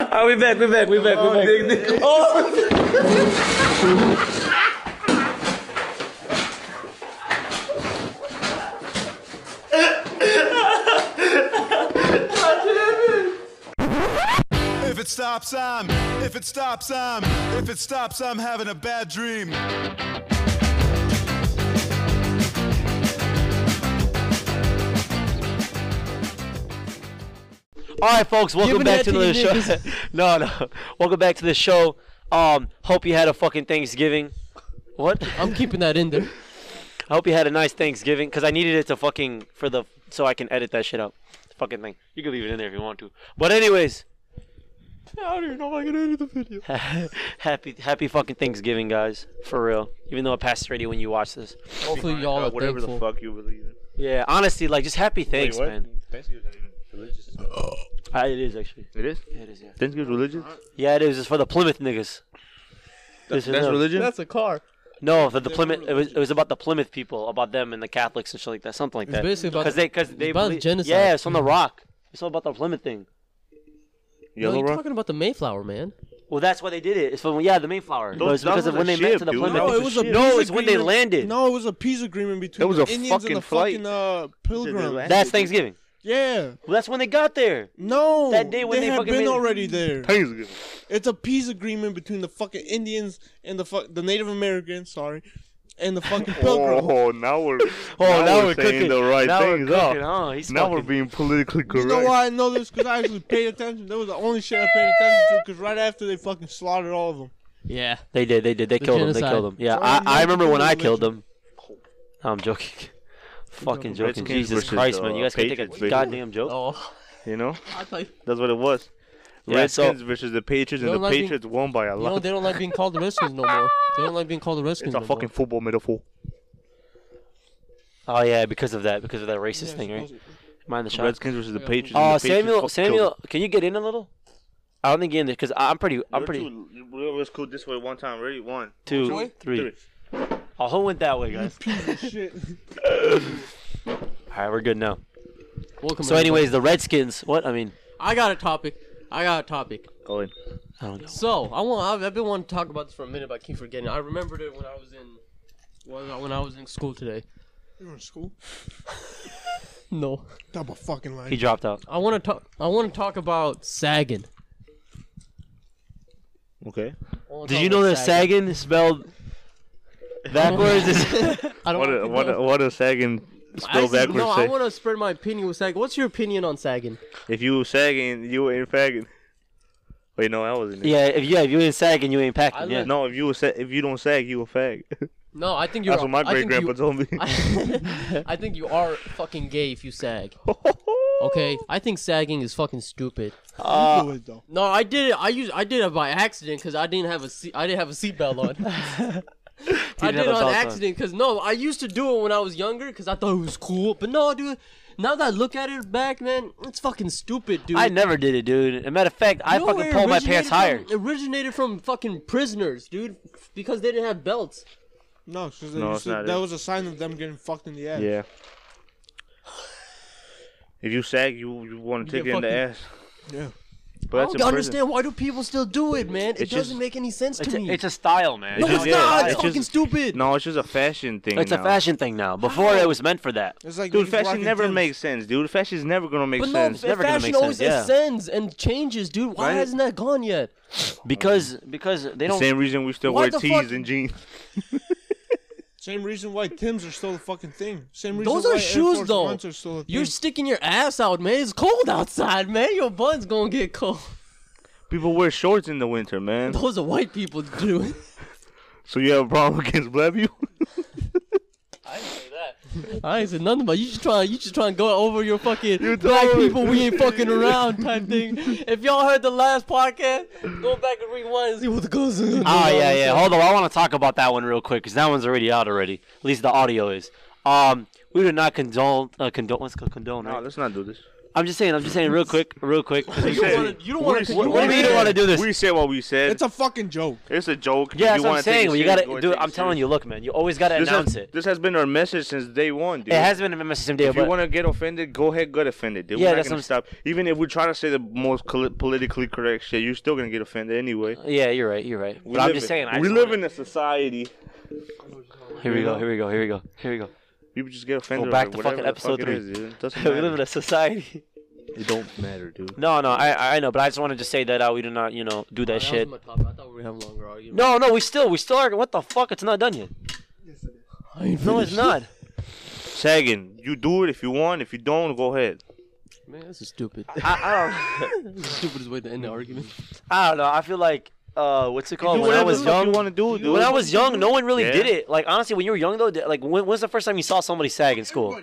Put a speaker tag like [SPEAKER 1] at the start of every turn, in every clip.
[SPEAKER 1] Oh, we back, we back, we back, we back. Oh!
[SPEAKER 2] If it stops, I'm. If it stops, I'm. If it stops, I'm having a bad dream.
[SPEAKER 3] All right, folks, welcome
[SPEAKER 1] Giving
[SPEAKER 3] back
[SPEAKER 1] that
[SPEAKER 3] to
[SPEAKER 1] to
[SPEAKER 3] the
[SPEAKER 1] you
[SPEAKER 3] show.
[SPEAKER 1] niggas.
[SPEAKER 3] no, no, welcome back to the show. Um, hope you had a fucking Thanksgiving. What?
[SPEAKER 1] I'm keeping that in there.
[SPEAKER 3] I hope you had a nice Thanksgiving because I needed it to fucking for the so I can edit that shit out. Fucking thing. You can leave it in there if you want to. But anyways,
[SPEAKER 1] I don't even know if I can edit the video.
[SPEAKER 3] happy happy fucking Thanksgiving, guys. For real. Even though it passed already when you watch this.
[SPEAKER 1] Hopefully y'all are
[SPEAKER 4] Oh whatever
[SPEAKER 1] thankful.
[SPEAKER 4] the fuck you believe in.
[SPEAKER 3] Yeah, honestly, like just happy thanks,
[SPEAKER 4] Wait, what?
[SPEAKER 3] man.
[SPEAKER 4] Thanksgiving's not even religious.
[SPEAKER 3] Uh, it is actually.
[SPEAKER 4] It is.
[SPEAKER 3] Yeah, it is. Yeah.
[SPEAKER 4] Thanksgiving's religious.
[SPEAKER 3] Yeah, it is. It's for the Plymouth niggas. This is
[SPEAKER 4] That's
[SPEAKER 3] them.
[SPEAKER 4] religion.
[SPEAKER 1] That's a car.
[SPEAKER 3] No, for the Plymouth. It was, it was about the Plymouth people, about them and the Catholics and shit like that, something like that.
[SPEAKER 1] basically about-
[SPEAKER 3] because they because they
[SPEAKER 1] about
[SPEAKER 3] believe-
[SPEAKER 1] genocide.
[SPEAKER 3] Yeah, it's on the Rock. It's all about the Plymouth thing.
[SPEAKER 1] No,
[SPEAKER 4] Yellow
[SPEAKER 1] you're
[SPEAKER 4] Rock.
[SPEAKER 1] talking about the Mayflower, man.
[SPEAKER 3] Well, that's why they did it. It's from yeah, the Mayflower.
[SPEAKER 4] Those-
[SPEAKER 3] No, it's because
[SPEAKER 4] that
[SPEAKER 3] of
[SPEAKER 4] was
[SPEAKER 3] when they
[SPEAKER 4] a ship,
[SPEAKER 3] went to the
[SPEAKER 4] dude.
[SPEAKER 3] Plymouth.
[SPEAKER 4] No,
[SPEAKER 5] No, it was a
[SPEAKER 4] shit.
[SPEAKER 3] No,
[SPEAKER 5] peace
[SPEAKER 3] it's when they
[SPEAKER 5] agreement-
[SPEAKER 3] landed.
[SPEAKER 5] No, it was a peace agreement between
[SPEAKER 4] That was a
[SPEAKER 5] the Indians and
[SPEAKER 4] fucking
[SPEAKER 5] the
[SPEAKER 4] flight.
[SPEAKER 5] fucking uh, pilgrims.
[SPEAKER 3] that's Thanksgiving.
[SPEAKER 5] Yeah,
[SPEAKER 3] Well, that's when they got there.
[SPEAKER 5] no,
[SPEAKER 3] That day when they
[SPEAKER 5] had
[SPEAKER 3] fucking
[SPEAKER 5] been
[SPEAKER 3] made it-
[SPEAKER 5] already there.
[SPEAKER 4] Thanksgiving.
[SPEAKER 5] It's a peace agreement between the fucking Indians and the fuck the Native Americans. Sorry, and the fucking pilgrims.
[SPEAKER 4] Oh, now we're.
[SPEAKER 3] Oh, now, we're
[SPEAKER 4] saying
[SPEAKER 3] cooking.
[SPEAKER 4] the right
[SPEAKER 3] now
[SPEAKER 4] things.
[SPEAKER 3] we're
[SPEAKER 4] huh?
[SPEAKER 3] cooking, huh? He's
[SPEAKER 4] Now we're
[SPEAKER 3] fucking-
[SPEAKER 4] being politically
[SPEAKER 5] You
[SPEAKER 4] correct.
[SPEAKER 5] know why I know this? Because I actually paid attention. That was the only shit I paid attention to. Because right after they fucking slaughtered all of them.
[SPEAKER 1] Yeah.
[SPEAKER 3] They did. They did. They
[SPEAKER 1] The
[SPEAKER 3] killed them. They
[SPEAKER 1] genocide.
[SPEAKER 3] killed them. Yeah,
[SPEAKER 5] So
[SPEAKER 3] I,
[SPEAKER 5] it
[SPEAKER 3] I
[SPEAKER 5] might
[SPEAKER 3] remember
[SPEAKER 5] be
[SPEAKER 3] when I
[SPEAKER 5] religion.
[SPEAKER 3] killed them. No, I'm joking. Fucking joking.
[SPEAKER 4] Redskins
[SPEAKER 3] Jesus
[SPEAKER 4] versus,
[SPEAKER 3] Christ, man! You
[SPEAKER 4] uh,
[SPEAKER 3] guys can take a
[SPEAKER 4] Patriots, baby.
[SPEAKER 3] goddamn joke.
[SPEAKER 1] Oh,
[SPEAKER 4] You know,
[SPEAKER 1] I thought you,
[SPEAKER 4] that's what it was.
[SPEAKER 3] Yeah, so-
[SPEAKER 4] Redskins versus the Patriots,
[SPEAKER 1] You
[SPEAKER 4] and
[SPEAKER 1] don't
[SPEAKER 4] the
[SPEAKER 1] like being-
[SPEAKER 4] Patriots won by a
[SPEAKER 1] you know
[SPEAKER 4] lot.
[SPEAKER 1] they don't like being called the Redskins no more. They don't like being called the Redskins.
[SPEAKER 4] It's a
[SPEAKER 1] no
[SPEAKER 4] fucking football metaphor.
[SPEAKER 3] Oh yeah, because of that, because of that racist thing, right?
[SPEAKER 5] supposedly.
[SPEAKER 3] Mind the shot.
[SPEAKER 4] Redskins versus the Patriots. and
[SPEAKER 3] Uh,
[SPEAKER 4] the Patriots
[SPEAKER 3] Samuel,
[SPEAKER 4] fucking killed them.
[SPEAKER 3] Samuel, can you get in a little? I don't think you're in there because I'm pretty, I'm
[SPEAKER 4] You're
[SPEAKER 3] pretty.
[SPEAKER 4] too- you- We always cool this way one time. Ready? One,
[SPEAKER 3] Two, three.
[SPEAKER 4] three.
[SPEAKER 3] Oh, who went that way, guys?
[SPEAKER 5] Shit.
[SPEAKER 3] All right, we're good now.
[SPEAKER 1] more. Welcome
[SPEAKER 3] So,
[SPEAKER 1] everybody.
[SPEAKER 3] anyways, the Redskins. What I mean,
[SPEAKER 1] I got a topic. I got a topic.
[SPEAKER 4] Go in.
[SPEAKER 3] I don't know.
[SPEAKER 1] So I want. I've, I've been wanting to talk about this for a minute, but I keep forgetting. I remembered it when I was in. When I- when I was in school today.
[SPEAKER 5] You were in school?
[SPEAKER 1] No.
[SPEAKER 5] Double fucking line.
[SPEAKER 3] He dropped out.
[SPEAKER 1] I want to talk. I want to talk about sagging.
[SPEAKER 4] Okay.
[SPEAKER 1] I wanna
[SPEAKER 3] Did
[SPEAKER 1] talk
[SPEAKER 3] you know
[SPEAKER 1] about
[SPEAKER 3] that Sagan spelled backwards? is-
[SPEAKER 1] I don't
[SPEAKER 4] What a
[SPEAKER 1] fucking
[SPEAKER 4] what
[SPEAKER 1] know.
[SPEAKER 4] a, what a sagging
[SPEAKER 1] I
[SPEAKER 4] spell
[SPEAKER 1] just-
[SPEAKER 4] backwards
[SPEAKER 1] No,
[SPEAKER 4] say.
[SPEAKER 1] I want to spread my opinion with sagging. What's your opinion on sagging?
[SPEAKER 4] If you were sagging, you ain't fagging. Wait, no, I wasn't.
[SPEAKER 3] yeah, if yeah, if you ain't Sagan, you ain't
[SPEAKER 1] I
[SPEAKER 3] packing. Yeah.
[SPEAKER 1] learned-
[SPEAKER 4] No, if you were sa- if you don't sag, you a fag.
[SPEAKER 1] No, I think you're.
[SPEAKER 4] That's what my
[SPEAKER 1] I
[SPEAKER 4] great
[SPEAKER 1] think
[SPEAKER 4] grandpa
[SPEAKER 1] you-
[SPEAKER 4] told me.
[SPEAKER 1] I, I think you are fucking gay if you sag. Okay, I think sagging is fucking stupid.
[SPEAKER 5] You
[SPEAKER 3] Ah.
[SPEAKER 5] do it, though.
[SPEAKER 1] No, I did it. I used. I did it by accident because I didn't have a seat. I didn't have a seatbelt on. I
[SPEAKER 3] Didn't
[SPEAKER 1] did
[SPEAKER 3] have
[SPEAKER 1] it
[SPEAKER 3] a belt
[SPEAKER 1] on
[SPEAKER 3] on.
[SPEAKER 1] accident because no, I used to do it when I was younger because I thought it was cool. But no, dude, now that I look at it back, man, it's fucking stupid, dude.
[SPEAKER 3] I never did it, dude. As a matter of fact, I
[SPEAKER 1] You know where
[SPEAKER 3] fucking
[SPEAKER 1] it
[SPEAKER 3] pulled my
[SPEAKER 1] originated
[SPEAKER 3] pants higher.
[SPEAKER 1] From, originated from fucking prisoners, dude, because they didn't have belts.
[SPEAKER 5] No, because
[SPEAKER 4] No, it's not
[SPEAKER 5] that
[SPEAKER 4] it.
[SPEAKER 5] was a sign of them getting fucked in the ass.
[SPEAKER 4] yeah. If you sag, you you want to
[SPEAKER 1] You
[SPEAKER 4] take it
[SPEAKER 1] get
[SPEAKER 4] in the ass.
[SPEAKER 5] Yeah.
[SPEAKER 4] But
[SPEAKER 1] I don't
[SPEAKER 4] that's in prison.
[SPEAKER 1] understand why do people still do it, man? It
[SPEAKER 4] It's
[SPEAKER 1] doesn't
[SPEAKER 4] just-
[SPEAKER 1] make any sense
[SPEAKER 3] It's
[SPEAKER 1] to me.
[SPEAKER 3] a, it's a style, man.
[SPEAKER 1] no, it's,
[SPEAKER 4] It's just- yeah,
[SPEAKER 1] not. It's,
[SPEAKER 4] it's
[SPEAKER 1] fucking
[SPEAKER 4] just-
[SPEAKER 1] stupid.
[SPEAKER 4] No, it's just a fashion thing.
[SPEAKER 3] It's a
[SPEAKER 4] now.
[SPEAKER 3] fashion thing now. Before it was meant for that.
[SPEAKER 5] It's like
[SPEAKER 4] Dude,
[SPEAKER 5] when you rock
[SPEAKER 4] fashion
[SPEAKER 5] in
[SPEAKER 4] never
[SPEAKER 5] gyms.
[SPEAKER 4] makes sense, dude. Fashion's never gonna make
[SPEAKER 1] But no,
[SPEAKER 4] sense.
[SPEAKER 3] never gonna
[SPEAKER 1] fashion
[SPEAKER 3] make
[SPEAKER 1] always
[SPEAKER 3] sense, yeah.
[SPEAKER 1] ascends and changes, dude. Why
[SPEAKER 4] Right?
[SPEAKER 1] hasn't that gone yet?
[SPEAKER 3] Because because they don't.
[SPEAKER 4] Same reason we still
[SPEAKER 1] Why
[SPEAKER 4] wear
[SPEAKER 1] the
[SPEAKER 4] tees
[SPEAKER 1] fuck-
[SPEAKER 4] and jeans.
[SPEAKER 5] Same reason why Tim's are still the fucking thing. Same reason
[SPEAKER 1] Those
[SPEAKER 5] why
[SPEAKER 1] are
[SPEAKER 5] Air
[SPEAKER 1] shoes,
[SPEAKER 5] Force
[SPEAKER 1] though.
[SPEAKER 5] Ones are still a
[SPEAKER 1] You're
[SPEAKER 5] thing.
[SPEAKER 1] sticking your ass out, man. It's cold outside, man. Your buns gonna get cold.
[SPEAKER 4] People wear shorts in the winter, man.
[SPEAKER 1] Those are white people doing.
[SPEAKER 4] So you have a problem against black people?
[SPEAKER 1] I ain't said nothing about you. Just trying, you just trying to go over your fucking
[SPEAKER 4] You
[SPEAKER 1] black
[SPEAKER 4] told me.
[SPEAKER 1] people. We ain't fucking around type thing. If y'all heard the last podcast, go back and rewind and see what the goes. Oh
[SPEAKER 3] Oh yeah, yeah. Hold on, I want to talk about that one real quick because that one's already out already. At least the audio is. Um, we do not condone uh, condone. Let's go condone.
[SPEAKER 4] No,
[SPEAKER 3] Right?
[SPEAKER 4] let's not do this.
[SPEAKER 3] I'm just saying. I'm just saying real quick, real quick. 'cause we-
[SPEAKER 1] You don't wanna- you don't want to.
[SPEAKER 4] We're-
[SPEAKER 3] What do you mean you don't want to do this?
[SPEAKER 4] We said what we said.
[SPEAKER 5] It's a fucking joke.
[SPEAKER 4] It's a joke.
[SPEAKER 3] yeah,
[SPEAKER 4] you
[SPEAKER 3] that's what
[SPEAKER 4] wanna
[SPEAKER 3] I'm
[SPEAKER 4] take
[SPEAKER 3] saying.
[SPEAKER 4] it
[SPEAKER 3] You
[SPEAKER 4] serious,
[SPEAKER 3] gotta
[SPEAKER 4] go and
[SPEAKER 3] do it.
[SPEAKER 4] take
[SPEAKER 3] I'm telling
[SPEAKER 4] serious.
[SPEAKER 3] you, look, man. You always gotta
[SPEAKER 4] This
[SPEAKER 3] announce
[SPEAKER 4] has,
[SPEAKER 3] it.
[SPEAKER 4] This has been our message since day one, dude.
[SPEAKER 3] It has been a message day,
[SPEAKER 4] If you
[SPEAKER 3] but
[SPEAKER 4] want to get offended, go ahead, get offended. Dude.
[SPEAKER 3] Yeah,
[SPEAKER 4] We're not
[SPEAKER 3] that's
[SPEAKER 4] gonna
[SPEAKER 3] what
[SPEAKER 4] stop. Even if we try to say the most col- politically correct shit, you're still gonna get offended anyway.
[SPEAKER 3] yeah, you're right. You're right.
[SPEAKER 4] We
[SPEAKER 3] But I'm
[SPEAKER 4] live
[SPEAKER 3] just
[SPEAKER 4] in-
[SPEAKER 3] saying. I
[SPEAKER 4] we
[SPEAKER 3] just
[SPEAKER 4] live
[SPEAKER 3] wanna-
[SPEAKER 4] in a society.
[SPEAKER 3] Here we go. Here we go. Here we go. Here we go.
[SPEAKER 4] People just get offended.
[SPEAKER 3] back to
[SPEAKER 4] over whatever
[SPEAKER 3] fucking
[SPEAKER 4] the
[SPEAKER 3] episode
[SPEAKER 4] fuck
[SPEAKER 3] three.
[SPEAKER 4] It, is, dude. It doesn't
[SPEAKER 3] we live in
[SPEAKER 4] matter.
[SPEAKER 3] a society.
[SPEAKER 4] It don't matter, dude.
[SPEAKER 3] No, no, I I know, but I just wanted to say that uh, we do not, you know, do that shit.
[SPEAKER 1] I thought we were having longer arguments.
[SPEAKER 3] No, no, we still, we still are. What the fuck? It's not done yet. No, it's not.
[SPEAKER 4] Sagan, you do it if you want. If you don't, go ahead.
[SPEAKER 1] Man, this is stupid.
[SPEAKER 3] I, I don't,
[SPEAKER 1] This is the stupidest way to end the argument.
[SPEAKER 3] I don't know. I feel like, uh, what's it called?
[SPEAKER 4] do
[SPEAKER 3] When I
[SPEAKER 4] whatever
[SPEAKER 3] was
[SPEAKER 4] the fuck
[SPEAKER 3] young,
[SPEAKER 4] you want to do, dude.
[SPEAKER 3] when I was young, no one really
[SPEAKER 4] Yeah.
[SPEAKER 3] did it. Like honestly, when you were young though, did- like when, when's the first time you saw somebody sag in school?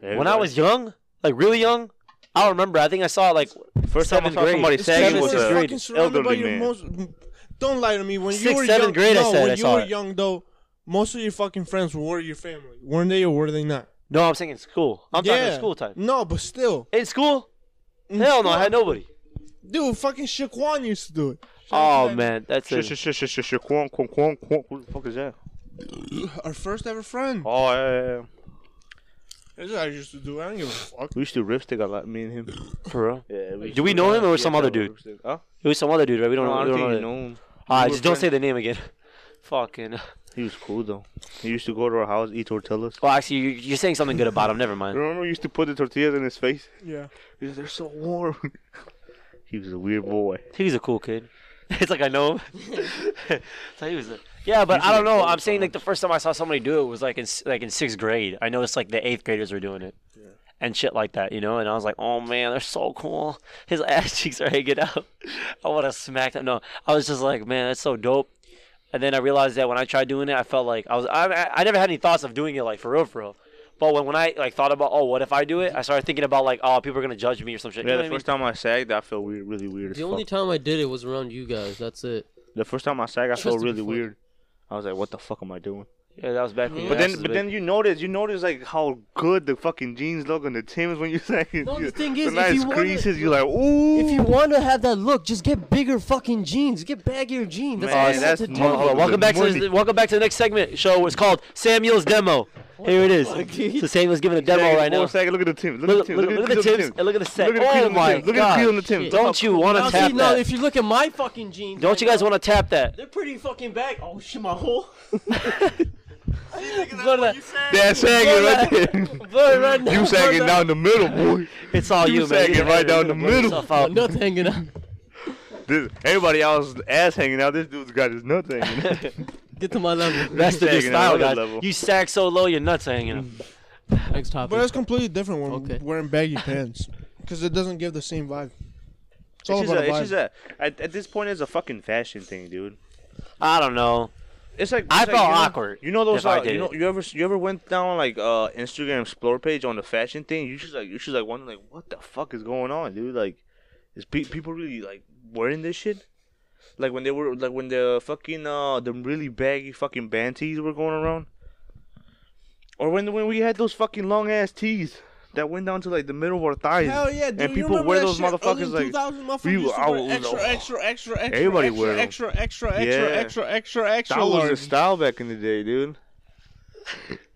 [SPEAKER 3] When I was young, like really young, I don't remember. I think I saw like
[SPEAKER 4] first time I
[SPEAKER 3] seventh
[SPEAKER 4] saw
[SPEAKER 3] grade.
[SPEAKER 4] somebody
[SPEAKER 3] It's
[SPEAKER 4] sagging
[SPEAKER 3] seventh
[SPEAKER 4] was
[SPEAKER 3] or
[SPEAKER 4] a
[SPEAKER 5] fucking surrounded by
[SPEAKER 4] elderly
[SPEAKER 5] your
[SPEAKER 4] man.
[SPEAKER 5] most. Don't lie to me. When you
[SPEAKER 3] Sixth,
[SPEAKER 5] were
[SPEAKER 3] seventh
[SPEAKER 5] young,
[SPEAKER 3] grade, I
[SPEAKER 5] no,
[SPEAKER 3] said,
[SPEAKER 5] when
[SPEAKER 3] I
[SPEAKER 5] you
[SPEAKER 3] saw
[SPEAKER 5] were
[SPEAKER 3] it.
[SPEAKER 5] young though, most of your fucking friends were your family, weren't they, or were they not?
[SPEAKER 3] No, I'm saying in school. I'm
[SPEAKER 5] yeah.
[SPEAKER 3] talking school time.
[SPEAKER 5] No, but still,
[SPEAKER 3] In school? Hell no, I had nobody.
[SPEAKER 5] dude, fucking Shaquan used to do it.
[SPEAKER 3] Oh man, that's
[SPEAKER 4] Sh-
[SPEAKER 3] it.
[SPEAKER 4] sh- sh- sh- sh- sh- quan- quan- quan- quan- Who the fuck is that?
[SPEAKER 5] Our first ever friend.
[SPEAKER 4] Oh, yeah, yeah, yeah.
[SPEAKER 5] That's what I used to do. I don't give a fuck.
[SPEAKER 4] We used to ripstick a lot, me and him.
[SPEAKER 3] For real.
[SPEAKER 4] Yeah, we
[SPEAKER 3] Do we know him or some other dude?
[SPEAKER 4] Huh?
[SPEAKER 3] It was some other dude, right? We don't,
[SPEAKER 4] No, I
[SPEAKER 3] we
[SPEAKER 4] don't
[SPEAKER 3] don't
[SPEAKER 4] think
[SPEAKER 3] know.
[SPEAKER 4] you
[SPEAKER 3] that.
[SPEAKER 4] know him.
[SPEAKER 3] Ah,
[SPEAKER 4] We
[SPEAKER 3] just
[SPEAKER 4] were
[SPEAKER 3] don't say
[SPEAKER 4] friends.
[SPEAKER 3] the name again. Fucking.
[SPEAKER 4] He was cool though. He used to go to our house, eat tortillas.
[SPEAKER 3] Well, actually, you- you're saying something good about him. Never mind.
[SPEAKER 4] Remember, we used to put the tortillas in his face.
[SPEAKER 5] Yeah.
[SPEAKER 4] He was, They're so warm. he was a weird boy.
[SPEAKER 3] He's a cool kid. It's like I know him. so he was. A, yeah, but I don't know. I'm saying like the first time I saw somebody do it was like in s- like in sixth grade. I noticed like the eighth graders were doing it. And shit like that, you know. And I was like, "Oh man, they're so cool. His ass cheeks are hanging out. I want to smack them." No, I was just like, "Man, that's so dope." And then I realized that when I tried doing it, I felt like I was. I, I- I never had any thoughts of doing it like for real, for real. But when, when I like thought about, oh, what if I do it? I started thinking about like, oh, people are gonna judge me or some shit. You
[SPEAKER 4] Yeah,
[SPEAKER 3] know
[SPEAKER 4] the
[SPEAKER 3] what I mean?
[SPEAKER 4] first time I sagged, I felt weird, really weird.
[SPEAKER 1] The
[SPEAKER 4] as
[SPEAKER 1] only
[SPEAKER 4] fuck.
[SPEAKER 1] time I did it was around you guys. That's it.
[SPEAKER 4] the first time I sagged, I felt
[SPEAKER 1] Tristan
[SPEAKER 4] really
[SPEAKER 1] before.
[SPEAKER 4] weird. I was like, "What the fuck am I doing?"
[SPEAKER 3] Yeah, that was back when. your
[SPEAKER 4] but
[SPEAKER 3] ass
[SPEAKER 4] then,
[SPEAKER 3] was
[SPEAKER 4] but
[SPEAKER 3] big.
[SPEAKER 4] then you notice, you notice like how good the fucking jeans look on the Tims when you sag.
[SPEAKER 1] No, the
[SPEAKER 4] You-
[SPEAKER 1] thing
[SPEAKER 4] the
[SPEAKER 1] is, if
[SPEAKER 4] nice
[SPEAKER 1] you wanna-
[SPEAKER 4] creases, you're like, "Ooh."
[SPEAKER 1] If you want to have that look, just get bigger fucking jeans. Get baggier jeans. That's
[SPEAKER 4] Man,
[SPEAKER 1] all you have
[SPEAKER 4] that's
[SPEAKER 1] to do.
[SPEAKER 4] more-
[SPEAKER 3] Hold on, welcome back to
[SPEAKER 4] Monday.
[SPEAKER 3] this, welcome back to the next segment show. It's called Samuel's demo. Here it is.
[SPEAKER 1] dude?
[SPEAKER 3] so Samuel's giving a demo
[SPEAKER 4] Sag,
[SPEAKER 3] right
[SPEAKER 4] oh,
[SPEAKER 3] now.
[SPEAKER 4] sag, look at the Tims. Look,
[SPEAKER 3] Look,
[SPEAKER 4] at the Tims.
[SPEAKER 3] look, look at the
[SPEAKER 4] Tims
[SPEAKER 3] tips and look at the set.
[SPEAKER 4] Look at the crease
[SPEAKER 3] oh
[SPEAKER 4] on the
[SPEAKER 3] my
[SPEAKER 4] Tims. Look at the crease on the
[SPEAKER 3] God.
[SPEAKER 4] Tims.
[SPEAKER 3] Don't you want
[SPEAKER 1] Now,
[SPEAKER 3] to tap
[SPEAKER 1] see, now,
[SPEAKER 3] that?
[SPEAKER 1] if you look at my fucking jeans,
[SPEAKER 3] Don't you guys want to tap that?
[SPEAKER 1] They're pretty fucking bag. Oh shit, my hole.
[SPEAKER 3] Go to that-
[SPEAKER 4] That sagging right there.
[SPEAKER 1] Blur right now.
[SPEAKER 4] You sagging
[SPEAKER 1] blur
[SPEAKER 4] down the middle, boy.
[SPEAKER 3] It's all you,
[SPEAKER 4] You
[SPEAKER 3] man.
[SPEAKER 4] sagging
[SPEAKER 3] just
[SPEAKER 4] right
[SPEAKER 3] had to
[SPEAKER 4] down the
[SPEAKER 3] work
[SPEAKER 4] middle.
[SPEAKER 3] yourself
[SPEAKER 1] now.
[SPEAKER 3] out.
[SPEAKER 1] Nothing hanging out.
[SPEAKER 4] This, everybody else ass hanging out. This dude's got his nuts hanging. out.
[SPEAKER 1] Get to my level.
[SPEAKER 3] That's the new
[SPEAKER 4] Sagging
[SPEAKER 3] style,
[SPEAKER 4] another
[SPEAKER 3] guys.
[SPEAKER 4] level.
[SPEAKER 3] You sag so low, your nuts hanging out.
[SPEAKER 1] Next topic.
[SPEAKER 5] But that's completely different when
[SPEAKER 1] Okay.
[SPEAKER 5] wearing baggy pants, because it doesn't give the same vibe. It's all
[SPEAKER 4] It's just,
[SPEAKER 5] about
[SPEAKER 4] a,
[SPEAKER 5] a vibe.
[SPEAKER 4] it's just a, at, at this point, it's a fucking fashion thing, dude.
[SPEAKER 3] I don't know.
[SPEAKER 4] It's like
[SPEAKER 3] I
[SPEAKER 4] it's like,
[SPEAKER 3] felt
[SPEAKER 4] you know-
[SPEAKER 3] awkward
[SPEAKER 4] You know those?
[SPEAKER 3] if I
[SPEAKER 4] uh,
[SPEAKER 3] did
[SPEAKER 4] you know,
[SPEAKER 3] it.
[SPEAKER 4] you ever you ever went down like uh Instagram explore page on the fashion thing? You just like you just like wondering like what the fuck is going on, dude? Like, is pe- people really like wearing this shit? Like when they were like when the fucking uh the really baggy fucking band tees were going around, or when when we had those fucking long ass tees. That went down to like the middle of our thighs.
[SPEAKER 5] Hell yeah, dude.
[SPEAKER 4] And
[SPEAKER 5] you
[SPEAKER 4] people
[SPEAKER 5] remember
[SPEAKER 4] wear
[SPEAKER 5] that
[SPEAKER 4] those
[SPEAKER 5] shit? Oh, Early
[SPEAKER 4] motherfuckers like
[SPEAKER 5] 2000 motherfuckers
[SPEAKER 4] we-
[SPEAKER 5] used to
[SPEAKER 4] I
[SPEAKER 5] wear
[SPEAKER 4] was-
[SPEAKER 5] extra, extra, extra, extra,
[SPEAKER 4] Everybody
[SPEAKER 5] extra,
[SPEAKER 4] wear them.
[SPEAKER 5] extra, extra, extra,
[SPEAKER 4] Yeah.
[SPEAKER 5] extra, extra, extra,
[SPEAKER 4] That was the
[SPEAKER 5] large.
[SPEAKER 4] style back in the day, dude.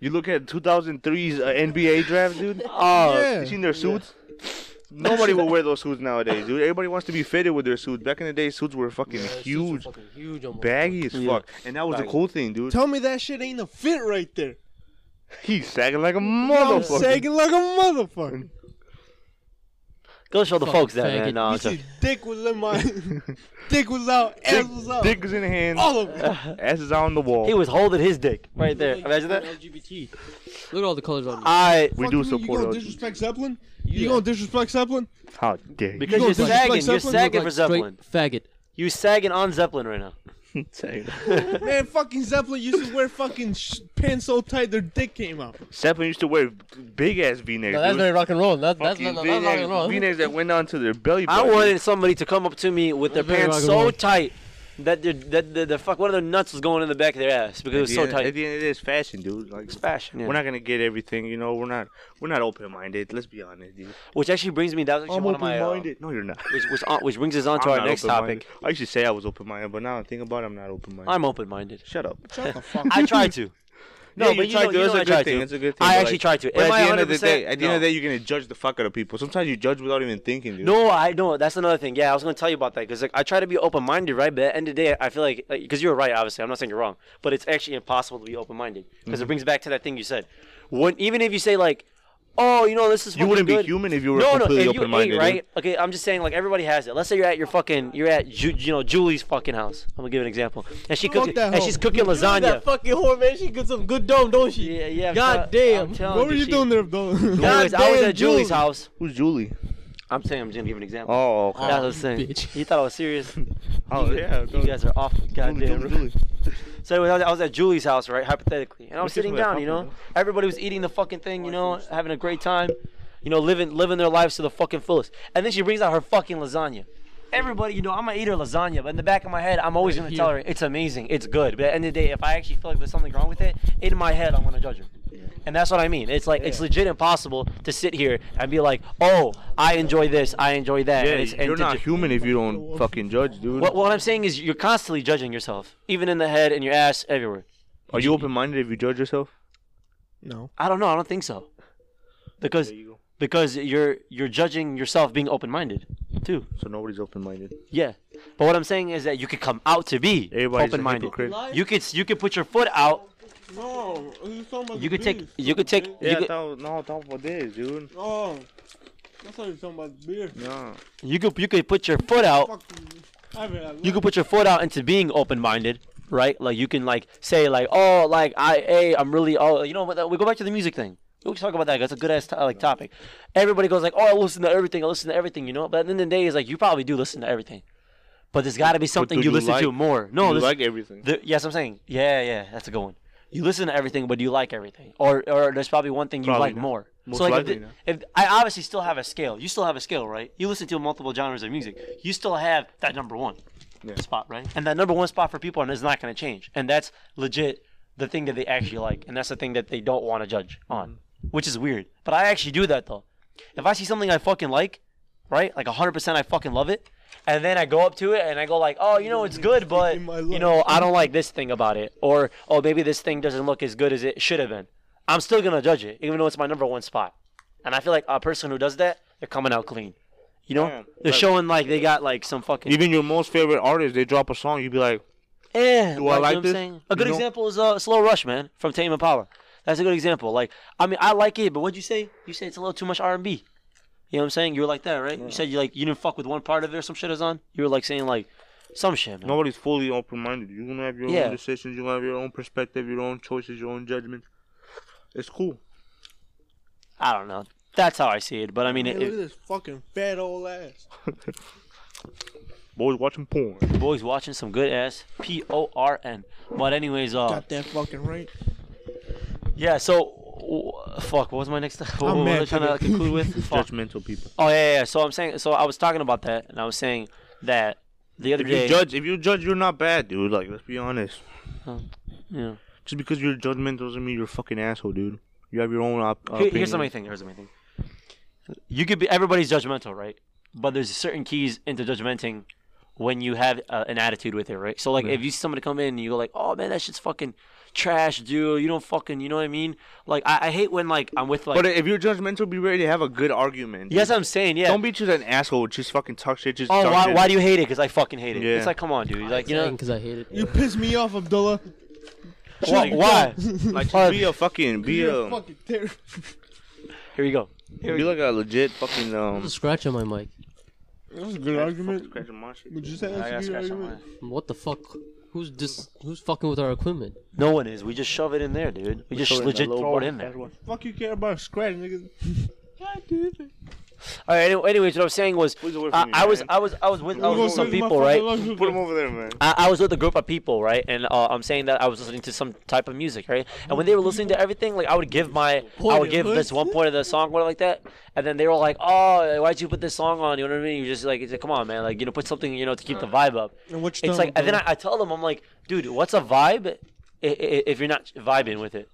[SPEAKER 4] You look at 2003's uh, NBA draft, dude. Ah,
[SPEAKER 3] Oh,
[SPEAKER 4] You seen their suits? Nobody will wear those suits nowadays, dude. Everybody wants to be fitted with their suits. Back in the day, suits were fucking huge,
[SPEAKER 1] Fucking huge almost.
[SPEAKER 4] baggy as
[SPEAKER 3] Yeah.
[SPEAKER 4] fuck, and that was the cool thing, dude.
[SPEAKER 5] Tell me that shit ain't a fit right there.
[SPEAKER 4] He's sagging like a
[SPEAKER 5] I'm
[SPEAKER 4] motherfucker.
[SPEAKER 5] sagging like a motherfucker.
[SPEAKER 3] go show the
[SPEAKER 1] Fucking
[SPEAKER 3] folks that,
[SPEAKER 1] faggot.
[SPEAKER 3] man. No,
[SPEAKER 5] You
[SPEAKER 3] I'm joking.
[SPEAKER 5] see, dick was in my, dick was out, ass
[SPEAKER 4] Dick,
[SPEAKER 5] was out,
[SPEAKER 4] dick is in the hand,
[SPEAKER 1] Oh.
[SPEAKER 5] all of it.
[SPEAKER 4] ass is out on the wall.
[SPEAKER 3] he was holding his dick right there.
[SPEAKER 1] Look,
[SPEAKER 3] Imagine that.
[SPEAKER 1] LGBT. Look at all the colors on you.
[SPEAKER 3] I
[SPEAKER 4] we
[SPEAKER 5] Fuck
[SPEAKER 4] do
[SPEAKER 5] you mean, You
[SPEAKER 4] support
[SPEAKER 5] gonna
[SPEAKER 4] us.
[SPEAKER 5] disrespect Zeppelin?
[SPEAKER 1] Yeah.
[SPEAKER 5] You gonna disrespect Zeppelin?
[SPEAKER 4] How dare you?
[SPEAKER 3] because
[SPEAKER 5] gonna
[SPEAKER 3] you're
[SPEAKER 5] disrespect
[SPEAKER 3] sagging, you're
[SPEAKER 5] Zeppelin?
[SPEAKER 3] sagging for
[SPEAKER 1] Like
[SPEAKER 3] Zeppelin.
[SPEAKER 1] straight faggot.
[SPEAKER 3] You sagging on Zeppelin right now.
[SPEAKER 4] Say that.
[SPEAKER 5] Man, fucking Zeppelin used to wear fucking sh- pants so tight their dick came out.
[SPEAKER 4] Zeppelin used to wear big ass V-necks.
[SPEAKER 1] No, that's
[SPEAKER 4] dude.
[SPEAKER 1] very rock and roll. That, that's
[SPEAKER 4] Fucking
[SPEAKER 1] not, that's rock and
[SPEAKER 4] V-necks,
[SPEAKER 1] roll.
[SPEAKER 4] V-necks that went onto their belly
[SPEAKER 3] I
[SPEAKER 4] button.
[SPEAKER 3] wanted somebody to come up to me with their
[SPEAKER 1] That's very
[SPEAKER 3] pants
[SPEAKER 1] rock and
[SPEAKER 3] so
[SPEAKER 1] roll.
[SPEAKER 3] tight That dude, that the, the fuck, one of the nuts was going in the back of their ass because it
[SPEAKER 4] At
[SPEAKER 3] was
[SPEAKER 4] the,
[SPEAKER 3] so
[SPEAKER 4] end,
[SPEAKER 3] tight.
[SPEAKER 4] at the end of the day, it's fashion, dude. Like
[SPEAKER 3] It's fashion, yeah.
[SPEAKER 4] We're not gonna get everything, you know. We're not we're not open minded. Let's be honest, dude.
[SPEAKER 3] Which actually brings me that was actually
[SPEAKER 4] I'm
[SPEAKER 3] one of
[SPEAKER 4] open
[SPEAKER 3] my uh,
[SPEAKER 4] minded. no, you're not.
[SPEAKER 3] which which, on, which brings us on to
[SPEAKER 4] I'm
[SPEAKER 3] our
[SPEAKER 4] not
[SPEAKER 3] next
[SPEAKER 4] open-minded.
[SPEAKER 3] topic.
[SPEAKER 4] I should say I was open minded, but now I think about it, I'm not open minded.
[SPEAKER 3] I'm open-minded.
[SPEAKER 4] Shut up.
[SPEAKER 5] Shut the fuck
[SPEAKER 3] I try to.
[SPEAKER 4] No, but you,
[SPEAKER 3] know-
[SPEAKER 4] tried to.
[SPEAKER 3] know
[SPEAKER 4] It's
[SPEAKER 3] I
[SPEAKER 4] a
[SPEAKER 3] try
[SPEAKER 4] good thing.
[SPEAKER 3] to.
[SPEAKER 4] It's a good thing.
[SPEAKER 3] I
[SPEAKER 4] but,
[SPEAKER 3] actually
[SPEAKER 4] like,
[SPEAKER 3] try to. Am
[SPEAKER 4] But at
[SPEAKER 3] I
[SPEAKER 4] the end of the
[SPEAKER 3] 100%?
[SPEAKER 4] day, at the end
[SPEAKER 3] No.
[SPEAKER 4] of the day, you're gonna judge the fuck out of people. Sometimes you judge without even thinking, dude.
[SPEAKER 3] No, I no. That's another thing. Yeah, I was gonna tell you about that because like I try to be open-minded, right? But at the end of the day, I feel like because you're right. Obviously, I'm not saying you're wrong, but it's actually impossible to be open-minded because
[SPEAKER 4] Mm-hmm.
[SPEAKER 3] it brings back to that thing you said. When even if you say like, oh, you know, this is
[SPEAKER 4] you wouldn't
[SPEAKER 3] fucking
[SPEAKER 4] be
[SPEAKER 3] good.
[SPEAKER 4] human if you were
[SPEAKER 3] No, no,
[SPEAKER 4] completely
[SPEAKER 3] if you
[SPEAKER 4] open
[SPEAKER 3] ate,
[SPEAKER 4] minded,
[SPEAKER 3] right? Okay, I'm just saying, like everybody has it. Let's say you're at your fucking, you're at Ju- you know Julie's fucking house. I'm gonna give an example, and she
[SPEAKER 5] Fuck
[SPEAKER 3] cooking,
[SPEAKER 5] that
[SPEAKER 3] and
[SPEAKER 5] hoe.
[SPEAKER 3] she's cooking lasagna.
[SPEAKER 1] That fucking whore, man. She gets some good dome, don't she?
[SPEAKER 3] Yeah, yeah. I'm
[SPEAKER 1] God
[SPEAKER 3] tell-
[SPEAKER 1] damn.
[SPEAKER 3] I'm telling
[SPEAKER 5] What were you
[SPEAKER 3] she-
[SPEAKER 5] doing there, though?
[SPEAKER 3] Anyways, I was
[SPEAKER 1] Goddamn
[SPEAKER 3] at Julie's
[SPEAKER 1] Julie.
[SPEAKER 3] house.
[SPEAKER 4] Who's Julie?
[SPEAKER 3] I'm saying I'm just gonna give an example.
[SPEAKER 4] Oh, okay.
[SPEAKER 3] That's what I was saying.
[SPEAKER 1] bitch.
[SPEAKER 3] You thought I was serious.
[SPEAKER 4] oh yeah.
[SPEAKER 3] You guys are off goddamn.
[SPEAKER 4] Julie, Julie.
[SPEAKER 3] So anyway, I was- I was at Julie's house, right? Hypothetically, and I was
[SPEAKER 4] What's this
[SPEAKER 3] sitting
[SPEAKER 4] with that
[SPEAKER 3] down. You know,
[SPEAKER 4] company,
[SPEAKER 3] everybody was eating the fucking thing. You know, having a great time. You know, living living their lives to the fucking fullest. And then she brings out her fucking lasagna. Everybody, you know, I'm gonna eat her lasagna, but in the back of my head, I'm always gonna tell her it's amazing, it's good. But at the end of the day, if I actually feel like there's something wrong with it, in my head, I'm gonna judge her. And that's what I mean. It's like it's legit impossible to sit here and be like, oh, I enjoy this, I enjoy that. and it's,
[SPEAKER 4] Yeah,
[SPEAKER 3] and
[SPEAKER 4] you're
[SPEAKER 3] to
[SPEAKER 4] not
[SPEAKER 3] ju-
[SPEAKER 4] human if you don't fucking judge, dude.
[SPEAKER 3] What, what I'm saying is, you're constantly judging yourself, even in the head, in your ass, everywhere.
[SPEAKER 4] Are you open minded if you judge yourself?
[SPEAKER 5] no.
[SPEAKER 3] I don't know. I don't think so. Because because you're you're judging yourself being open minded too.
[SPEAKER 4] So nobody's open minded.
[SPEAKER 3] Yeah. But what I'm saying is that you could come out to be
[SPEAKER 4] Everybody's
[SPEAKER 3] open minded.
[SPEAKER 4] a hypocrite.
[SPEAKER 3] You could you could put your foot out.
[SPEAKER 5] No. he was Oh, talking about
[SPEAKER 3] You
[SPEAKER 5] the
[SPEAKER 3] could take
[SPEAKER 5] beef.
[SPEAKER 3] you could take you
[SPEAKER 4] Yeah,
[SPEAKER 3] could,
[SPEAKER 4] no, no, talk about this, dude.
[SPEAKER 5] Oh. That's how you're talking about the beer.
[SPEAKER 4] No.
[SPEAKER 3] you could you could put your foot out.
[SPEAKER 5] Fuck. I haven't had
[SPEAKER 3] You could put your foot out into being open minded. Right, like you can like say like oh like I hey I'm really oh you know what we go back to the music thing we can talk about that that's a good ass to- like topic everybody goes like oh I listen to everything I listen to everything you know but at the end of the day it's like you probably do listen to everything but there's got to be something
[SPEAKER 4] do
[SPEAKER 3] you
[SPEAKER 4] you
[SPEAKER 3] listen to
[SPEAKER 4] like?
[SPEAKER 3] more no
[SPEAKER 4] you
[SPEAKER 3] this-
[SPEAKER 4] like everything.
[SPEAKER 3] The, yes, I'm saying. Yeah, yeah, that's a good one. You listen to everything, but do you like everything? Or, or there's probably one thing you
[SPEAKER 4] Probably
[SPEAKER 3] like
[SPEAKER 4] not.
[SPEAKER 3] more.
[SPEAKER 4] Most
[SPEAKER 3] so like,
[SPEAKER 4] likely
[SPEAKER 3] if, the-
[SPEAKER 4] not.
[SPEAKER 3] if I obviously still have a scale, you still have a scale, right? You listen to multiple genres of music. You still have that number one
[SPEAKER 4] Yeah.
[SPEAKER 3] spot, right? And that number one spot for people is not going to change. And that's legit the thing that they actually like, and that's the thing that they don't want to judge on,
[SPEAKER 4] Mm-hmm.
[SPEAKER 3] which is weird. But I actually do that though. If I see something I fucking like, right? Like 100% I fucking love it. And then I go up to it and I go like, oh, you know, it's good, but
[SPEAKER 5] my
[SPEAKER 3] you
[SPEAKER 5] life.
[SPEAKER 3] know, I don't like this thing about it, or oh, maybe this thing doesn't look as good as it should have been. I'm still gonna judge it, even though it's my number one spot. And I feel like a person who does that, they're coming out clean. You know,
[SPEAKER 4] Yeah,
[SPEAKER 3] they're
[SPEAKER 4] but-
[SPEAKER 3] showing like they got like some fucking.
[SPEAKER 4] Even your most favorite artist, they drop a song, you'd be like,
[SPEAKER 3] Eh,
[SPEAKER 4] Do I
[SPEAKER 3] you know what
[SPEAKER 4] like
[SPEAKER 3] I'm
[SPEAKER 4] this?
[SPEAKER 3] saying? A good
[SPEAKER 4] No.
[SPEAKER 3] example is uh, Slow Rush, man, from Tame Impala. That's a good example. Like, I mean, I like it, but what'd you say? You said it's a little too much R and B. You know what I'm saying? You were like that, right? You said you like you didn't fuck with one part of it or some shit is on. You were like saying like some shit, man.
[SPEAKER 4] nobody's fully open minded. You're gonna have your
[SPEAKER 3] Yeah.
[SPEAKER 4] own decisions, you're gonna have your own perspective, your own choices, your own judgment. It's cool.
[SPEAKER 3] I don't know. That's how I see it. But I mean,
[SPEAKER 5] Hey,
[SPEAKER 3] it,
[SPEAKER 5] look at
[SPEAKER 3] it,
[SPEAKER 5] this fucking fat old ass.
[SPEAKER 4] Boys watching porn.
[SPEAKER 3] boys watching some good ass P O R N. But anyways, uh,
[SPEAKER 5] Got that fucking right.
[SPEAKER 3] yeah. So, w- fuck. What was my next? What,
[SPEAKER 4] Oh,
[SPEAKER 3] what
[SPEAKER 5] mad
[SPEAKER 3] was I trying to
[SPEAKER 5] today.
[SPEAKER 3] conclude with? Fuck.
[SPEAKER 4] Judgmental people.
[SPEAKER 3] Oh yeah, yeah, yeah. So I'm saying. So I was talking about that, and I was saying that the other
[SPEAKER 4] If
[SPEAKER 3] day.
[SPEAKER 4] you judge, if you judge, you're not bad, dude. Like, let's be honest.
[SPEAKER 3] yeah.
[SPEAKER 4] Just because you're judgmental doesn't mean you're a fucking asshole, dude. You have your own op-
[SPEAKER 3] Here-
[SPEAKER 4] opinion.
[SPEAKER 3] here's the main thing. Here's the main thing. You could be everybody's judgmental, right? But there's certain keys into judgmenting when you have uh, an attitude with it, right? So like, if you see somebody come in and you go like, "Oh man, that shit's fucking trash, dude. You don't fucking, you know what I mean?" Like, I, I hate when like I'm with like.
[SPEAKER 4] But if you're judgmental, be ready to have a good argument. dude.
[SPEAKER 3] yes, I'm saying yeah.
[SPEAKER 4] Don't be just an asshole. Just fucking talk shit. Just
[SPEAKER 3] oh,
[SPEAKER 4] talk
[SPEAKER 3] why,
[SPEAKER 4] shit.
[SPEAKER 3] why do you hate it? Because I fucking hate it.
[SPEAKER 4] Yeah.
[SPEAKER 3] It's like, come on, dude. Like, you know,
[SPEAKER 1] because I hate it.
[SPEAKER 5] You pissed me off, Abdullah.
[SPEAKER 3] why? why?
[SPEAKER 4] like
[SPEAKER 3] Why-
[SPEAKER 4] just be a fucking be
[SPEAKER 5] You're
[SPEAKER 4] a
[SPEAKER 5] fucking terrible.
[SPEAKER 3] Here we go.
[SPEAKER 4] be like a legit fucking
[SPEAKER 1] There's
[SPEAKER 4] um.
[SPEAKER 1] a scratch on my mic.
[SPEAKER 5] That was a good argument. Would you say
[SPEAKER 3] I got
[SPEAKER 5] that's a good
[SPEAKER 3] scratched on
[SPEAKER 5] argument?
[SPEAKER 1] What the fuck? Who's dis- Who's fucking with our equipment?
[SPEAKER 3] my- No one is. We just shove it in there, dude. We just legit throw it in there.
[SPEAKER 5] Fuck you care about a scratch, nigga.
[SPEAKER 3] All right. Anyway, anyways, what I was saying was,
[SPEAKER 4] Who's away
[SPEAKER 3] I,
[SPEAKER 4] from you,
[SPEAKER 3] I was,
[SPEAKER 4] man?
[SPEAKER 3] I was, I was with, I
[SPEAKER 5] We're
[SPEAKER 3] was
[SPEAKER 5] gonna
[SPEAKER 3] with some
[SPEAKER 5] send my
[SPEAKER 3] people, right?
[SPEAKER 5] fucking lunch-
[SPEAKER 4] Put him over there, man.
[SPEAKER 3] I, I was with a group of people, right? And uh, I'm saying that I was listening to some type of music, right? And when they were listening to everything, like I would give my, I would give this one point of the song, whatever like that. And then they were like, "Oh, why'd you put this song on?" You know what I mean? You just like, it's like, come on, man, like you know, put something, you know, to keep the vibe up.
[SPEAKER 5] And what you
[SPEAKER 3] It's
[SPEAKER 5] tell
[SPEAKER 3] like,
[SPEAKER 5] them,
[SPEAKER 3] and then
[SPEAKER 5] bro?
[SPEAKER 3] I, I tell them, I'm like, dude, what's a vibe i- i- if you're not vibing with it?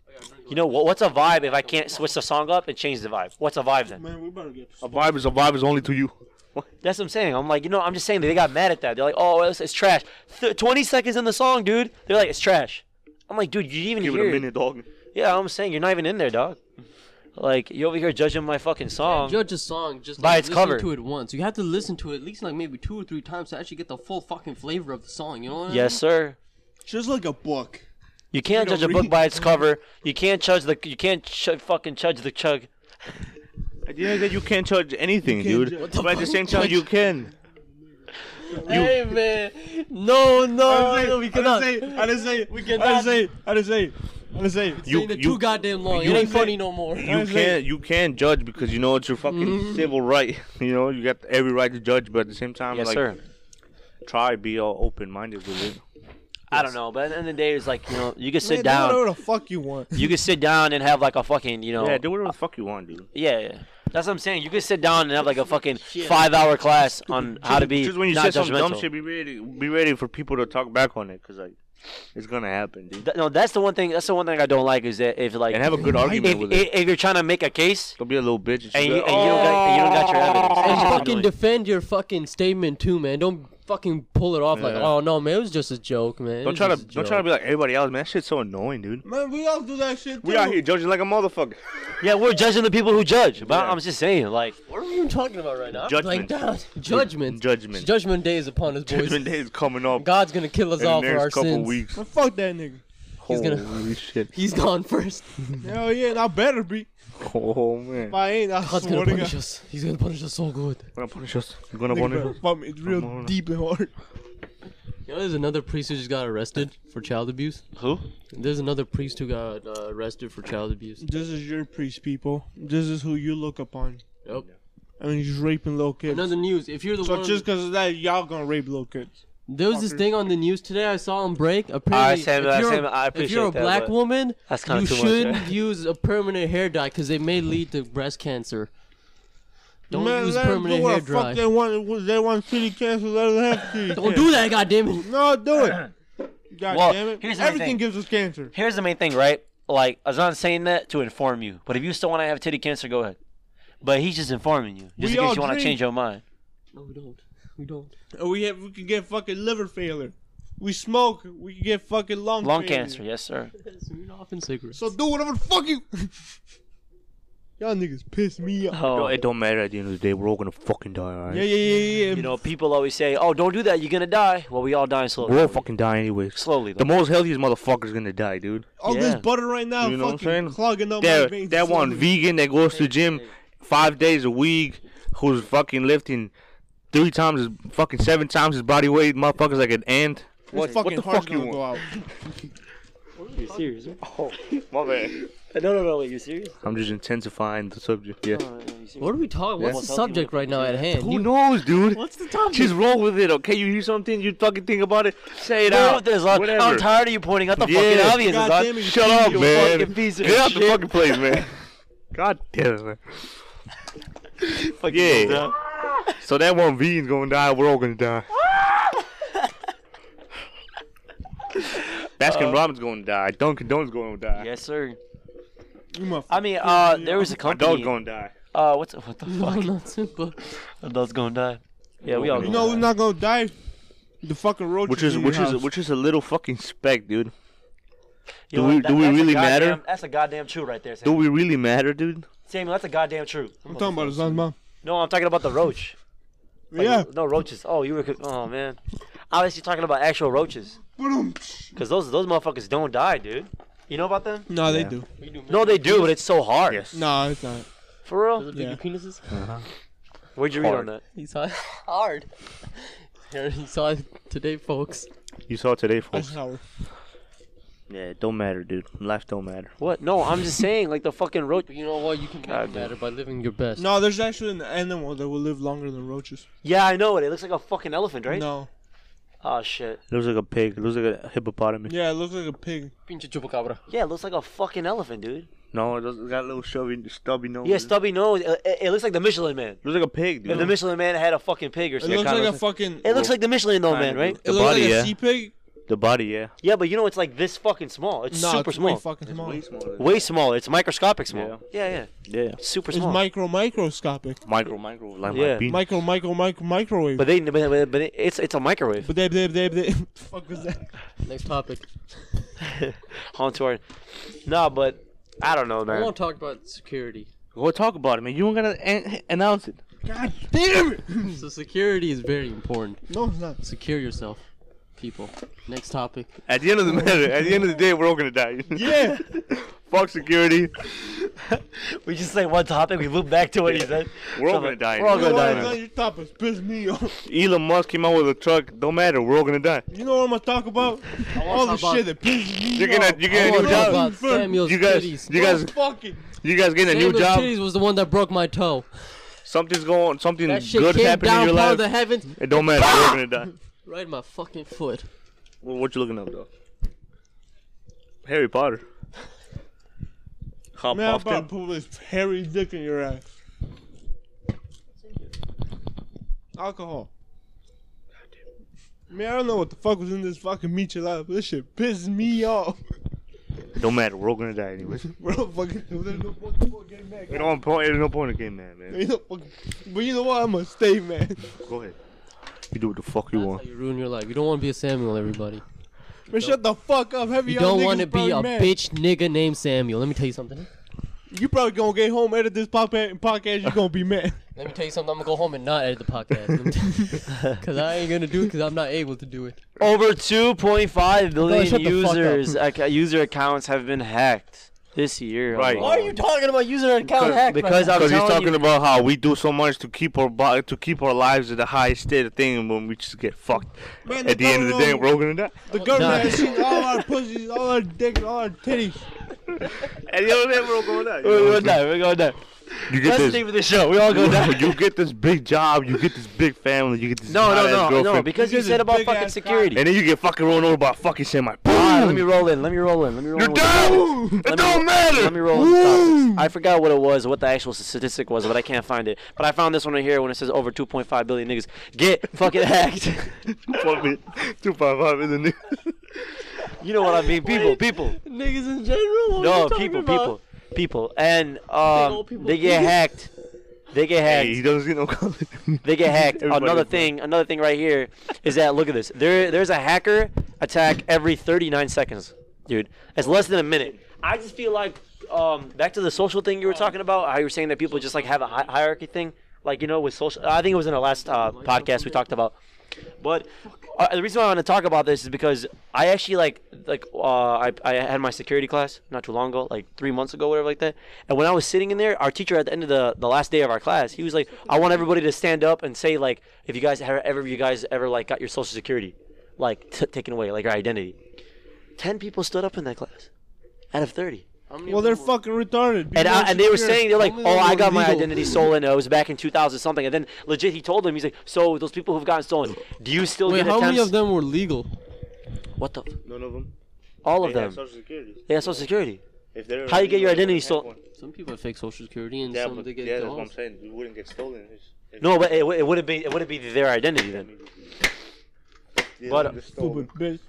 [SPEAKER 3] You know, what, what's a vibe if I can't switch the song up and change the vibe? What's a vibe then?
[SPEAKER 5] Man, we better get.
[SPEAKER 4] A vibe is a vibe is only to you.
[SPEAKER 3] That's what I'm saying. I'm like, you know, I'm just saying that they got mad at that. They're like, oh, it's, it's trash. Th- 20 seconds in the song, dude. They're like, it's trash. I'm like, dude, you didn't even
[SPEAKER 4] Give
[SPEAKER 3] hear
[SPEAKER 4] it a minute, dog.
[SPEAKER 3] Yeah, I'm saying you're not even in there, dog. Like, you over here judging my fucking song.
[SPEAKER 1] Judge a song just
[SPEAKER 3] By
[SPEAKER 1] like
[SPEAKER 3] its
[SPEAKER 1] listening
[SPEAKER 3] cover.
[SPEAKER 1] to it once. You have to listen to it at least like maybe two or three times to actually get the full fucking flavor of the song. You know what I
[SPEAKER 3] yes, sir.
[SPEAKER 5] Just like a book.
[SPEAKER 3] You can't
[SPEAKER 5] don't
[SPEAKER 3] judge a book
[SPEAKER 5] read.
[SPEAKER 3] by its cover. You can't judge the. You can't ch- fucking judge the chug.
[SPEAKER 4] At the end of the day, you can't judge anything,
[SPEAKER 5] can't
[SPEAKER 4] dude.
[SPEAKER 5] judge- What
[SPEAKER 4] but at the same time, you can.
[SPEAKER 1] mean? Hey man, no, no, no, no, we cannot.
[SPEAKER 5] I didn't say. I didn't say.
[SPEAKER 1] We
[SPEAKER 5] We
[SPEAKER 1] cannot.
[SPEAKER 5] cannot. I didn't say. I didn't say. I didn't say.
[SPEAKER 1] You, saying it too goddamn long.
[SPEAKER 4] you
[SPEAKER 1] it ain't
[SPEAKER 4] say-
[SPEAKER 1] funny no more.
[SPEAKER 4] You
[SPEAKER 5] Honestly.
[SPEAKER 4] can't you can't judge because you know it's your fucking civil right. You know you got every right to judge, but at the same time,
[SPEAKER 3] yes,
[SPEAKER 4] like
[SPEAKER 3] sir.
[SPEAKER 4] try be all open minded with it.
[SPEAKER 3] I don't know, but at the end of the day, it's like you know, you can
[SPEAKER 5] Man,
[SPEAKER 3] sit
[SPEAKER 5] do
[SPEAKER 3] down.
[SPEAKER 5] Whatever the fuck you want.
[SPEAKER 3] You can sit down and have like a fucking, you know,
[SPEAKER 4] Yeah, do whatever the fuck you want, dude.
[SPEAKER 3] Yeah, yeah. That's what I'm saying. You could sit down and have like a fucking five hour class on how to be
[SPEAKER 4] Just when you
[SPEAKER 3] not
[SPEAKER 4] say some dumb
[SPEAKER 3] judgmental.
[SPEAKER 4] shit, be ready be ready for people to talk back on it because like it's gonna happen, dude.
[SPEAKER 3] Th- no, that's the one thing. That's the one thing I don't like is that if like
[SPEAKER 4] And have a good
[SPEAKER 3] if,
[SPEAKER 4] argument
[SPEAKER 3] if,
[SPEAKER 4] with it.
[SPEAKER 3] if you're trying to make a case
[SPEAKER 4] Don't be a little bitch. just
[SPEAKER 3] and you,
[SPEAKER 4] be
[SPEAKER 3] and you
[SPEAKER 4] like, "Oh,
[SPEAKER 3] don't got and you don't got your evidence,
[SPEAKER 1] And
[SPEAKER 3] That's just
[SPEAKER 1] fucking
[SPEAKER 3] annoying.
[SPEAKER 1] defend your fucking statement too, man. Don't fucking pull it off like,
[SPEAKER 4] Yeah.
[SPEAKER 1] oh no, man, it was just a joke, man. It
[SPEAKER 4] Don't
[SPEAKER 1] was
[SPEAKER 4] try to
[SPEAKER 1] just a
[SPEAKER 4] don't try to
[SPEAKER 1] joke."
[SPEAKER 4] be like everybody else, man. That shit's so annoying, dude.
[SPEAKER 5] Man, we all do that shit. Too.
[SPEAKER 4] We out here judging like a motherfucker.
[SPEAKER 3] yeah, we're judging the people who judge. But
[SPEAKER 4] Yeah.
[SPEAKER 3] I'm just saying, like,
[SPEAKER 1] What are we even talking about right now? Like
[SPEAKER 4] Judgment.
[SPEAKER 1] that. Judgment.
[SPEAKER 4] Judgment.
[SPEAKER 1] Judgment day is upon us, boys.
[SPEAKER 4] Judgment day is coming up
[SPEAKER 1] God's gonna kill us
[SPEAKER 4] in the
[SPEAKER 1] all for our
[SPEAKER 4] next couple
[SPEAKER 1] sins.
[SPEAKER 4] weeks.
[SPEAKER 5] Man, fuck that nigga.
[SPEAKER 1] He's gonna-
[SPEAKER 4] Holy shit!
[SPEAKER 1] He's gone first.
[SPEAKER 5] Hell yeah, and I better be.
[SPEAKER 4] Oh man!
[SPEAKER 5] If I ain't, I
[SPEAKER 1] God's
[SPEAKER 5] swear
[SPEAKER 1] gonna
[SPEAKER 5] to
[SPEAKER 1] punish
[SPEAKER 5] God.
[SPEAKER 1] us. He's gonna punish us so good.
[SPEAKER 4] gonna punish us. I'm gonna
[SPEAKER 5] Nigga,
[SPEAKER 4] punish
[SPEAKER 5] bro,
[SPEAKER 4] us.
[SPEAKER 5] fuck me, it's real
[SPEAKER 4] on.
[SPEAKER 5] deep and hard.
[SPEAKER 1] You know, there's another priest who just got arrested for child abuse.
[SPEAKER 3] who?
[SPEAKER 1] There's another priest who got uh, arrested for child abuse.
[SPEAKER 5] This is your priest, people. This is who you look upon.
[SPEAKER 1] Yep.
[SPEAKER 5] I mean, he's raping little kids.
[SPEAKER 1] Another news. If you're the
[SPEAKER 5] so
[SPEAKER 1] one,
[SPEAKER 5] just because of that, y'all gonna rape little kids.
[SPEAKER 1] there was this thing on the news today. I saw on break. Apparently,
[SPEAKER 3] Sam,
[SPEAKER 1] if
[SPEAKER 3] uh,
[SPEAKER 1] you're,
[SPEAKER 3] Sam, I
[SPEAKER 1] if you're a
[SPEAKER 3] appreciate that,
[SPEAKER 1] black
[SPEAKER 3] but
[SPEAKER 1] woman,
[SPEAKER 3] that's kinda
[SPEAKER 1] you
[SPEAKER 3] too much,
[SPEAKER 1] shouldn't
[SPEAKER 3] yeah.
[SPEAKER 1] use a permanent hair dye because it may lead to breast cancer. Don't
[SPEAKER 5] Man,
[SPEAKER 1] use
[SPEAKER 5] let 'em
[SPEAKER 1] permanent
[SPEAKER 5] do what
[SPEAKER 1] hair
[SPEAKER 5] the fuck they
[SPEAKER 1] dye.
[SPEAKER 5] want. They want city cancer. Let them have city.
[SPEAKER 1] Don't
[SPEAKER 5] cancer.
[SPEAKER 1] do that, goddammit.
[SPEAKER 5] No, do it. God
[SPEAKER 3] Well,
[SPEAKER 5] damn it.
[SPEAKER 3] here's the main
[SPEAKER 5] Everything
[SPEAKER 3] thing.
[SPEAKER 5] gives us cancer.
[SPEAKER 3] Here's the main thing, right? Like, I was not saying that to inform you, but if you still want to have titty cancer, go ahead. But he's just informing you,
[SPEAKER 5] We
[SPEAKER 3] just in
[SPEAKER 5] all
[SPEAKER 3] case you want to
[SPEAKER 5] drink.
[SPEAKER 3] change your mind.
[SPEAKER 1] No, we don't. We don't.
[SPEAKER 5] Or we have, we can get fucking liver failure. We smoke, we can get fucking lung
[SPEAKER 3] Lung
[SPEAKER 5] failure.
[SPEAKER 3] cancer, yes, sir.
[SPEAKER 1] We're off in cigarettes.
[SPEAKER 5] So do whatever the fuck you. Y'all niggas piss me off.
[SPEAKER 3] Oh.
[SPEAKER 4] No, it don't matter at the end of the day. We're all gonna fucking die, alright?
[SPEAKER 5] Yeah, yeah, yeah, yeah.
[SPEAKER 3] You know, people always say, "Oh, don't do that. You're gonna die." Well, we all die slowly.
[SPEAKER 4] We're all fucking die anyway.
[SPEAKER 3] slowly.
[SPEAKER 4] The
[SPEAKER 3] Though.
[SPEAKER 4] most healthiest motherfucker's gonna die, dude.
[SPEAKER 5] All
[SPEAKER 3] yeah.
[SPEAKER 5] this butter right now,
[SPEAKER 4] You know what I'm saying?
[SPEAKER 5] fucking clogging up my
[SPEAKER 4] That
[SPEAKER 5] veins.
[SPEAKER 4] that one vegan that goes to the gym five days a week, who's fucking lifting three times, his, fucking seven times his body weight, motherfuckers like an ant.
[SPEAKER 5] What, fucking heart's gonna go out.
[SPEAKER 3] you serious?
[SPEAKER 4] My bad.
[SPEAKER 3] No, no, no. Wait, you serious?
[SPEAKER 4] I'm just intensifying the subject. Yeah.
[SPEAKER 1] What are we talking? What's the
[SPEAKER 3] Yeah.
[SPEAKER 1] subject right now at hand?
[SPEAKER 4] Who
[SPEAKER 1] You-
[SPEAKER 4] knows, dude?
[SPEAKER 1] What's the topic?
[SPEAKER 4] Just roll with it, okay? You hear something, you fucking think about it, say it out.
[SPEAKER 3] There's lot.
[SPEAKER 4] Whatever.
[SPEAKER 3] I'm tired of you pointing out the fucking
[SPEAKER 4] Yeah.
[SPEAKER 3] obvious.
[SPEAKER 5] God
[SPEAKER 3] dog.
[SPEAKER 5] damn it,
[SPEAKER 4] Shut up,
[SPEAKER 3] You
[SPEAKER 4] man.
[SPEAKER 3] fucking piece of
[SPEAKER 4] Get out the
[SPEAKER 3] shit.
[SPEAKER 4] fucking place, man. God damn it, man.
[SPEAKER 3] Fucking
[SPEAKER 4] Yeah.
[SPEAKER 3] dog.
[SPEAKER 4] So that one vegan's gonna die. We're all gonna die. Baskin Robbins gonna die. Dunkin' Donuts gonna die.
[SPEAKER 3] Yes, sir.
[SPEAKER 5] You motherfucker.
[SPEAKER 3] I mean, uh, there was a
[SPEAKER 4] My
[SPEAKER 3] company.
[SPEAKER 4] dog's gonna die.
[SPEAKER 3] uh, what's what the
[SPEAKER 1] No,
[SPEAKER 3] fuck?
[SPEAKER 1] not simple.
[SPEAKER 3] Adults gonna die. Yeah, we all. gonna
[SPEAKER 5] you know
[SPEAKER 3] die.
[SPEAKER 5] who's not gonna die? The fucking roaches.
[SPEAKER 4] Which is
[SPEAKER 5] in
[SPEAKER 4] which
[SPEAKER 5] your
[SPEAKER 4] is
[SPEAKER 5] house.
[SPEAKER 4] which is a little fucking speck, dude.
[SPEAKER 3] You know
[SPEAKER 4] do we-
[SPEAKER 3] what?
[SPEAKER 4] do we
[SPEAKER 3] that's a
[SPEAKER 4] really
[SPEAKER 3] goddamn-
[SPEAKER 4] matter?
[SPEAKER 3] That's a goddamn true right there,
[SPEAKER 4] Do
[SPEAKER 3] Samuel.
[SPEAKER 4] we really matter, dude?
[SPEAKER 3] Samuel, that's a goddamn true.
[SPEAKER 5] I'm talking about his son's mom.
[SPEAKER 3] No, I'm talking about the roach. Like,
[SPEAKER 5] yeah.
[SPEAKER 3] No roaches. Oh, you were. co- Oh man. Obviously, talking about actual roaches.
[SPEAKER 5] Boom.
[SPEAKER 3] Cause those those motherfuckers don't die, dude. You know about them?
[SPEAKER 5] No, they do.
[SPEAKER 3] No, they do, but it's so hard.
[SPEAKER 4] Yes.
[SPEAKER 5] No, it's not.
[SPEAKER 3] For real?
[SPEAKER 5] Yeah.
[SPEAKER 1] penises?
[SPEAKER 3] Where'd you read on that?
[SPEAKER 1] He saw it hard. Here, he saw it today, folks.
[SPEAKER 4] You saw it today,
[SPEAKER 5] That's
[SPEAKER 4] folks.
[SPEAKER 5] sour.
[SPEAKER 4] Yeah, it don't matter, dude. Life don't matter.
[SPEAKER 3] What? No, I'm just saying, like the fucking roach.
[SPEAKER 1] But you know what? You can
[SPEAKER 3] God,
[SPEAKER 1] get
[SPEAKER 3] dude.
[SPEAKER 1] better by living your best.
[SPEAKER 5] No, there's actually an animal that will live longer than roaches.
[SPEAKER 3] Yeah, I know it. It looks like a fucking elephant, right?
[SPEAKER 5] No.
[SPEAKER 3] Oh shit.
[SPEAKER 4] Looks like a pig. Looks like a hippopotamus.
[SPEAKER 5] Yeah, it looks like a pig.
[SPEAKER 1] Pinche chupacabra.
[SPEAKER 3] Yeah, it looks like a fucking elephant, dude. Mm-hmm.
[SPEAKER 4] No, it does- it's got a little chubby, stubby nose.
[SPEAKER 3] Yeah, stubby nose. It, it- it looks like the Michelin Man.
[SPEAKER 4] Looks like a pig, dude.
[SPEAKER 3] If the Michelin Man had a fucking pig or
[SPEAKER 5] It
[SPEAKER 3] something.
[SPEAKER 5] looks like a fucking.
[SPEAKER 3] It looks like the Michelin though,
[SPEAKER 4] Kinda
[SPEAKER 3] man, right?
[SPEAKER 4] do.
[SPEAKER 5] It
[SPEAKER 4] The
[SPEAKER 5] looks
[SPEAKER 4] body,
[SPEAKER 5] like a
[SPEAKER 4] yeah.
[SPEAKER 5] sea pig.
[SPEAKER 4] the body, yeah.
[SPEAKER 3] Yeah, but you know it's like this fucking small. It's
[SPEAKER 5] No,
[SPEAKER 3] super
[SPEAKER 5] it's
[SPEAKER 3] small.
[SPEAKER 5] way fucking small.
[SPEAKER 3] Way smaller. It's microscopic small.
[SPEAKER 4] Yeah.
[SPEAKER 3] Yeah, yeah.
[SPEAKER 4] Yeah.
[SPEAKER 3] Super
[SPEAKER 5] It's
[SPEAKER 3] small.
[SPEAKER 5] micro microscopic.
[SPEAKER 4] Micro, micro, like
[SPEAKER 3] Yeah.
[SPEAKER 4] my bean.
[SPEAKER 5] Micro micro micro microwave.
[SPEAKER 3] but
[SPEAKER 5] But
[SPEAKER 3] they, but, but, but it's it's a microwave.
[SPEAKER 5] they they they they. What the fuck was that?
[SPEAKER 1] Next topic.
[SPEAKER 3] on to our nah but i don't know
[SPEAKER 1] I
[SPEAKER 3] man
[SPEAKER 1] want to talk about security.
[SPEAKER 4] Go talk about it, man. You don't gotta an- announce it.
[SPEAKER 5] God damn it!
[SPEAKER 1] So security is very important.
[SPEAKER 5] No, it's not.
[SPEAKER 1] Secure yourself, people. Next topic.
[SPEAKER 4] At the end of the matter, at the end of the day, we're all gonna die.
[SPEAKER 5] Yeah.
[SPEAKER 4] Fuck security.
[SPEAKER 3] we just say one topic we loop back to what he said
[SPEAKER 4] We're all
[SPEAKER 3] So,
[SPEAKER 4] gonna die.
[SPEAKER 3] we're all
[SPEAKER 5] You know
[SPEAKER 3] gonna
[SPEAKER 5] what?
[SPEAKER 3] die
[SPEAKER 5] It's
[SPEAKER 3] man.
[SPEAKER 5] not your topic. Piss me off.
[SPEAKER 4] Elon Musk came out with a truck. Don't matter. We're all gonna die.
[SPEAKER 5] You know what I'm gonna talk about? All the
[SPEAKER 1] talk about-
[SPEAKER 5] shit that pisses me
[SPEAKER 4] You're gonna,
[SPEAKER 5] off.
[SPEAKER 4] you're
[SPEAKER 1] I
[SPEAKER 4] getting a
[SPEAKER 1] want
[SPEAKER 4] new
[SPEAKER 1] to talk
[SPEAKER 4] job.
[SPEAKER 1] about Samuel's
[SPEAKER 4] You guys,
[SPEAKER 1] titties.
[SPEAKER 4] you guys,
[SPEAKER 5] Oh, fucking.
[SPEAKER 4] you guys getting a new
[SPEAKER 1] Samuel's
[SPEAKER 4] job.
[SPEAKER 1] titties was the one that broke my toe.
[SPEAKER 4] Something's going, something
[SPEAKER 1] That shit
[SPEAKER 4] good
[SPEAKER 1] came
[SPEAKER 4] happened in
[SPEAKER 1] down
[SPEAKER 4] your
[SPEAKER 1] from
[SPEAKER 4] life.
[SPEAKER 1] the heavens,
[SPEAKER 4] It don't matter. We're all gonna die.
[SPEAKER 1] right in my fucking foot.
[SPEAKER 4] What, what you looking up though? Harry Potter. How
[SPEAKER 5] Man, I'm about to
[SPEAKER 4] often?
[SPEAKER 5] put this hairy dick in your ass. Alcohol. Man, I don't know what the fuck was in this fucking michelada, but this shit pisses me off.
[SPEAKER 4] Don't matter. We're all gonna die anyways.
[SPEAKER 5] Bro, fucking, there's no fucking point getting mad.
[SPEAKER 4] You know, point, there's no point in getting mad, man.
[SPEAKER 5] You know, fucking, but you know what? I'm gonna stay, man.
[SPEAKER 4] Go ahead. You do what the fuck you
[SPEAKER 1] That's how
[SPEAKER 4] want.
[SPEAKER 1] you ruin your life. You don't want to be a Samuel, everybody.
[SPEAKER 5] Man, shut the fuck up. Heavy
[SPEAKER 1] You
[SPEAKER 5] y'all
[SPEAKER 1] don't
[SPEAKER 5] niggas
[SPEAKER 1] want to be
[SPEAKER 5] probably
[SPEAKER 1] a
[SPEAKER 5] mad.
[SPEAKER 1] bitch nigga named Samuel. Let me tell you something.
[SPEAKER 5] You probably gonna get home, edit this podcast, podcast you're gonna be mad.
[SPEAKER 1] Let me tell you something. I'm gonna go home and not edit the podcast, cause I ain't gonna do it, cause I'm not able to do it.
[SPEAKER 3] over 2.5
[SPEAKER 1] shut
[SPEAKER 3] million
[SPEAKER 1] the fuck up.
[SPEAKER 3] users ac- user accounts have been hacked this year
[SPEAKER 4] Right.
[SPEAKER 3] alone.
[SPEAKER 4] Why are
[SPEAKER 1] you talking about user account
[SPEAKER 3] hack right because now? I'm
[SPEAKER 4] Because he's
[SPEAKER 3] telling
[SPEAKER 4] talking
[SPEAKER 3] you-
[SPEAKER 4] about how we do so much to keep our bo- to keep our lives at the highest state of thing, when we just get fucked.
[SPEAKER 5] Man,
[SPEAKER 4] at the end of the day,
[SPEAKER 5] government-
[SPEAKER 4] we're all gonna die.
[SPEAKER 5] The government
[SPEAKER 1] Nah.
[SPEAKER 5] has seen all our pussies, all our dicks, all our titties.
[SPEAKER 4] At the end of the day, we're all gonna die.
[SPEAKER 3] we're
[SPEAKER 4] You,
[SPEAKER 3] gonna die we're gonna die
[SPEAKER 4] get
[SPEAKER 3] that's the
[SPEAKER 4] this.
[SPEAKER 3] name of the show we all gonna die
[SPEAKER 4] you get this big job. You get this big family. You get this
[SPEAKER 3] no
[SPEAKER 4] hot-ass
[SPEAKER 3] no no no
[SPEAKER 4] girlfriend,
[SPEAKER 3] because you
[SPEAKER 5] Because
[SPEAKER 3] said
[SPEAKER 5] it's
[SPEAKER 3] about
[SPEAKER 5] big
[SPEAKER 3] fucking
[SPEAKER 5] ass
[SPEAKER 3] security
[SPEAKER 4] and then you get fucking run over by a fucking semi.
[SPEAKER 3] Alright, let
[SPEAKER 4] Boom!
[SPEAKER 3] me roll in. Let me roll in. Let me roll
[SPEAKER 4] You're
[SPEAKER 3] in. with the topics.
[SPEAKER 4] down. It
[SPEAKER 3] Let me-
[SPEAKER 4] don't matter.
[SPEAKER 3] Let me roll in the topics. I forgot what it was, what the actual statistic was, but I can't find it. But I found this one right here when it says over 2.5 billion niggas get fucking hacked.
[SPEAKER 4] Two five five in the news.
[SPEAKER 3] You know what I mean? People, people.
[SPEAKER 1] Niggas in general. What
[SPEAKER 3] No,
[SPEAKER 1] are you talking
[SPEAKER 3] people,
[SPEAKER 1] about?
[SPEAKER 3] people, people. And um,
[SPEAKER 1] old people.
[SPEAKER 3] they get hacked. They get hacked.
[SPEAKER 4] Hey, he doesn't get no comment.
[SPEAKER 3] They get hacked.
[SPEAKER 4] Everybody
[SPEAKER 3] another
[SPEAKER 4] is black.
[SPEAKER 3] thing, another thing right here is that look at this. There, there's a hacker attack every 39 seconds, dude. It's less than a minute. I just feel like um, back to the social thing you were talking about. How you were saying that people just like have a hi- hierarchy thing, like you know with social. I think it was in the last uh, podcast we talked about. But uh, the reason why I want to talk about this is because I actually like like uh, I, I had my security class not too long ago, like three months ago, whatever like that. And when I was sitting in there, our teacher at the end of the, the last day of our class, he was like, "I want everybody to stand up and say like if you guys ever, ever you guys ever like got your social security like t- taken away, like your identity." Ten people stood up in that class out of thirty.
[SPEAKER 5] Well, they're fucking retarded.
[SPEAKER 3] And,
[SPEAKER 5] People
[SPEAKER 3] I, and they were
[SPEAKER 5] insecure.
[SPEAKER 3] saying they're like,
[SPEAKER 5] Only
[SPEAKER 3] oh,
[SPEAKER 5] they
[SPEAKER 3] I
[SPEAKER 5] were
[SPEAKER 3] got my
[SPEAKER 5] legal.
[SPEAKER 3] identity stolen. It was back in 2000 something. And then legit, he told them, he's like, so those people who've gotten stolen, do you still
[SPEAKER 1] Wait,
[SPEAKER 3] get
[SPEAKER 1] how
[SPEAKER 3] attempts?
[SPEAKER 1] many of them were legal?
[SPEAKER 3] What the? f-
[SPEAKER 4] None of them.
[SPEAKER 3] All of them. They have social security.
[SPEAKER 4] If they're
[SPEAKER 3] How you get your
[SPEAKER 4] illegal, they
[SPEAKER 3] identity
[SPEAKER 4] have
[SPEAKER 3] stolen?
[SPEAKER 4] one.
[SPEAKER 1] Some people fake social security and
[SPEAKER 4] Yeah,
[SPEAKER 1] some
[SPEAKER 4] but-
[SPEAKER 1] they get
[SPEAKER 4] yeah, that's
[SPEAKER 1] jobs.
[SPEAKER 4] what I'm saying. You wouldn't get stolen. It's- if
[SPEAKER 3] No, but it, wou- it wouldn't be it wouldn't be their identity then.
[SPEAKER 4] they
[SPEAKER 3] but-
[SPEAKER 4] don't get stolen.
[SPEAKER 5] Stupid bitch.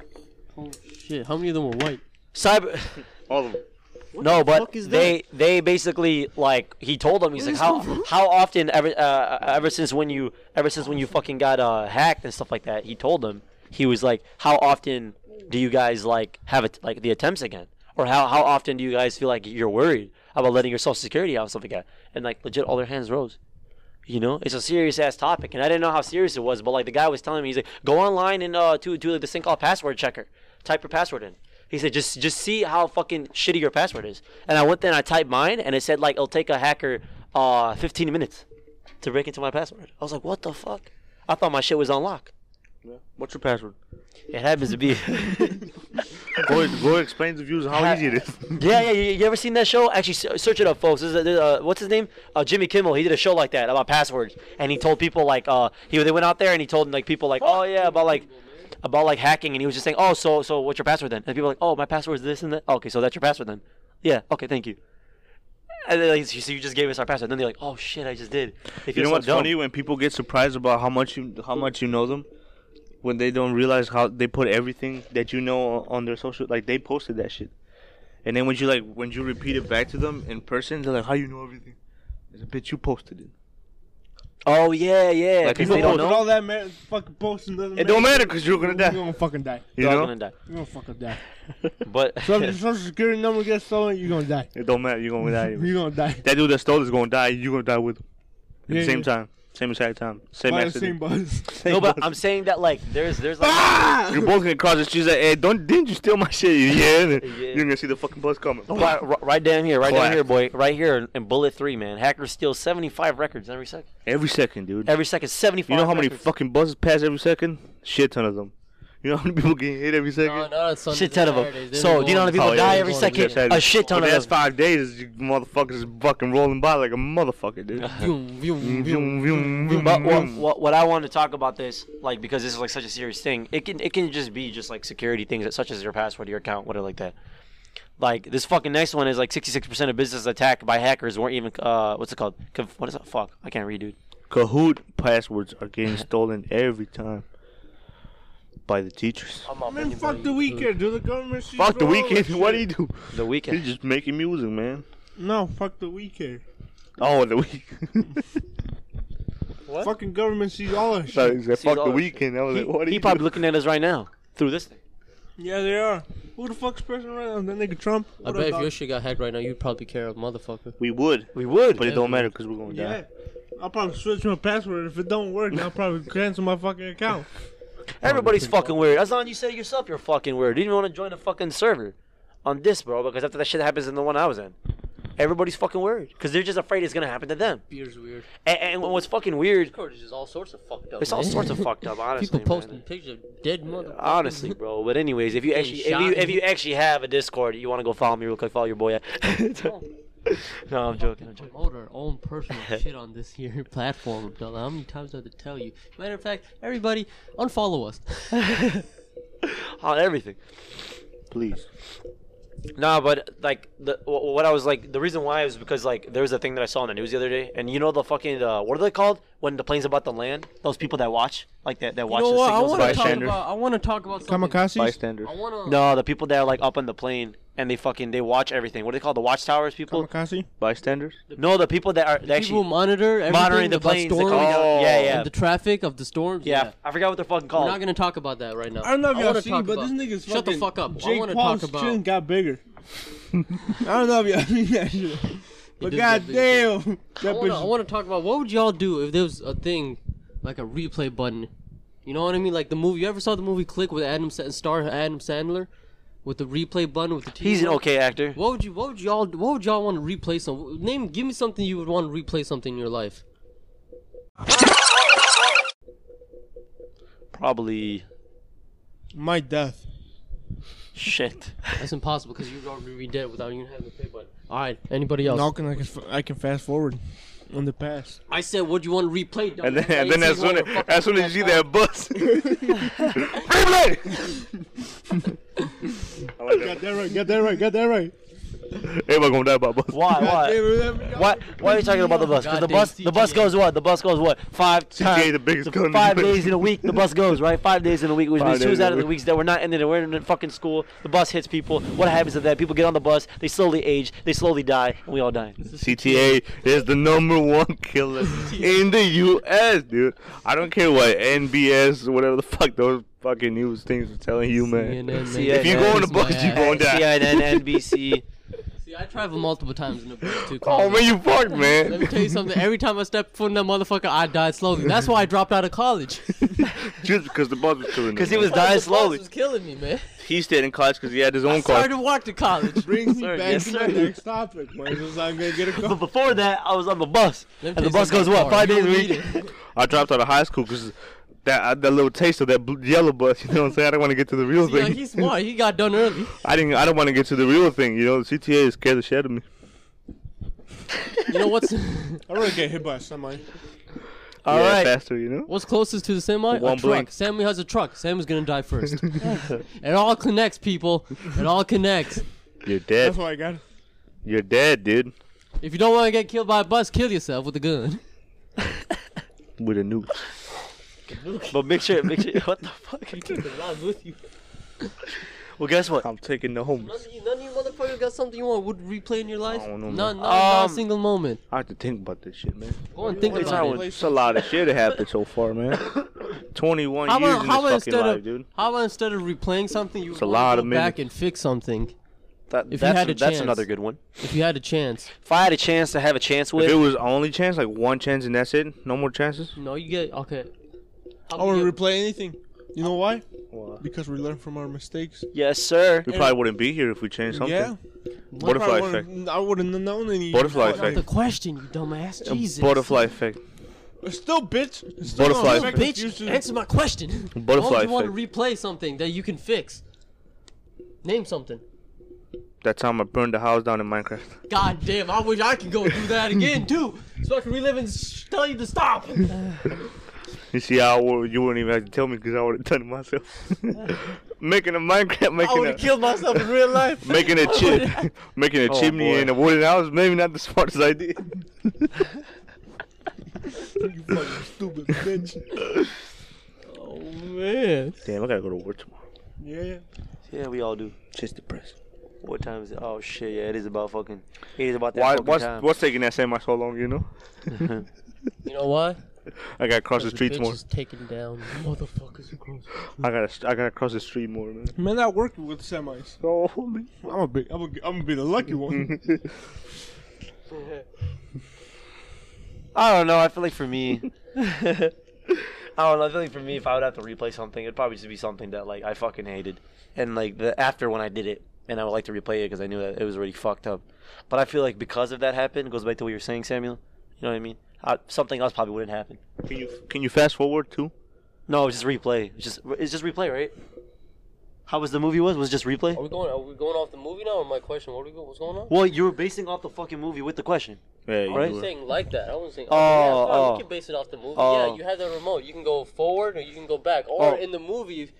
[SPEAKER 1] Oh shit! How many of them were white?
[SPEAKER 3] Cyber.
[SPEAKER 4] all of them.
[SPEAKER 3] No, but
[SPEAKER 1] fuck is
[SPEAKER 3] they they basically like he told them he's like how how often ever uh, ever since when you ever since when you fucking got uh, hacked and stuff like that he told them he was like how often do you guys like have it like the attempts again or how how often do you guys feel like you're worried about letting your social security out and stuff like that and like legit all their hands rose. You know, it's a serious ass topic, and I didn't know how serious it was. But like the guy was telling me, he's like, go online and uh, do do like this thing called password checker. Type your password in. He said, just just see how fucking shitty your password is. And I went there and I typed mine, and it said like it'll take a hacker uh 15 minutes to break into my password. I was like, what the fuck? I thought my shit was on lock.
[SPEAKER 4] What's your password?
[SPEAKER 3] It happens to be
[SPEAKER 4] Go, go explain to viewers how easy it is.
[SPEAKER 3] Yeah, yeah. You, you ever seen that show? Actually, se- search it up, folks. There's a, there's a- what's his name? Uh, Jimmy Kimmel. He did a show like that about passwords, and he told people like uh, he they went out there and he told like people like, oh yeah, about like about like hacking, and he was just saying, oh, so so what's your password then? And people were like, oh, my password is this and that. okay, so that's your password then. Yeah. Okay, thank you. And then, like, so you just gave us our password. Then they're like, oh shit, I just did. They
[SPEAKER 4] You
[SPEAKER 3] feel
[SPEAKER 4] know
[SPEAKER 3] so
[SPEAKER 4] what's
[SPEAKER 3] dumb.
[SPEAKER 4] funny when people get surprised about how much you how much you know them, when they don't realize how they put everything that you know on their social like they posted that shit, and then when you like when you repeat it back to them in person, they're like, "How you know everything?" It's a bitch you posted it.
[SPEAKER 3] Oh yeah, yeah.
[SPEAKER 4] Like,
[SPEAKER 3] Because
[SPEAKER 4] people
[SPEAKER 3] they don't
[SPEAKER 4] post-
[SPEAKER 5] With
[SPEAKER 3] know.
[SPEAKER 5] all that ma- fucking posting doesn't
[SPEAKER 4] It don't matter because you're gonna
[SPEAKER 5] You're
[SPEAKER 4] die.
[SPEAKER 5] gonna fucking die.
[SPEAKER 4] You
[SPEAKER 3] They're all
[SPEAKER 4] know,
[SPEAKER 3] gonna die.
[SPEAKER 5] You're gonna fucking die.
[SPEAKER 3] But
[SPEAKER 5] So if your social security number gets stolen, you're gonna die.
[SPEAKER 4] it don't matter. You're gonna die.
[SPEAKER 5] You're gonna die.
[SPEAKER 4] that dude that stole is gonna die. You're gonna die with him at
[SPEAKER 5] Yeah,
[SPEAKER 4] the same
[SPEAKER 5] yeah.
[SPEAKER 4] time, same exact time, same
[SPEAKER 5] By the same
[SPEAKER 4] accident.
[SPEAKER 5] bus.
[SPEAKER 4] Same
[SPEAKER 3] no, but
[SPEAKER 4] bus.
[SPEAKER 3] I'm saying that like there's there's like.
[SPEAKER 4] Ah!
[SPEAKER 5] Ah!
[SPEAKER 4] You're both gonna cross the street. Like, hey, don't didn't you steal my shit? Yeah,
[SPEAKER 3] Yeah.
[SPEAKER 4] you're gonna see the fucking bus coming.
[SPEAKER 3] Right, ri- right down here, right down
[SPEAKER 4] Clap.
[SPEAKER 3] here, boy, right here in, in bullet three, man. Hackers steal seventy-five records every second.
[SPEAKER 4] Every second, dude.
[SPEAKER 3] Every second, seventy-five.
[SPEAKER 4] You know how many
[SPEAKER 3] records.
[SPEAKER 4] fucking buses pass every second? Shit ton of them. You know how many people getting hit every second?
[SPEAKER 1] No, no, it's Sundays
[SPEAKER 3] shit ton
[SPEAKER 1] and
[SPEAKER 3] of
[SPEAKER 1] Saturdays.
[SPEAKER 3] them?
[SPEAKER 1] They
[SPEAKER 3] So
[SPEAKER 1] don't
[SPEAKER 3] do you know how many
[SPEAKER 1] go on
[SPEAKER 3] people
[SPEAKER 1] the
[SPEAKER 3] die
[SPEAKER 1] weekends.
[SPEAKER 3] every
[SPEAKER 1] They
[SPEAKER 3] second?
[SPEAKER 1] don't
[SPEAKER 4] Saturday.
[SPEAKER 3] A shit ton
[SPEAKER 4] But
[SPEAKER 3] of
[SPEAKER 4] that's
[SPEAKER 3] them.
[SPEAKER 4] five days. You motherfuckers is fucking rolling by like a motherfucker, dude.
[SPEAKER 1] go on the weekends.
[SPEAKER 4] Mm-hmm.
[SPEAKER 1] Vroom, vroom, vroom.
[SPEAKER 4] Vroom, vroom, vroom,
[SPEAKER 3] But what,
[SPEAKER 4] vroom.
[SPEAKER 3] what, what I want to talk about this, like, because this is like such a serious thing, it can it can just be just like security things, that- such as your password, your account, whatever like that. Like this fucking next one is like sixty-six percent of businesses attacked by hackers weren't even uh what's it called? Conf- What is that? Fuck, I can't read, dude.
[SPEAKER 4] Kahoot passwords are getting stolen every time by the teachers.
[SPEAKER 3] Um,
[SPEAKER 5] Man, fuck the weekend. Do the government shit.
[SPEAKER 4] Fuck the
[SPEAKER 5] do all
[SPEAKER 4] weekend.
[SPEAKER 5] that
[SPEAKER 4] What do
[SPEAKER 5] shit.
[SPEAKER 4] you do?
[SPEAKER 3] The
[SPEAKER 4] He's
[SPEAKER 3] weekend.
[SPEAKER 4] just making music, man.
[SPEAKER 5] No, fuck the weekend.
[SPEAKER 4] Oh, the weekend.
[SPEAKER 5] Fucking government sees all that shit.
[SPEAKER 3] all
[SPEAKER 4] Fuck
[SPEAKER 3] that
[SPEAKER 4] the
[SPEAKER 3] shit.
[SPEAKER 4] weekend. I was
[SPEAKER 3] He,
[SPEAKER 4] like, what are
[SPEAKER 3] he
[SPEAKER 4] you
[SPEAKER 3] probably
[SPEAKER 4] doing?
[SPEAKER 3] looking at us right now through this thing.
[SPEAKER 5] Yeah, they are. Who the fuck's person right now? That nigga Trump.
[SPEAKER 1] I
[SPEAKER 5] What
[SPEAKER 1] bet if
[SPEAKER 5] dog?
[SPEAKER 1] your shit got hacked right now, you'd probably care a motherfucker.
[SPEAKER 4] We would,
[SPEAKER 3] We would.
[SPEAKER 4] but it don't matter because we're going to
[SPEAKER 5] Yeah.
[SPEAKER 4] die.
[SPEAKER 5] I'll probably switch my password. If it don't work, I'll probably cancel my fucking account.
[SPEAKER 3] Everybody's fucking weird. As long as you said it yourself, you're fucking weird. You didn't want to join the fucking server on this, bro, because after that shit happens in the one I was in, everybody's fucking weird because they're just afraid it's gonna happen to them.
[SPEAKER 1] Beer's weird.
[SPEAKER 3] And, and what's fucking weird,
[SPEAKER 1] Discord is just all sorts of fucked up.
[SPEAKER 3] it's all
[SPEAKER 1] man.
[SPEAKER 3] sorts of fucked up. Honestly,
[SPEAKER 1] People posting
[SPEAKER 3] man.
[SPEAKER 1] pictures of dead motherfuckers.
[SPEAKER 3] Honestly, bro. But anyways, if you
[SPEAKER 1] Getting
[SPEAKER 3] actually if
[SPEAKER 1] shot
[SPEAKER 3] you
[SPEAKER 1] and-
[SPEAKER 3] if you actually have a Discord, you want to go follow me real quick. Follow your boy. At. no, I'm joking. I'm joking.
[SPEAKER 1] promote our own personal shit on this here platform, Abdullah. How many times do I have to tell you? Matter of fact, everybody, unfollow us.
[SPEAKER 3] On everything.
[SPEAKER 4] Please.
[SPEAKER 3] Nah, but like the wh- what I was like the reason why is because like there was a thing that I saw on the news the other day, and you know the fucking uh, what are they called when the plane's about to land? Those people that watch like that that
[SPEAKER 1] you
[SPEAKER 3] watch
[SPEAKER 1] know
[SPEAKER 3] the
[SPEAKER 1] what? I
[SPEAKER 3] signals.
[SPEAKER 1] want to
[SPEAKER 3] about-
[SPEAKER 1] talk
[SPEAKER 4] Bystanders.
[SPEAKER 1] about. I want to talk about something.
[SPEAKER 5] Kamikaze.
[SPEAKER 4] Bystanders.
[SPEAKER 1] I want to.
[SPEAKER 3] no, the people that are like up on the plane and they fucking they watch everything. What are they called? The watchtowers people?
[SPEAKER 5] Kamikaze.
[SPEAKER 4] Bystanders?
[SPEAKER 3] No, the people that are they
[SPEAKER 1] People
[SPEAKER 3] actually
[SPEAKER 1] monitor everything
[SPEAKER 3] monitoring the
[SPEAKER 1] about
[SPEAKER 3] planes. that
[SPEAKER 1] storms
[SPEAKER 3] come down. Yeah,
[SPEAKER 4] Oh.
[SPEAKER 3] yeah,
[SPEAKER 1] and the traffic of the storms.
[SPEAKER 3] yeah. I forgot what they're fucking
[SPEAKER 1] We're
[SPEAKER 3] called.
[SPEAKER 1] not gonna talk about that right now.
[SPEAKER 5] I don't know if y'all
[SPEAKER 1] wanna
[SPEAKER 5] see,
[SPEAKER 1] talk
[SPEAKER 5] but
[SPEAKER 1] about-
[SPEAKER 5] this nigga's
[SPEAKER 1] shut the
[SPEAKER 5] fucking-
[SPEAKER 1] fuck up. I
[SPEAKER 5] Jake
[SPEAKER 1] want to talk
[SPEAKER 5] Paul's
[SPEAKER 1] about.
[SPEAKER 5] chin got bigger. I don't know if y'all seen that shit. But
[SPEAKER 1] did get bigger.
[SPEAKER 5] goddamn,
[SPEAKER 1] I
[SPEAKER 5] that
[SPEAKER 1] wanna- I
[SPEAKER 5] bitch.
[SPEAKER 1] want to talk about what would y'all do if there was a thing like a replay button. You know what I mean? Like the movie. You ever saw the movie Click with Adam Sa- star Adam Sandler with the replay button with the TV?
[SPEAKER 3] He's an okay actor.
[SPEAKER 1] What would you? What would y'all? What would y'all want to replay? Some name. Give me something you would want to replay something in your life.
[SPEAKER 3] Probably
[SPEAKER 5] My death.
[SPEAKER 3] shit.
[SPEAKER 1] That's impossible because you'd already be dead without even having the play button. All right. Anybody else?
[SPEAKER 5] Now can I can f- I can fast forward in the past.
[SPEAKER 1] I said, what do you want to replay?
[SPEAKER 4] And then,
[SPEAKER 1] dumbass?
[SPEAKER 4] and then
[SPEAKER 1] You
[SPEAKER 4] as
[SPEAKER 1] said
[SPEAKER 4] soon
[SPEAKER 1] you wanna
[SPEAKER 4] as,
[SPEAKER 1] fucking
[SPEAKER 4] as soon as you see that bus, Replay! I like that.
[SPEAKER 5] Got that right. Got that right. Got that right.
[SPEAKER 4] Everybody gonna die by bus.
[SPEAKER 3] Why? Why?
[SPEAKER 5] What?
[SPEAKER 3] Why, why are you talking about the bus? Because the
[SPEAKER 1] Goddamn
[SPEAKER 3] bus, the bus
[SPEAKER 1] CTA.
[SPEAKER 3] goes what? The bus goes what? Five
[SPEAKER 4] CTA
[SPEAKER 3] times.
[SPEAKER 4] the biggest
[SPEAKER 3] the
[SPEAKER 4] gun in the
[SPEAKER 3] Five
[SPEAKER 4] world.
[SPEAKER 3] days in a week, the bus goes right. Five days in a week, which
[SPEAKER 4] Five
[SPEAKER 3] means two
[SPEAKER 4] days in
[SPEAKER 3] out
[SPEAKER 4] a
[SPEAKER 3] of the
[SPEAKER 4] week.
[SPEAKER 3] weeks that we're not in it. We're in fucking school. The bus hits people. What happens to that? People get on the bus. They slowly age. They slowly die, and we all die.
[SPEAKER 4] CTA is the number one killer in the U.S., dude. I don't care what NBS, whatever the fuck those fucking news things are telling you,
[SPEAKER 1] CNN,
[SPEAKER 4] man.
[SPEAKER 1] man.
[SPEAKER 4] If you go on the
[SPEAKER 1] That's my
[SPEAKER 4] bus, you
[SPEAKER 1] ass.
[SPEAKER 4] gonna die.
[SPEAKER 3] CNN, NBC.
[SPEAKER 1] See, I travel multiple times in the bus too.
[SPEAKER 4] Oh
[SPEAKER 1] Colin.
[SPEAKER 4] man, you fucked,
[SPEAKER 1] Let me
[SPEAKER 4] man.
[SPEAKER 1] tell you something. Every time I stepped foot in that motherfucker, I died slowly. That's why I dropped out of college.
[SPEAKER 4] Just because the bus was killing.
[SPEAKER 3] Because he
[SPEAKER 4] him,
[SPEAKER 3] was
[SPEAKER 4] man.
[SPEAKER 3] dying
[SPEAKER 1] The bus
[SPEAKER 3] slowly.
[SPEAKER 1] was killing me, man.
[SPEAKER 4] he stayed in college because he had his own car.
[SPEAKER 1] Sorry to walk to college.
[SPEAKER 5] Brings me
[SPEAKER 3] Sir,
[SPEAKER 5] back
[SPEAKER 3] yes,
[SPEAKER 5] to
[SPEAKER 3] sir.
[SPEAKER 5] my next topic. Might as well say I'm gonna get a
[SPEAKER 3] But
[SPEAKER 5] call.
[SPEAKER 3] before that, I was on the bus, and
[SPEAKER 1] Let me tell
[SPEAKER 3] the
[SPEAKER 1] you
[SPEAKER 3] bus
[SPEAKER 1] something
[SPEAKER 3] goes what? Five
[SPEAKER 1] about
[SPEAKER 3] days
[SPEAKER 1] cars.
[SPEAKER 3] a
[SPEAKER 1] You
[SPEAKER 3] week.
[SPEAKER 1] don't need
[SPEAKER 4] I dropped out of high school because that uh, that little taste of that blue, yellow bus. You know what I'm saying? I don't want to get to the real
[SPEAKER 1] Yeah,
[SPEAKER 4] thing.
[SPEAKER 1] he's smart. He got done early.
[SPEAKER 4] I didn't. I don't want to get to the real thing. You know, the CTA scared the shit out of me.
[SPEAKER 1] You know what's
[SPEAKER 5] I really get hit by a semi.
[SPEAKER 3] All
[SPEAKER 4] yeah,
[SPEAKER 3] right.
[SPEAKER 4] faster. You know.
[SPEAKER 1] what's closest to the semi? a
[SPEAKER 4] One
[SPEAKER 1] truck.
[SPEAKER 4] blink.
[SPEAKER 1] Sammy has a truck. Sammy's gonna die first. it all connects, people. It all connects.
[SPEAKER 4] You're
[SPEAKER 5] That's
[SPEAKER 4] dead.
[SPEAKER 5] why I got it.
[SPEAKER 4] You're dead, dude.
[SPEAKER 1] If you don't want to get killed by a bus, kill yourself with a gun.
[SPEAKER 4] With a nuke.
[SPEAKER 3] But make sure, make sure. What the fuck? Well, guess what?
[SPEAKER 4] I'm taking the home.
[SPEAKER 1] None of you motherfuckers got something you want would replay in your life?
[SPEAKER 4] I don't know,
[SPEAKER 1] not, not,
[SPEAKER 4] man.
[SPEAKER 1] not a
[SPEAKER 3] Um,
[SPEAKER 1] single moment.
[SPEAKER 4] I have to think about this shit, man.
[SPEAKER 1] Go and think
[SPEAKER 5] What
[SPEAKER 1] about it.
[SPEAKER 5] about-
[SPEAKER 4] It's a lot of shit that happened so far, man. 21
[SPEAKER 1] How
[SPEAKER 4] years
[SPEAKER 1] about,
[SPEAKER 4] in
[SPEAKER 1] how about
[SPEAKER 4] this fucking
[SPEAKER 1] instead
[SPEAKER 4] life,
[SPEAKER 1] of
[SPEAKER 4] dude.
[SPEAKER 1] how about instead of replaying something, you
[SPEAKER 4] a
[SPEAKER 1] would
[SPEAKER 4] lot
[SPEAKER 1] go
[SPEAKER 4] of
[SPEAKER 1] back
[SPEAKER 4] minutes.
[SPEAKER 1] and fix something
[SPEAKER 3] That,
[SPEAKER 1] If you
[SPEAKER 3] that's
[SPEAKER 1] had a
[SPEAKER 3] that's
[SPEAKER 1] chance.
[SPEAKER 3] another good one.
[SPEAKER 1] if you had a chance.
[SPEAKER 3] If I had a chance to have a chance
[SPEAKER 4] If
[SPEAKER 3] with,
[SPEAKER 4] it was only chance, like one chance and that's it, no more chances.
[SPEAKER 1] No, you get okay. How
[SPEAKER 5] I wouldn't
[SPEAKER 1] about-
[SPEAKER 5] replay anything. You know why? Because we learn from our mistakes.
[SPEAKER 3] yes, sir.
[SPEAKER 4] We probably wouldn't be here if we changed something.
[SPEAKER 5] Yeah.
[SPEAKER 4] Butterfly
[SPEAKER 5] Probably
[SPEAKER 4] effect.
[SPEAKER 5] wouldn't- I wouldn't have known any.
[SPEAKER 4] Butterfly
[SPEAKER 5] fucking-
[SPEAKER 1] Not
[SPEAKER 4] effect.
[SPEAKER 1] the question, you dumbass. Jesus.
[SPEAKER 4] Butterfly effect.
[SPEAKER 5] It's Still, bitch. It's Still
[SPEAKER 4] Butterfly
[SPEAKER 5] gonna
[SPEAKER 4] effect.
[SPEAKER 5] affect the
[SPEAKER 1] Bitch,
[SPEAKER 5] future.
[SPEAKER 1] answer my question.
[SPEAKER 4] Butterfly
[SPEAKER 1] Why would you want to
[SPEAKER 4] effect.
[SPEAKER 1] replay something that you can fix? Name something.
[SPEAKER 4] That time I burned the house down in Minecraft.
[SPEAKER 1] God damn, I wish I could go do that again too, so I can relive and sh- tell you to stop.
[SPEAKER 4] You see, I wou- you wouldn't even have to tell me because I would have done it myself. making a Minecraft,
[SPEAKER 1] I
[SPEAKER 4] making
[SPEAKER 1] would have
[SPEAKER 4] a,
[SPEAKER 1] killed myself in real life.
[SPEAKER 4] making a chip, making a
[SPEAKER 3] Oh,
[SPEAKER 4] chimney
[SPEAKER 3] boy.
[SPEAKER 4] in a wooden house, maybe not the smartest idea.
[SPEAKER 5] You fucking stupid bitch.
[SPEAKER 1] Oh man.
[SPEAKER 4] Damn, I gotta go to work tomorrow.
[SPEAKER 5] Yeah, yeah.
[SPEAKER 3] Yeah, we all do.
[SPEAKER 4] Just depressed.
[SPEAKER 3] What time is it? Oh shit, yeah, it is about fucking. It is about that
[SPEAKER 4] Why?
[SPEAKER 3] fucking
[SPEAKER 4] What's
[SPEAKER 3] time.
[SPEAKER 4] what's taking that semi so long? You know,
[SPEAKER 1] You know why?
[SPEAKER 4] I gotta cross the
[SPEAKER 1] The
[SPEAKER 4] streets
[SPEAKER 1] bitch
[SPEAKER 4] more.
[SPEAKER 1] is taken down. Motherfuckers across.
[SPEAKER 4] I gotta I gotta cross the street more, man.
[SPEAKER 5] Man, I worked with semis.
[SPEAKER 4] Oh, holy.
[SPEAKER 5] I'm gonna be, I'm gonna, I'm gonna be the lucky one.
[SPEAKER 3] I don't know. I feel like for me, I don't know. I feel like for me, if I would have to replay something, it'd probably just be something that like I fucking hated, and like the after when I did it, and I would like to replay it because I knew that it was already fucked up. But I feel like because of that happened, it goes back to what you were saying, Samuel. You know what I mean? I, something else probably wouldn't happen.
[SPEAKER 4] Can you can you fast forward too?
[SPEAKER 3] No, it's just replay. It's just it's just replay, right? How was the movie? Was was it just replay?
[SPEAKER 1] Are we going? Are we going off the movie now, or my question? What are we go, What's going on?
[SPEAKER 3] Well, you were basing off the fucking movie with the question.
[SPEAKER 4] Yeah,
[SPEAKER 1] I
[SPEAKER 4] you
[SPEAKER 3] Right.
[SPEAKER 1] wasn't saying like that. I wasn't saying.
[SPEAKER 3] Oh,
[SPEAKER 1] Oh, yeah, fine,
[SPEAKER 3] oh.
[SPEAKER 1] we can base it off the movie.
[SPEAKER 3] Oh.
[SPEAKER 1] Yeah, you have the remote. You can go forward or you can go back. Or
[SPEAKER 3] Oh.
[SPEAKER 1] in the movie,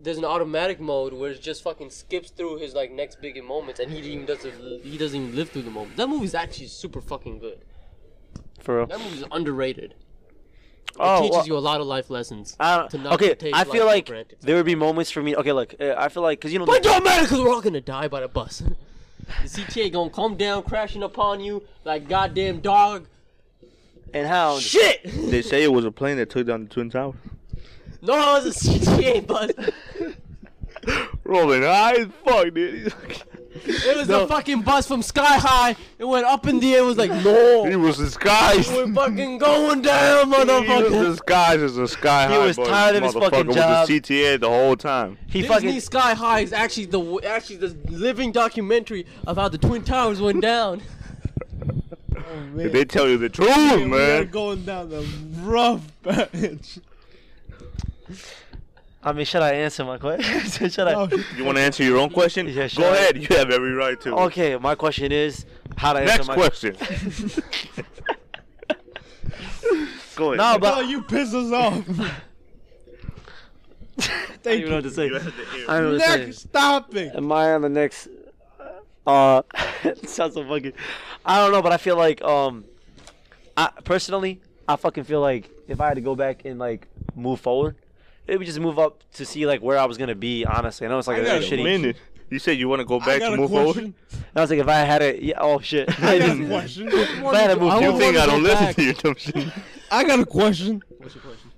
[SPEAKER 1] there's an automatic mode where it just fucking skips through his like next big moments, and he even doesn't. He doesn't even live through the moment. That movie's actually super fucking good.
[SPEAKER 3] For real.
[SPEAKER 1] That movie's underrated. It
[SPEAKER 3] Oh,
[SPEAKER 1] teaches
[SPEAKER 3] well-
[SPEAKER 1] you a lot of life lessons.
[SPEAKER 3] I don't-
[SPEAKER 1] to not
[SPEAKER 3] okay,
[SPEAKER 1] take
[SPEAKER 3] I
[SPEAKER 1] life
[SPEAKER 3] feel
[SPEAKER 1] for
[SPEAKER 3] like
[SPEAKER 1] granted.
[SPEAKER 3] there would be moments for me. Okay, look, uh, I feel like because you know,
[SPEAKER 1] But
[SPEAKER 3] the-
[SPEAKER 1] don't matter because we're all gonna die by the bus. The CTA gonna come down crashing upon you like goddamn dog.
[SPEAKER 3] and how
[SPEAKER 1] Shit!
[SPEAKER 4] They say it was a plane that took down the twin towers.
[SPEAKER 1] No, it was a CTA bus.
[SPEAKER 4] Rolling eyes, fuck, dude.
[SPEAKER 1] It was a fucking bus from Sky High. It went up in the air. It was like, no,
[SPEAKER 4] he was disguised. he
[SPEAKER 1] we're fucking going down,
[SPEAKER 4] was
[SPEAKER 1] motherfucker.
[SPEAKER 4] disguised as a sky high.
[SPEAKER 3] was
[SPEAKER 4] boy,
[SPEAKER 3] tired of his fucking
[SPEAKER 4] motherfucker,
[SPEAKER 3] job.
[SPEAKER 4] With the CTA the whole time.
[SPEAKER 3] he
[SPEAKER 1] Disney
[SPEAKER 3] fucking
[SPEAKER 1] Sky High is actually the actually the living documentary of how the Twin Towers went down.
[SPEAKER 4] If they tell you the truth,
[SPEAKER 5] Yeah, Oh, we are
[SPEAKER 4] man.
[SPEAKER 5] going down the rough patch.
[SPEAKER 3] I mean, should I answer my question? should I?
[SPEAKER 5] Oh, shit.
[SPEAKER 4] You want to answer your own question?
[SPEAKER 3] Yeah,
[SPEAKER 4] Go
[SPEAKER 3] sure.
[SPEAKER 4] ahead. You have every right to.
[SPEAKER 3] Okay, my question is how to answer
[SPEAKER 4] Next
[SPEAKER 3] my
[SPEAKER 4] question. Go ahead.
[SPEAKER 3] No,
[SPEAKER 5] Oh,
[SPEAKER 3] but
[SPEAKER 5] you piss us off.
[SPEAKER 3] I don't even know what to say.
[SPEAKER 4] You had to
[SPEAKER 3] I
[SPEAKER 4] air.
[SPEAKER 3] don't know what to
[SPEAKER 5] Next
[SPEAKER 3] say.
[SPEAKER 5] topic.
[SPEAKER 3] Am I on the next? Uh, it sounds so fucking. I don't know, but I feel like um, I personally, I fucking feel like if I had to go back and like move forward, it would just move up to see like where I was gonna be. Honestly, I know it's like
[SPEAKER 5] I
[SPEAKER 3] a
[SPEAKER 5] got a
[SPEAKER 4] Wait a
[SPEAKER 3] shitty.
[SPEAKER 4] minute. You said you want to go
[SPEAKER 5] I
[SPEAKER 4] back
[SPEAKER 5] got
[SPEAKER 4] to
[SPEAKER 5] a
[SPEAKER 4] move
[SPEAKER 5] question.
[SPEAKER 4] forward.
[SPEAKER 3] I was like, if I had a yeah, oh shit.
[SPEAKER 5] I got a question.
[SPEAKER 3] If I had to move
[SPEAKER 1] I
[SPEAKER 3] forward-
[SPEAKER 4] You think
[SPEAKER 1] wanna
[SPEAKER 4] I don't
[SPEAKER 1] go
[SPEAKER 4] listen
[SPEAKER 1] back.
[SPEAKER 4] to you, dumb shit?
[SPEAKER 5] I got a question.
[SPEAKER 1] What's your question?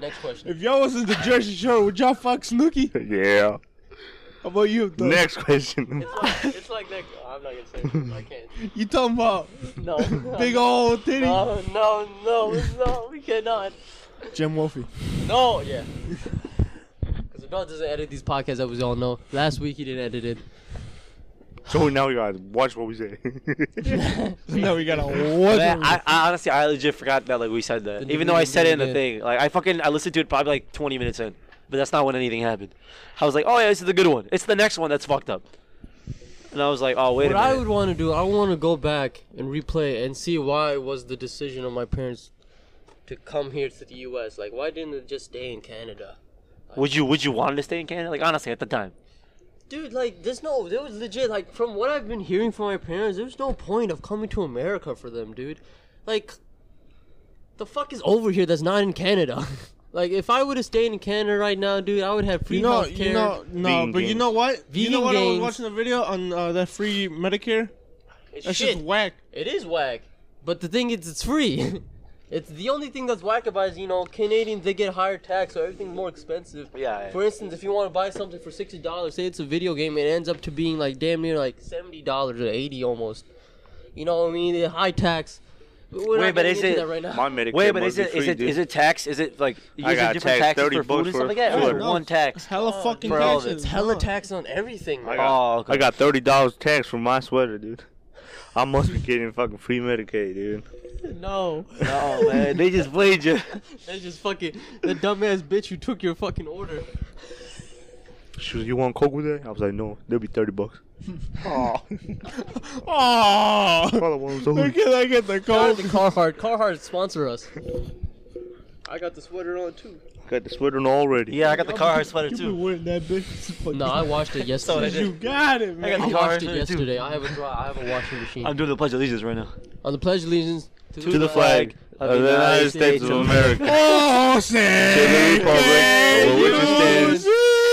[SPEAKER 1] Next question.
[SPEAKER 5] If y'all was in the Jersey Shore, would y'all fuck Snooki?
[SPEAKER 4] Yeah.
[SPEAKER 5] How about you? Though?
[SPEAKER 4] Next question.
[SPEAKER 1] it's like that. I'm not gonna say. It.
[SPEAKER 5] You talking about
[SPEAKER 1] I can't. No.
[SPEAKER 5] big old titty?
[SPEAKER 1] No, no, no, no. We cannot.
[SPEAKER 5] Jim Wolfie.
[SPEAKER 1] No, yeah. Because Adult doesn't edit these podcasts, as we all know. Last week he didn't edit it.
[SPEAKER 4] So now we gotta watch what we say.
[SPEAKER 5] now we gotta
[SPEAKER 3] Man,
[SPEAKER 5] watch.
[SPEAKER 3] I, I honestly, I legit forgot that like we said that.
[SPEAKER 1] The
[SPEAKER 3] Even though I said it in the
[SPEAKER 1] did.
[SPEAKER 3] thing, like I fucking I listened to it probably like 20 minutes in, but that's not when anything happened. I was like, oh yeah, this is the good one. It's the next one that's fucked up. And I was like, oh wait
[SPEAKER 1] What
[SPEAKER 3] a minute.
[SPEAKER 1] I would want to do, I want to go back and replay and see why was the decision of my parents to come here to the U.S. Like, why didn't it just stay in Canada?
[SPEAKER 3] Would you would you want to stay in Canada? Like honestly, at the time,
[SPEAKER 1] Dude, like, there's no, there was legit, like, from what I've been hearing from my parents, there's no point of coming to America for them, dude. Like, the fuck is over here that's not in Canada? like, if I would have stayed in Canada right now, dude, I would have free
[SPEAKER 5] You know,
[SPEAKER 1] healthcare.
[SPEAKER 5] you know, no,
[SPEAKER 4] Vegan
[SPEAKER 5] but you
[SPEAKER 4] games.
[SPEAKER 5] know what? You
[SPEAKER 1] Vegan
[SPEAKER 5] know what? I was
[SPEAKER 1] games.
[SPEAKER 5] watching a video on uh, that free Medicare.
[SPEAKER 1] It's
[SPEAKER 5] That's
[SPEAKER 1] shit.
[SPEAKER 5] just whack.
[SPEAKER 1] It is whack. But the thing is, it's free. it's the only thing that's whack about is you know Canadians they get higher tax, so everything's more expensive.
[SPEAKER 3] Yeah, yeah.
[SPEAKER 1] For instance, if you want to buy something for sixty dollars, say it's a video game, it ends up to being like damn near like seventy dollars or eighty almost. You know what I mean? The high tax. We're
[SPEAKER 3] Wait,
[SPEAKER 1] not
[SPEAKER 3] but
[SPEAKER 1] getting
[SPEAKER 3] is
[SPEAKER 1] into
[SPEAKER 3] it-
[SPEAKER 1] that right now.
[SPEAKER 4] My Medicare
[SPEAKER 3] wait, but is
[SPEAKER 4] must be
[SPEAKER 3] it
[SPEAKER 4] free,
[SPEAKER 3] is it
[SPEAKER 4] dude.
[SPEAKER 3] is it tax? Is it like you
[SPEAKER 4] I
[SPEAKER 3] guys have
[SPEAKER 4] got
[SPEAKER 3] different
[SPEAKER 4] taxed
[SPEAKER 3] taxes
[SPEAKER 4] 30
[SPEAKER 3] for food
[SPEAKER 4] bucks
[SPEAKER 3] and
[SPEAKER 4] for
[SPEAKER 3] stuff like that? Or is
[SPEAKER 4] food.
[SPEAKER 3] it
[SPEAKER 4] No,
[SPEAKER 3] one tax.
[SPEAKER 5] It's hella
[SPEAKER 1] Oh,
[SPEAKER 5] fucking
[SPEAKER 3] for all of
[SPEAKER 5] taxes.
[SPEAKER 1] It's hella
[SPEAKER 5] no.
[SPEAKER 1] tax on everything.
[SPEAKER 4] I
[SPEAKER 1] Man.
[SPEAKER 4] got,
[SPEAKER 3] Oh, okay.
[SPEAKER 4] I got thirty dollars tax for my sweater, dude. I must be getting fucking free Medicaid, dude.
[SPEAKER 1] No,
[SPEAKER 3] Oh man, they just played you.
[SPEAKER 1] that's just fucking the dumbass bitch who took your fucking order.
[SPEAKER 4] She was, you want coke with that? I was like, no, they'll be thirty bucks.
[SPEAKER 5] Oh,
[SPEAKER 4] All I want was a
[SPEAKER 5] where
[SPEAKER 4] hoodie.
[SPEAKER 5] can I get the
[SPEAKER 1] Shout out
[SPEAKER 5] code?
[SPEAKER 1] to Carhartt. Carhartt sponsor us. I got the sweater on too.
[SPEAKER 4] Got the sweater on already.
[SPEAKER 3] Yeah, I got the car sweater
[SPEAKER 5] You been
[SPEAKER 3] too.
[SPEAKER 5] wearing that bitch.
[SPEAKER 1] No, I washed it
[SPEAKER 3] what I
[SPEAKER 1] yesterday.
[SPEAKER 3] did.
[SPEAKER 5] You got it, man.
[SPEAKER 1] I
[SPEAKER 3] got
[SPEAKER 1] washed it
[SPEAKER 3] Carhartt too.
[SPEAKER 1] yesterday. I have a dry. I have a washing machine.
[SPEAKER 3] I'm doing the pledge of allegiance right now.
[SPEAKER 1] On the pledge allegiance to,
[SPEAKER 4] To the flag of Uh, the United States of America.
[SPEAKER 5] Oh, say
[SPEAKER 4] To the republic for which it stands.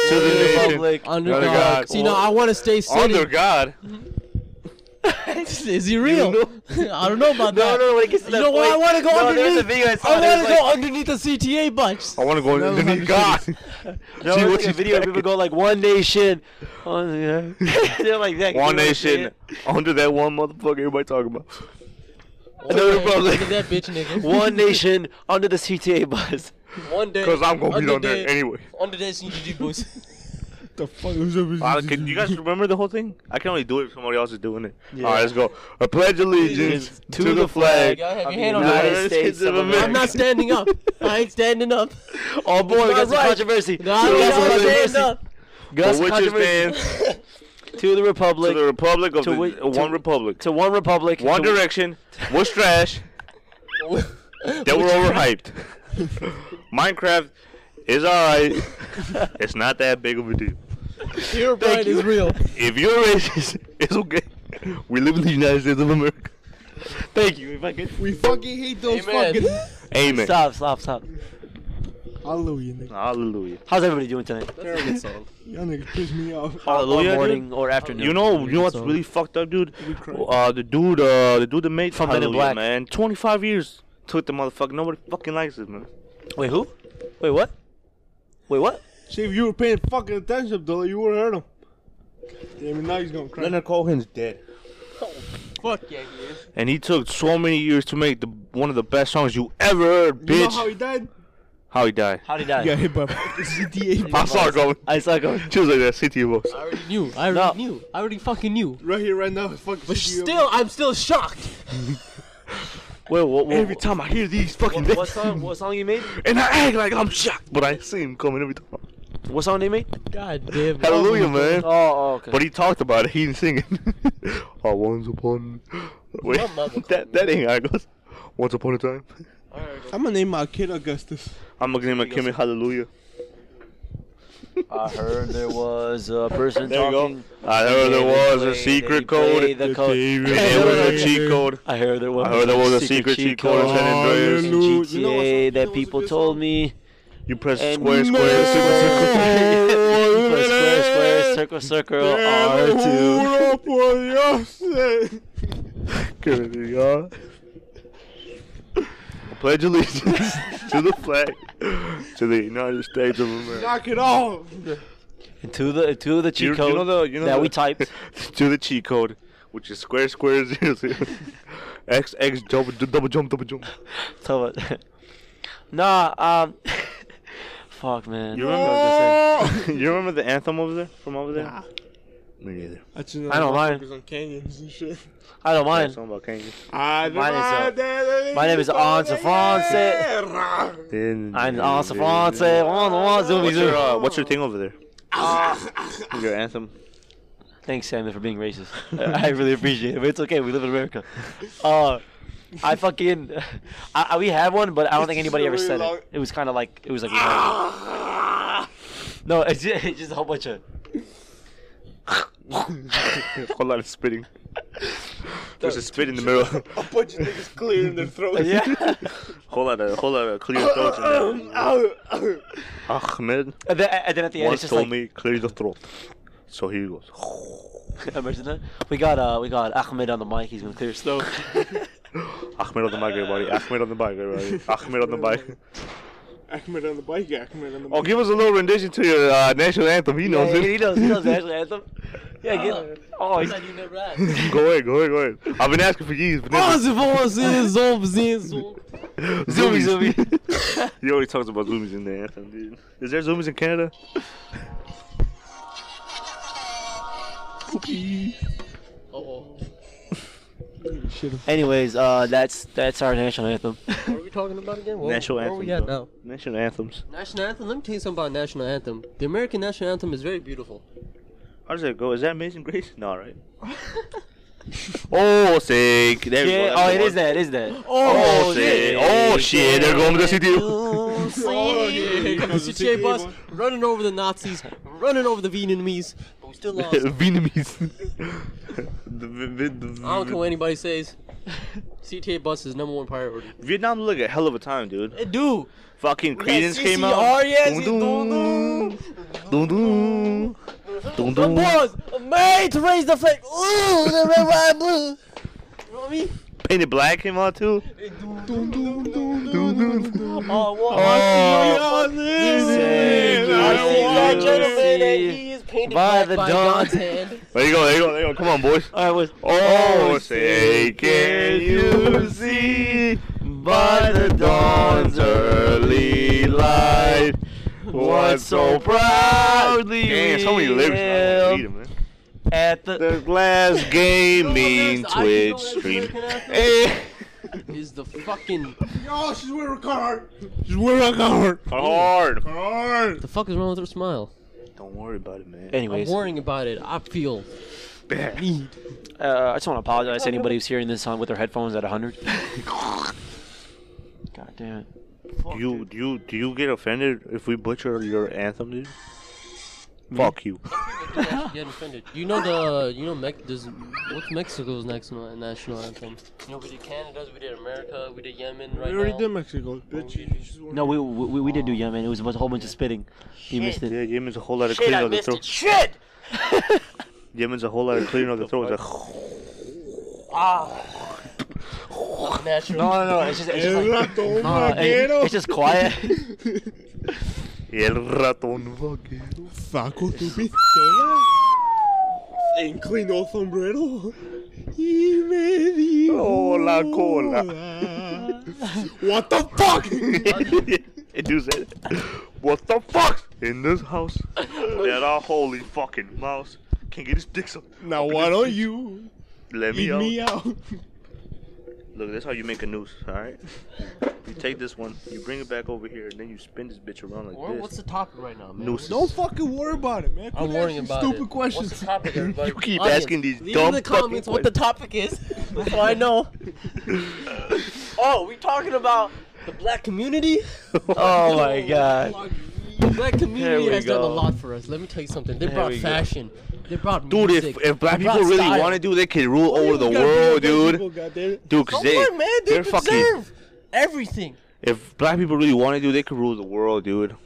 [SPEAKER 4] To the nation.
[SPEAKER 3] Public.
[SPEAKER 1] Under
[SPEAKER 4] Under
[SPEAKER 1] God.
[SPEAKER 4] God.
[SPEAKER 1] See, no, I want to stay
[SPEAKER 4] Under
[SPEAKER 1] sitting.
[SPEAKER 4] God.
[SPEAKER 1] Is he real? I don't know about
[SPEAKER 3] No,
[SPEAKER 1] that.
[SPEAKER 3] no, when it gets to
[SPEAKER 1] You
[SPEAKER 3] that
[SPEAKER 1] know what? I
[SPEAKER 3] point-
[SPEAKER 1] want to go
[SPEAKER 3] no, there's a
[SPEAKER 1] underneath.
[SPEAKER 3] video I saw.
[SPEAKER 1] I
[SPEAKER 3] that
[SPEAKER 1] want
[SPEAKER 3] was
[SPEAKER 1] to go
[SPEAKER 3] like-
[SPEAKER 1] underneath the CTA bunch.
[SPEAKER 4] I want to go underneath God.
[SPEAKER 3] No,
[SPEAKER 4] See
[SPEAKER 3] it's
[SPEAKER 4] what
[SPEAKER 3] like a
[SPEAKER 4] she's
[SPEAKER 3] video of people
[SPEAKER 4] packing.
[SPEAKER 3] go like one nation. On the, they're like that.
[SPEAKER 4] One
[SPEAKER 3] you know,
[SPEAKER 4] nation.
[SPEAKER 3] shit.
[SPEAKER 4] Under that one motherfucker everybody talking about.
[SPEAKER 1] One
[SPEAKER 3] Another
[SPEAKER 1] day,
[SPEAKER 3] republic.
[SPEAKER 1] Look at that bitch, nigga.
[SPEAKER 3] One nation under the CTA bus.
[SPEAKER 1] One day.
[SPEAKER 4] Because I'm going to be
[SPEAKER 1] under
[SPEAKER 4] on there
[SPEAKER 1] the-
[SPEAKER 4] anyway.
[SPEAKER 1] Under the CGG boost.
[SPEAKER 5] the fuck was it?
[SPEAKER 4] Uh, can you guys remember the whole thing? I can only do it if somebody else is doing it. All right, let's go. I pledge allegiance to, the flag.
[SPEAKER 1] Y'all have your
[SPEAKER 3] of the
[SPEAKER 1] hand on
[SPEAKER 4] United
[SPEAKER 1] that.
[SPEAKER 4] States of
[SPEAKER 1] I'm not standing up. I ain't standing up.
[SPEAKER 3] Oh boy, we
[SPEAKER 1] It's
[SPEAKER 3] got
[SPEAKER 1] not
[SPEAKER 3] some
[SPEAKER 1] right.
[SPEAKER 3] controversy.
[SPEAKER 1] No, I'm
[SPEAKER 3] we got
[SPEAKER 1] not
[SPEAKER 3] some
[SPEAKER 1] standing
[SPEAKER 3] controversy.
[SPEAKER 1] up.
[SPEAKER 3] We got some
[SPEAKER 4] For which it
[SPEAKER 3] controversy.
[SPEAKER 4] stands
[SPEAKER 3] To the
[SPEAKER 4] to
[SPEAKER 3] republic.
[SPEAKER 4] the
[SPEAKER 3] To,
[SPEAKER 4] republic of
[SPEAKER 3] to
[SPEAKER 4] the,
[SPEAKER 3] which-
[SPEAKER 4] uh, one
[SPEAKER 3] to-
[SPEAKER 4] republic.
[SPEAKER 3] one republic.
[SPEAKER 4] one
[SPEAKER 3] to-
[SPEAKER 4] direction was trash. they were overhyped. Minecraft is alright. it's not that big of a deal.
[SPEAKER 1] Pure pride is real.
[SPEAKER 4] If you're racist, it's okay. We live in the United States of America.
[SPEAKER 3] Thank you. If I could.
[SPEAKER 5] We fucking hate those
[SPEAKER 1] Amen.
[SPEAKER 5] fucking.
[SPEAKER 4] Amen.
[SPEAKER 3] Stop, stop, stop.
[SPEAKER 5] Hallelujah, nigga.
[SPEAKER 4] Hallelujah.
[SPEAKER 3] How's everybody doing tonight?
[SPEAKER 5] Y'all niggas piss me off.
[SPEAKER 4] Hallelujah.
[SPEAKER 3] Or
[SPEAKER 4] dude.
[SPEAKER 3] morning or afternoon.
[SPEAKER 4] You know, you know what's
[SPEAKER 1] So-
[SPEAKER 4] really fucked up, dude?
[SPEAKER 5] crying.
[SPEAKER 4] Uh, the dude, uh, the dude that made
[SPEAKER 3] From Men in
[SPEAKER 4] Hallelujah,
[SPEAKER 3] Black.
[SPEAKER 4] man, 25 years took the motherfucker. Nobody fucking likes it, man.
[SPEAKER 3] Wait, who? Wait, what? Wait, what?
[SPEAKER 5] See, if you were paying fucking attention, though, you would have heard him. Damn it, now he's gonna cry.
[SPEAKER 4] Cohen's dead,
[SPEAKER 1] Fuck yeah, he is.
[SPEAKER 4] and he took so many years to make the one of the best songs you ever heard,
[SPEAKER 5] you know
[SPEAKER 4] bitch.
[SPEAKER 5] how he died?
[SPEAKER 4] how he died?
[SPEAKER 3] How did I?
[SPEAKER 5] He got hit by fucking CTA.
[SPEAKER 4] I saw it going.
[SPEAKER 3] I saw it going.
[SPEAKER 4] She was like that city of us.
[SPEAKER 1] I already knew. I already
[SPEAKER 3] No.
[SPEAKER 1] knew. I already fucking knew.
[SPEAKER 5] Right here, right now, fucking
[SPEAKER 1] But
[SPEAKER 5] CTA.
[SPEAKER 1] still, I'm still shocked.
[SPEAKER 3] Wait, what? what
[SPEAKER 4] Every time I hear these fucking
[SPEAKER 3] What, what
[SPEAKER 4] things,
[SPEAKER 3] song? What song you made?
[SPEAKER 4] and I act like I'm shocked, but I see him coming every time.
[SPEAKER 3] What song they made?
[SPEAKER 1] God damn. it.
[SPEAKER 4] Hallelujah, man.
[SPEAKER 3] Oh, oh okay.
[SPEAKER 4] But he talked about it. He didn't sing it. oh, once upon. Wait,
[SPEAKER 1] My mama
[SPEAKER 4] that that ain't how it goes. Once upon a time.
[SPEAKER 5] I'm gonna name my kid Augustus.
[SPEAKER 4] I'm gonna name my Kimmy Hallelujah.
[SPEAKER 3] I heard there was a person
[SPEAKER 4] There you
[SPEAKER 3] talking.
[SPEAKER 4] go. I heard there
[SPEAKER 3] They
[SPEAKER 4] was a
[SPEAKER 3] play-
[SPEAKER 4] secret
[SPEAKER 3] they play
[SPEAKER 4] code.
[SPEAKER 3] The code.
[SPEAKER 4] There was a cheat code.
[SPEAKER 3] I heard there was.
[SPEAKER 4] I heard there was a secret cheat code in San Andreas.
[SPEAKER 3] in
[SPEAKER 5] Hallelujah. You know what's- you know
[SPEAKER 3] GTA
[SPEAKER 5] what's
[SPEAKER 3] that
[SPEAKER 5] a
[SPEAKER 3] people
[SPEAKER 5] good
[SPEAKER 3] told
[SPEAKER 5] song?
[SPEAKER 3] me.
[SPEAKER 4] You press
[SPEAKER 3] And
[SPEAKER 4] square, square,
[SPEAKER 3] You
[SPEAKER 4] circle,
[SPEAKER 3] put square, square, circle, circle, R2.
[SPEAKER 5] Oh,
[SPEAKER 4] circle. Good, y'all. I Pledge allegiance to the flag, to the United States of America,
[SPEAKER 5] Knock it off.
[SPEAKER 3] To the to the
[SPEAKER 4] You-
[SPEAKER 3] cheat
[SPEAKER 4] you
[SPEAKER 3] code
[SPEAKER 4] know the- you know
[SPEAKER 3] that
[SPEAKER 4] the-
[SPEAKER 3] we typed.
[SPEAKER 4] to the cheat code, which is square, square, zero, zero. X, X, double, double jump, double jump.
[SPEAKER 3] Tell it. Nah, um. Fuck, man.
[SPEAKER 4] You remember, you remember the anthem over there from over there? Me neither.
[SPEAKER 5] I just know
[SPEAKER 3] I don't mind.
[SPEAKER 5] motherfuckers On canyons and shit.
[SPEAKER 3] I don't mind.
[SPEAKER 4] Something about Kangas.
[SPEAKER 5] Ah, I
[SPEAKER 3] Mine is, uh, my name is Anse Fonse. I'm Anse Fonse. One, one, zoomy,
[SPEAKER 4] What's your,
[SPEAKER 3] zoom.
[SPEAKER 4] uh, what's your thing over there?
[SPEAKER 3] Ah.
[SPEAKER 4] your anthem.
[SPEAKER 3] Thanks, Sam, for being racist. I really appreciate it. But it's okay. We live in America. Uh, I fucking. I, I- we had one, but I don't think
[SPEAKER 5] It's
[SPEAKER 3] anybody ever
[SPEAKER 5] really
[SPEAKER 3] said
[SPEAKER 5] long.
[SPEAKER 3] it. It was kind of like. It was like. no, it's just, it's just a whole bunch of.
[SPEAKER 4] Whole lot of spitting. There's a spit in the middle.
[SPEAKER 5] A bunch of niggas clearing their throats.
[SPEAKER 3] Yeah.
[SPEAKER 4] whole lot of whole lot of clear
[SPEAKER 3] Uh,
[SPEAKER 4] throats. in
[SPEAKER 3] um,
[SPEAKER 4] there. Ahmed
[SPEAKER 3] and, then, and then at the end,
[SPEAKER 4] once
[SPEAKER 3] uh. it's just
[SPEAKER 4] told
[SPEAKER 3] like.
[SPEAKER 4] me clear the throat. So here goes.
[SPEAKER 3] Imagine that. We got uh, we got Ahmed on the mic. He's gonna clear his throat.
[SPEAKER 4] Ahmed on the mic, everybody. Ahmed on the mic, everybody. Ahmed on the mic.
[SPEAKER 5] Ahmed on the bike. Ahmed on the
[SPEAKER 4] Oh,
[SPEAKER 5] bike.
[SPEAKER 4] give us a little rendition to your uh, national anthem. He knows
[SPEAKER 3] Yeah, he
[SPEAKER 4] it.
[SPEAKER 3] knows. He knows the national anthem. Yeah. Get, oh, he's,
[SPEAKER 4] Go ahead, go ahead, go ahead. I've been asking for years,
[SPEAKER 3] Oh,
[SPEAKER 4] but never.
[SPEAKER 3] zoomy, zoomy.
[SPEAKER 4] He always talks about zoomies in the anthem, dude. Is there zoomies in Canada?
[SPEAKER 3] Anyways, uh, that's that's our national anthem.
[SPEAKER 1] What are we talking about again? What,
[SPEAKER 4] National
[SPEAKER 1] where
[SPEAKER 4] anthem,
[SPEAKER 1] Where we at
[SPEAKER 4] bro.
[SPEAKER 1] now?
[SPEAKER 4] National anthems.
[SPEAKER 1] National anthem. Let me tell you something about national anthem. The American national anthem is very beautiful.
[SPEAKER 4] How does that go? Is that Amazing Grace? No, right? oh, sick. There we
[SPEAKER 3] Yeah. Oh,
[SPEAKER 4] go. That's
[SPEAKER 3] it
[SPEAKER 4] the
[SPEAKER 3] is
[SPEAKER 4] one.
[SPEAKER 3] that. It is that.
[SPEAKER 4] Oh, shit. Oh, shit. They're going to the CDU.
[SPEAKER 5] Oh, yeah, here comes the
[SPEAKER 1] CTA bus
[SPEAKER 5] boy.
[SPEAKER 1] running over the Nazis, running over the Vietnamese, but we still lost.
[SPEAKER 4] Vietnamese. the, vi- vi- the-
[SPEAKER 1] I don't care what anybody says. CTA bus is number one priority.
[SPEAKER 4] Vietnam looked a hell of a time, dude.
[SPEAKER 1] It do.
[SPEAKER 4] Fucking Credence
[SPEAKER 1] CCR,
[SPEAKER 4] came out.
[SPEAKER 1] yes,
[SPEAKER 4] Dun dun. Dun dun. Dun
[SPEAKER 1] The
[SPEAKER 4] dun.
[SPEAKER 1] boys are made to raise the flag. Ooh, the red, white, and blue. You know what I mean?
[SPEAKER 4] Painted Black came out too.
[SPEAKER 1] Oh, well, I
[SPEAKER 4] Oh.
[SPEAKER 1] see that
[SPEAKER 4] Yeah.
[SPEAKER 1] gentleman and he is painted
[SPEAKER 3] By
[SPEAKER 1] black
[SPEAKER 3] the
[SPEAKER 1] by
[SPEAKER 3] dawn.
[SPEAKER 1] God's hand.
[SPEAKER 4] There you go, there you go, there you go. Come on, boys.
[SPEAKER 3] I was.
[SPEAKER 4] Oh, say, can you see by the dawn's early light what so proudly Damn, so many lyrics. I don't read 'em, man.
[SPEAKER 3] at the.
[SPEAKER 4] The glass game mean
[SPEAKER 1] I didn't know that
[SPEAKER 4] Twitch
[SPEAKER 1] was
[SPEAKER 4] stream. Eh.
[SPEAKER 1] American anthem.
[SPEAKER 4] Hey.
[SPEAKER 1] Is the fucking
[SPEAKER 5] Yo, she's wearing a card. She's wearing a card.
[SPEAKER 4] Hard.
[SPEAKER 5] Card.
[SPEAKER 1] the fuck is wrong with her smile?
[SPEAKER 4] Don't worry about it, man.
[SPEAKER 1] I'm
[SPEAKER 3] Anyways, uh,
[SPEAKER 1] worrying about it. I feel
[SPEAKER 4] Bad.
[SPEAKER 1] need.
[SPEAKER 3] uh, I just want to apologize to anybody who's hearing this on with their headphones at 100. God damn it.
[SPEAKER 4] Do you do you do you get offended if we butcher your anthem, dude? Fuck you.
[SPEAKER 1] Get offended. You know the you know Mex. Does, what's Mexico's next na- national anthem? You know we did Canada's, we did America, we did Yemen right
[SPEAKER 5] We already
[SPEAKER 1] now.
[SPEAKER 5] did Mexico, bitch. She's wearing-
[SPEAKER 3] No, we we, we did do Yemen. It was a whole bunch of spitting. You missed it.
[SPEAKER 4] Yeah, Yemen's a whole lot of
[SPEAKER 1] Shit,
[SPEAKER 4] cleaning
[SPEAKER 1] I
[SPEAKER 4] of the
[SPEAKER 1] missed it.
[SPEAKER 4] throat.
[SPEAKER 1] Shit.
[SPEAKER 4] Yemen's a whole lot of cleaning of the throat. It's like,
[SPEAKER 1] National.
[SPEAKER 3] No, no, no. It's just, it's just, like,
[SPEAKER 5] Rato
[SPEAKER 3] uh, it-
[SPEAKER 5] vaquero.
[SPEAKER 3] it's just quiet.
[SPEAKER 4] El ratón vaquero.
[SPEAKER 5] Faco tu pistola. Inclinó sombrero. Y me dijo.
[SPEAKER 4] Oh, la cola.
[SPEAKER 5] What the fuck?
[SPEAKER 4] it do say that. What the fuck? In this house, that our holy fucking mouse can't get his dicks up.
[SPEAKER 5] now why don't you
[SPEAKER 4] Let me
[SPEAKER 5] eat
[SPEAKER 4] out.
[SPEAKER 5] me out?
[SPEAKER 4] Look, that's how you make a noose, alright? You take this one, you bring it back over here, and then you spin this bitch around like
[SPEAKER 1] Or
[SPEAKER 4] this.
[SPEAKER 1] what's the topic right now, man?
[SPEAKER 4] Nooses.
[SPEAKER 5] Don't fucking worry about it, man.
[SPEAKER 1] I'm
[SPEAKER 5] Quit
[SPEAKER 1] worrying
[SPEAKER 5] asking
[SPEAKER 1] about
[SPEAKER 5] stupid
[SPEAKER 1] it.
[SPEAKER 5] questions.
[SPEAKER 1] What's the topic, everybody?
[SPEAKER 4] You keep
[SPEAKER 1] Audience,
[SPEAKER 4] asking these
[SPEAKER 1] leave
[SPEAKER 4] dumb
[SPEAKER 1] in the comments
[SPEAKER 4] fucking
[SPEAKER 1] what the topic is, so I know. oh, we talking about the black community?
[SPEAKER 3] oh my god.
[SPEAKER 1] The black
[SPEAKER 3] There
[SPEAKER 1] community
[SPEAKER 3] we
[SPEAKER 1] has done a
[SPEAKER 3] go.
[SPEAKER 1] lot for us. Let me tell you something. They brought
[SPEAKER 3] we go.
[SPEAKER 1] fashion. They brought
[SPEAKER 4] Dude, if,
[SPEAKER 1] music.
[SPEAKER 4] if black
[SPEAKER 1] They
[SPEAKER 4] people
[SPEAKER 1] brought
[SPEAKER 4] really
[SPEAKER 1] style.
[SPEAKER 4] wanted to, they could rule over the
[SPEAKER 5] You gotta
[SPEAKER 4] world,
[SPEAKER 5] be like
[SPEAKER 4] dude.
[SPEAKER 5] people, goddammit.
[SPEAKER 4] Dude, 'cause
[SPEAKER 1] Come
[SPEAKER 4] they,
[SPEAKER 1] on, man. They
[SPEAKER 4] are
[SPEAKER 1] deserve
[SPEAKER 4] fucking.
[SPEAKER 1] everything.
[SPEAKER 4] If black people really wanted to, they could rule the world, dude.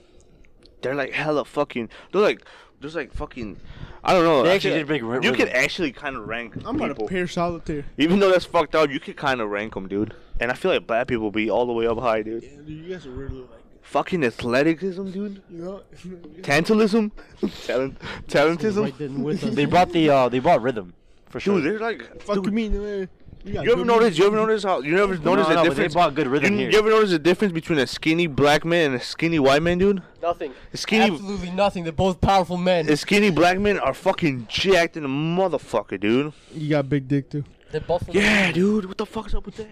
[SPEAKER 4] They're like hella fucking. They're like, there's like fucking. I don't know.
[SPEAKER 3] They
[SPEAKER 4] I
[SPEAKER 3] actually
[SPEAKER 4] feel-
[SPEAKER 3] did big ri-
[SPEAKER 4] You could
[SPEAKER 3] rhythm.
[SPEAKER 4] actually kind of rank
[SPEAKER 5] I'm about to
[SPEAKER 4] people,
[SPEAKER 5] pair solitaire.
[SPEAKER 4] even though that's fucked up. You could kind of rank them, dude. And I feel like black people be all the way up high, dude.
[SPEAKER 5] Yeah, dude, you guys are really like,
[SPEAKER 4] Fucking athleticism, dude.
[SPEAKER 5] you know. you guys-
[SPEAKER 4] Tantalism, talent, talentism.
[SPEAKER 1] Right then with us.
[SPEAKER 3] They brought the uh, they brought rhythm for sure.
[SPEAKER 4] Dude, they're like,
[SPEAKER 5] Fuck
[SPEAKER 4] dude,
[SPEAKER 5] me, man. got
[SPEAKER 4] You ever
[SPEAKER 5] good
[SPEAKER 4] notice? You ever notice how? You ever notice
[SPEAKER 3] no,
[SPEAKER 4] the
[SPEAKER 3] no, but they
[SPEAKER 4] difference?
[SPEAKER 3] brought good rhythm
[SPEAKER 4] you,
[SPEAKER 3] here.
[SPEAKER 4] you ever notice the difference between a skinny black man and a skinny white man, dude?
[SPEAKER 1] Nothing.
[SPEAKER 4] The skinny,
[SPEAKER 1] Absolutely nothing. They're both powerful men.
[SPEAKER 4] the skinny black men are fucking jacked in a motherfucker, dude.
[SPEAKER 5] You got big dick too.
[SPEAKER 1] They're both.
[SPEAKER 4] Yeah, dude. What the fuck's up with that?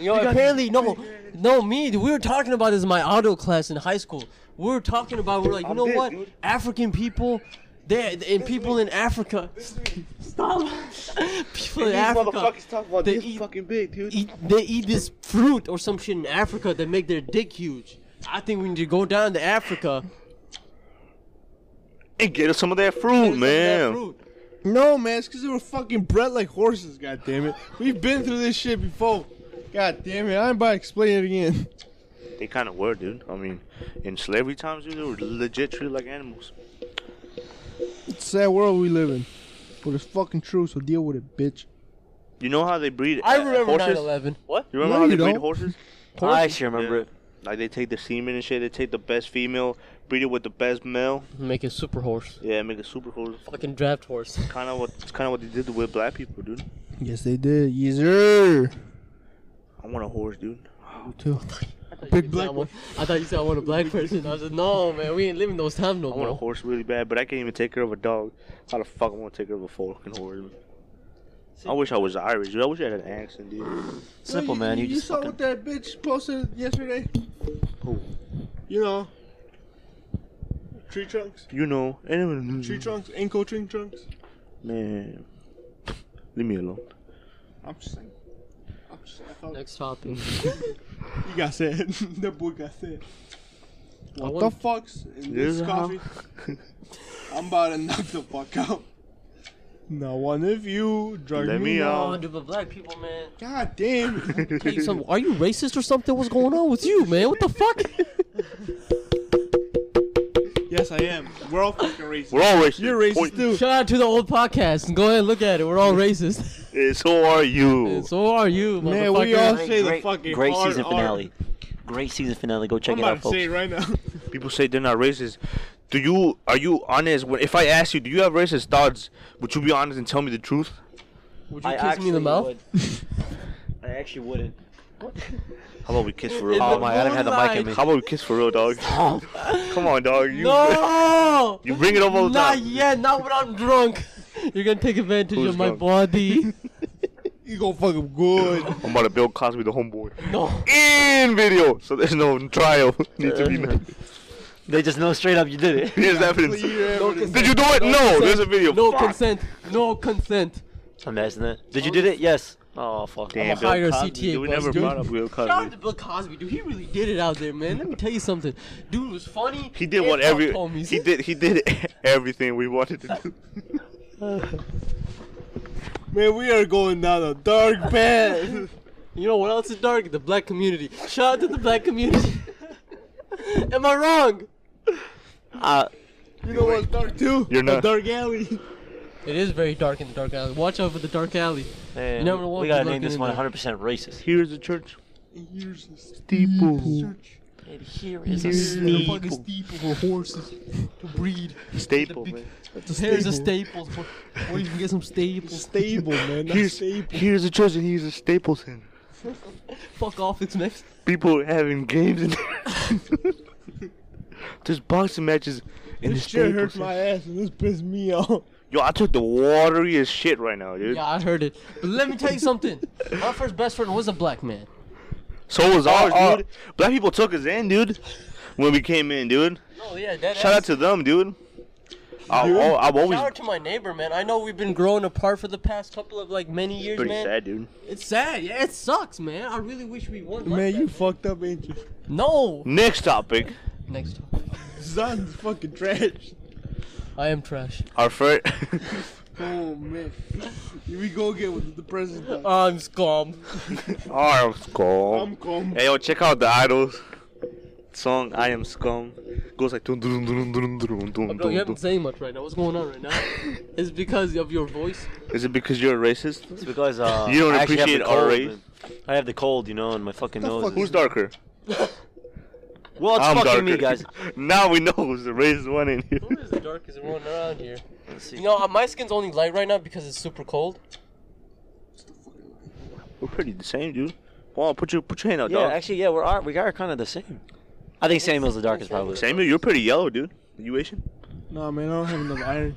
[SPEAKER 1] Yo, apparently no, no me. dude, We were talking about this in my auto class in high school. We were talking about we're like, you know
[SPEAKER 4] dead,
[SPEAKER 1] what?
[SPEAKER 4] dude.
[SPEAKER 1] African people, they and people in Africa. Stop. people in Africa. They eat,
[SPEAKER 4] big, dude.
[SPEAKER 1] eat they eat this fruit or some shit in Africa that make their dick huge. I think we need to go down to Africa.
[SPEAKER 4] And get us some of that
[SPEAKER 1] and
[SPEAKER 4] fruit,
[SPEAKER 1] some of that
[SPEAKER 4] man.
[SPEAKER 1] fruit.
[SPEAKER 5] No, man, it's because they were fucking bred like horses. God damn it, we've been through this shit before. God damn it, I ain't about to explain it again.
[SPEAKER 4] They kind of were, dude. I mean, in slavery times, dude, they were legit treated like animals.
[SPEAKER 5] It's a sad world we live in, but it's fucking true. So deal with it, bitch.
[SPEAKER 4] You know how they breed
[SPEAKER 1] I
[SPEAKER 4] uh,
[SPEAKER 1] remember
[SPEAKER 4] horses?
[SPEAKER 1] 9/11. What?
[SPEAKER 4] You remember how
[SPEAKER 5] No, you
[SPEAKER 4] they breed
[SPEAKER 5] don't.
[SPEAKER 4] horses?
[SPEAKER 3] I actually remember
[SPEAKER 4] Yeah.
[SPEAKER 3] it.
[SPEAKER 4] Like they take the semen and shit. They take the best female, breed it with the best male.
[SPEAKER 1] Make a super horse.
[SPEAKER 4] Yeah, make a super horse.
[SPEAKER 1] Fucking draft horse.
[SPEAKER 4] Kind of what, it's kind of what they did with black people, dude.
[SPEAKER 5] Yes, they did. Yes, sir.
[SPEAKER 4] I want a horse, dude.
[SPEAKER 5] You
[SPEAKER 1] You
[SPEAKER 5] too.
[SPEAKER 1] said I want- I thought you said I want a black person. I was like, no, man, we ain't living those times no
[SPEAKER 4] I want a
[SPEAKER 1] more.
[SPEAKER 4] horse really bad, but I can't even take care of a dog. How the fuck am I gonna take care of a fucking horse? man? I wish I was Irish, dude. I wish I had an accent, dude.
[SPEAKER 3] Simple, man. You, just
[SPEAKER 5] saw
[SPEAKER 3] fucking.
[SPEAKER 5] what that bitch posted yesterday. You know, tree trunks,
[SPEAKER 4] You know, anyone?
[SPEAKER 5] tree trunks, ankle tree trunks.
[SPEAKER 4] Man, leave me alone.
[SPEAKER 5] I'm just saying. I'm just saying. I thought-
[SPEAKER 1] Next topic.
[SPEAKER 5] You got said. that boy got said.
[SPEAKER 1] I
[SPEAKER 5] What
[SPEAKER 1] want-
[SPEAKER 5] the fuck's in this
[SPEAKER 4] Yeah.
[SPEAKER 5] coffee? I'm about to knock the fuck out. Now one of you drug
[SPEAKER 4] Let
[SPEAKER 5] me,
[SPEAKER 4] me
[SPEAKER 5] out.
[SPEAKER 4] out.
[SPEAKER 1] Oh, dude, but black people, man.
[SPEAKER 5] God damn. it.
[SPEAKER 1] Hey, some, are you racist or something? What's going on with you, man? What the fuck?
[SPEAKER 5] yes, I am. We're all fucking racist.
[SPEAKER 4] We're all racist.
[SPEAKER 5] You're racist
[SPEAKER 4] Point-
[SPEAKER 5] too.
[SPEAKER 1] Shout out to the old podcast. Go ahead, look at it. We're all racist.
[SPEAKER 4] Eh, So are you.
[SPEAKER 1] And so are you,
[SPEAKER 5] Man,
[SPEAKER 1] motherfucker.
[SPEAKER 5] we all
[SPEAKER 3] Great-
[SPEAKER 5] say the
[SPEAKER 3] great-
[SPEAKER 5] fucking
[SPEAKER 3] great
[SPEAKER 5] hard
[SPEAKER 3] season
[SPEAKER 5] R.
[SPEAKER 3] finale. Great season finale. Go check
[SPEAKER 5] I'm
[SPEAKER 3] it out,
[SPEAKER 5] about to
[SPEAKER 3] folks.
[SPEAKER 5] say it right now.
[SPEAKER 4] People say they're not racist. Do you? Are you honest? When if I ask you, do you have racist thoughts? Would you be honest and tell me the truth?
[SPEAKER 1] Would you kiss me in the mouth?
[SPEAKER 3] I actually wouldn't.
[SPEAKER 4] How about we kiss for
[SPEAKER 1] In
[SPEAKER 4] real?
[SPEAKER 1] the
[SPEAKER 4] How,
[SPEAKER 3] Oh my! I didn't have the mic in me.
[SPEAKER 4] about we kiss for real, dog? Come on, dog. You
[SPEAKER 1] No!
[SPEAKER 4] you bring it up all the
[SPEAKER 1] Not
[SPEAKER 4] time.
[SPEAKER 1] yet, not when I'm drunk. You're gonna take advantage
[SPEAKER 4] Who's
[SPEAKER 1] of my
[SPEAKER 4] drunk?
[SPEAKER 1] body.
[SPEAKER 5] You gonna fuck him good.
[SPEAKER 4] I'm about to Bill Cosby the homeboy
[SPEAKER 1] No.
[SPEAKER 4] in video, so there's no trial need to be made.
[SPEAKER 3] They just know straight up you did it.
[SPEAKER 4] Here's evidence.
[SPEAKER 5] Clear evidence.
[SPEAKER 4] Did you do it? No, there's a video.
[SPEAKER 1] No
[SPEAKER 4] Fuck.
[SPEAKER 1] consent. No consent.
[SPEAKER 3] Imagine that. Did you did it? Yes. Oh fuck.
[SPEAKER 4] Damn,
[SPEAKER 1] a
[SPEAKER 4] Bill
[SPEAKER 1] higher
[SPEAKER 4] Cosby,
[SPEAKER 1] CTA
[SPEAKER 4] dude, we
[SPEAKER 1] bus,
[SPEAKER 4] never
[SPEAKER 1] dude.
[SPEAKER 4] brought up Bill
[SPEAKER 1] Shout out to
[SPEAKER 4] Cosby.
[SPEAKER 1] Bill Cosby, dude. He really did it out there, man. Let me tell you something. Dude was funny.
[SPEAKER 4] He did
[SPEAKER 1] and
[SPEAKER 4] what every
[SPEAKER 1] fucked homies.
[SPEAKER 4] he did he did everything we wanted to do.
[SPEAKER 5] Man, we are going down a dark path.
[SPEAKER 1] You know what else is dark? The black community. Shout out to the black community. Am I wrong?
[SPEAKER 3] Uh,
[SPEAKER 5] You know what's dark too?
[SPEAKER 4] You're
[SPEAKER 5] A
[SPEAKER 4] not.
[SPEAKER 5] dark alley.
[SPEAKER 1] It is very dark in the dark alley. Watch out for the dark alley.
[SPEAKER 3] man,
[SPEAKER 1] never know what
[SPEAKER 3] we gotta
[SPEAKER 1] you're
[SPEAKER 3] name this
[SPEAKER 1] looking
[SPEAKER 3] one
[SPEAKER 1] into.
[SPEAKER 3] 100% racist.
[SPEAKER 4] Here's the church.
[SPEAKER 5] Here's the
[SPEAKER 4] Steeple.
[SPEAKER 3] Here is a
[SPEAKER 5] Here's the
[SPEAKER 3] sneak.
[SPEAKER 5] fucking steeple for horses to breed.
[SPEAKER 4] Staple, man.
[SPEAKER 1] Here's a staples. Where where you can get some staples.
[SPEAKER 5] Stable, man. Not
[SPEAKER 4] Here's
[SPEAKER 5] stable.
[SPEAKER 4] here's the church and here's a Stapleton.
[SPEAKER 1] Fuck off, it's next.
[SPEAKER 4] People having games in there. There's boxing matches in the
[SPEAKER 5] This shit hurts
[SPEAKER 4] Stapleton.
[SPEAKER 5] my ass and this pissed me off.
[SPEAKER 4] Yo, I took the wateriest shit right now, dude.
[SPEAKER 1] Yeah, I heard it. But let me tell you something. My first best friend was a black man.
[SPEAKER 4] So was ours,
[SPEAKER 3] uh.
[SPEAKER 4] dude. Black people took us in, dude. When we came in, dude.
[SPEAKER 1] Oh yeah, that
[SPEAKER 4] Shout out to them, dude. I, oh, I've always
[SPEAKER 1] Shout out to my neighbor, man. I know we've been growing apart for the past couple of like many years,
[SPEAKER 4] pretty
[SPEAKER 1] man.
[SPEAKER 4] sad, dude.
[SPEAKER 1] It's sad. Yeah, it sucks, man. I really wish we won. like
[SPEAKER 5] Man,
[SPEAKER 1] that.
[SPEAKER 5] you fucked up, ain't you?
[SPEAKER 1] No.
[SPEAKER 4] Next topic.
[SPEAKER 1] Next topic.
[SPEAKER 5] Zon's fucking trash.
[SPEAKER 1] I am trash.
[SPEAKER 4] Our first.
[SPEAKER 5] Oh man. Here we go again with the president.
[SPEAKER 1] I'm scum.
[SPEAKER 4] I am scum.
[SPEAKER 5] I'm calm.
[SPEAKER 4] Hey, yo, check out the idols. Song I am scum goes like dun dun dun dun dun
[SPEAKER 1] Bro,
[SPEAKER 4] dun dun
[SPEAKER 1] you
[SPEAKER 4] dun.
[SPEAKER 1] haven't saying much right now. What's going on right now? it's because of your voice.
[SPEAKER 4] Is it because you're a racist?
[SPEAKER 3] It's because uh,
[SPEAKER 4] You don't
[SPEAKER 3] I actually have
[SPEAKER 4] appreciate
[SPEAKER 3] the
[SPEAKER 4] our
[SPEAKER 3] cold,
[SPEAKER 4] race.
[SPEAKER 3] man. I have the cold, you know, and my fucking nose.
[SPEAKER 5] fuck?
[SPEAKER 3] is-
[SPEAKER 4] Oh, Who's darker?
[SPEAKER 3] Well, it's
[SPEAKER 4] I'm
[SPEAKER 3] fucking
[SPEAKER 4] darker.
[SPEAKER 3] me, guys.
[SPEAKER 4] now we know who's the racist one in here.
[SPEAKER 1] Who is the darkest one around here?
[SPEAKER 3] Let's see.
[SPEAKER 1] You know, uh, my skin's only light right now because it's super cold.
[SPEAKER 4] We're pretty the same, dude. Paul, put your put your hand out,
[SPEAKER 3] Yeah,
[SPEAKER 4] dog.
[SPEAKER 3] actually, yeah, we're are, we are kind of the same. I think Samuel's the darkest, probably.
[SPEAKER 4] Samuel, you're pretty yellow, dude. You Asian?
[SPEAKER 5] Nah, man, I don't have enough iron.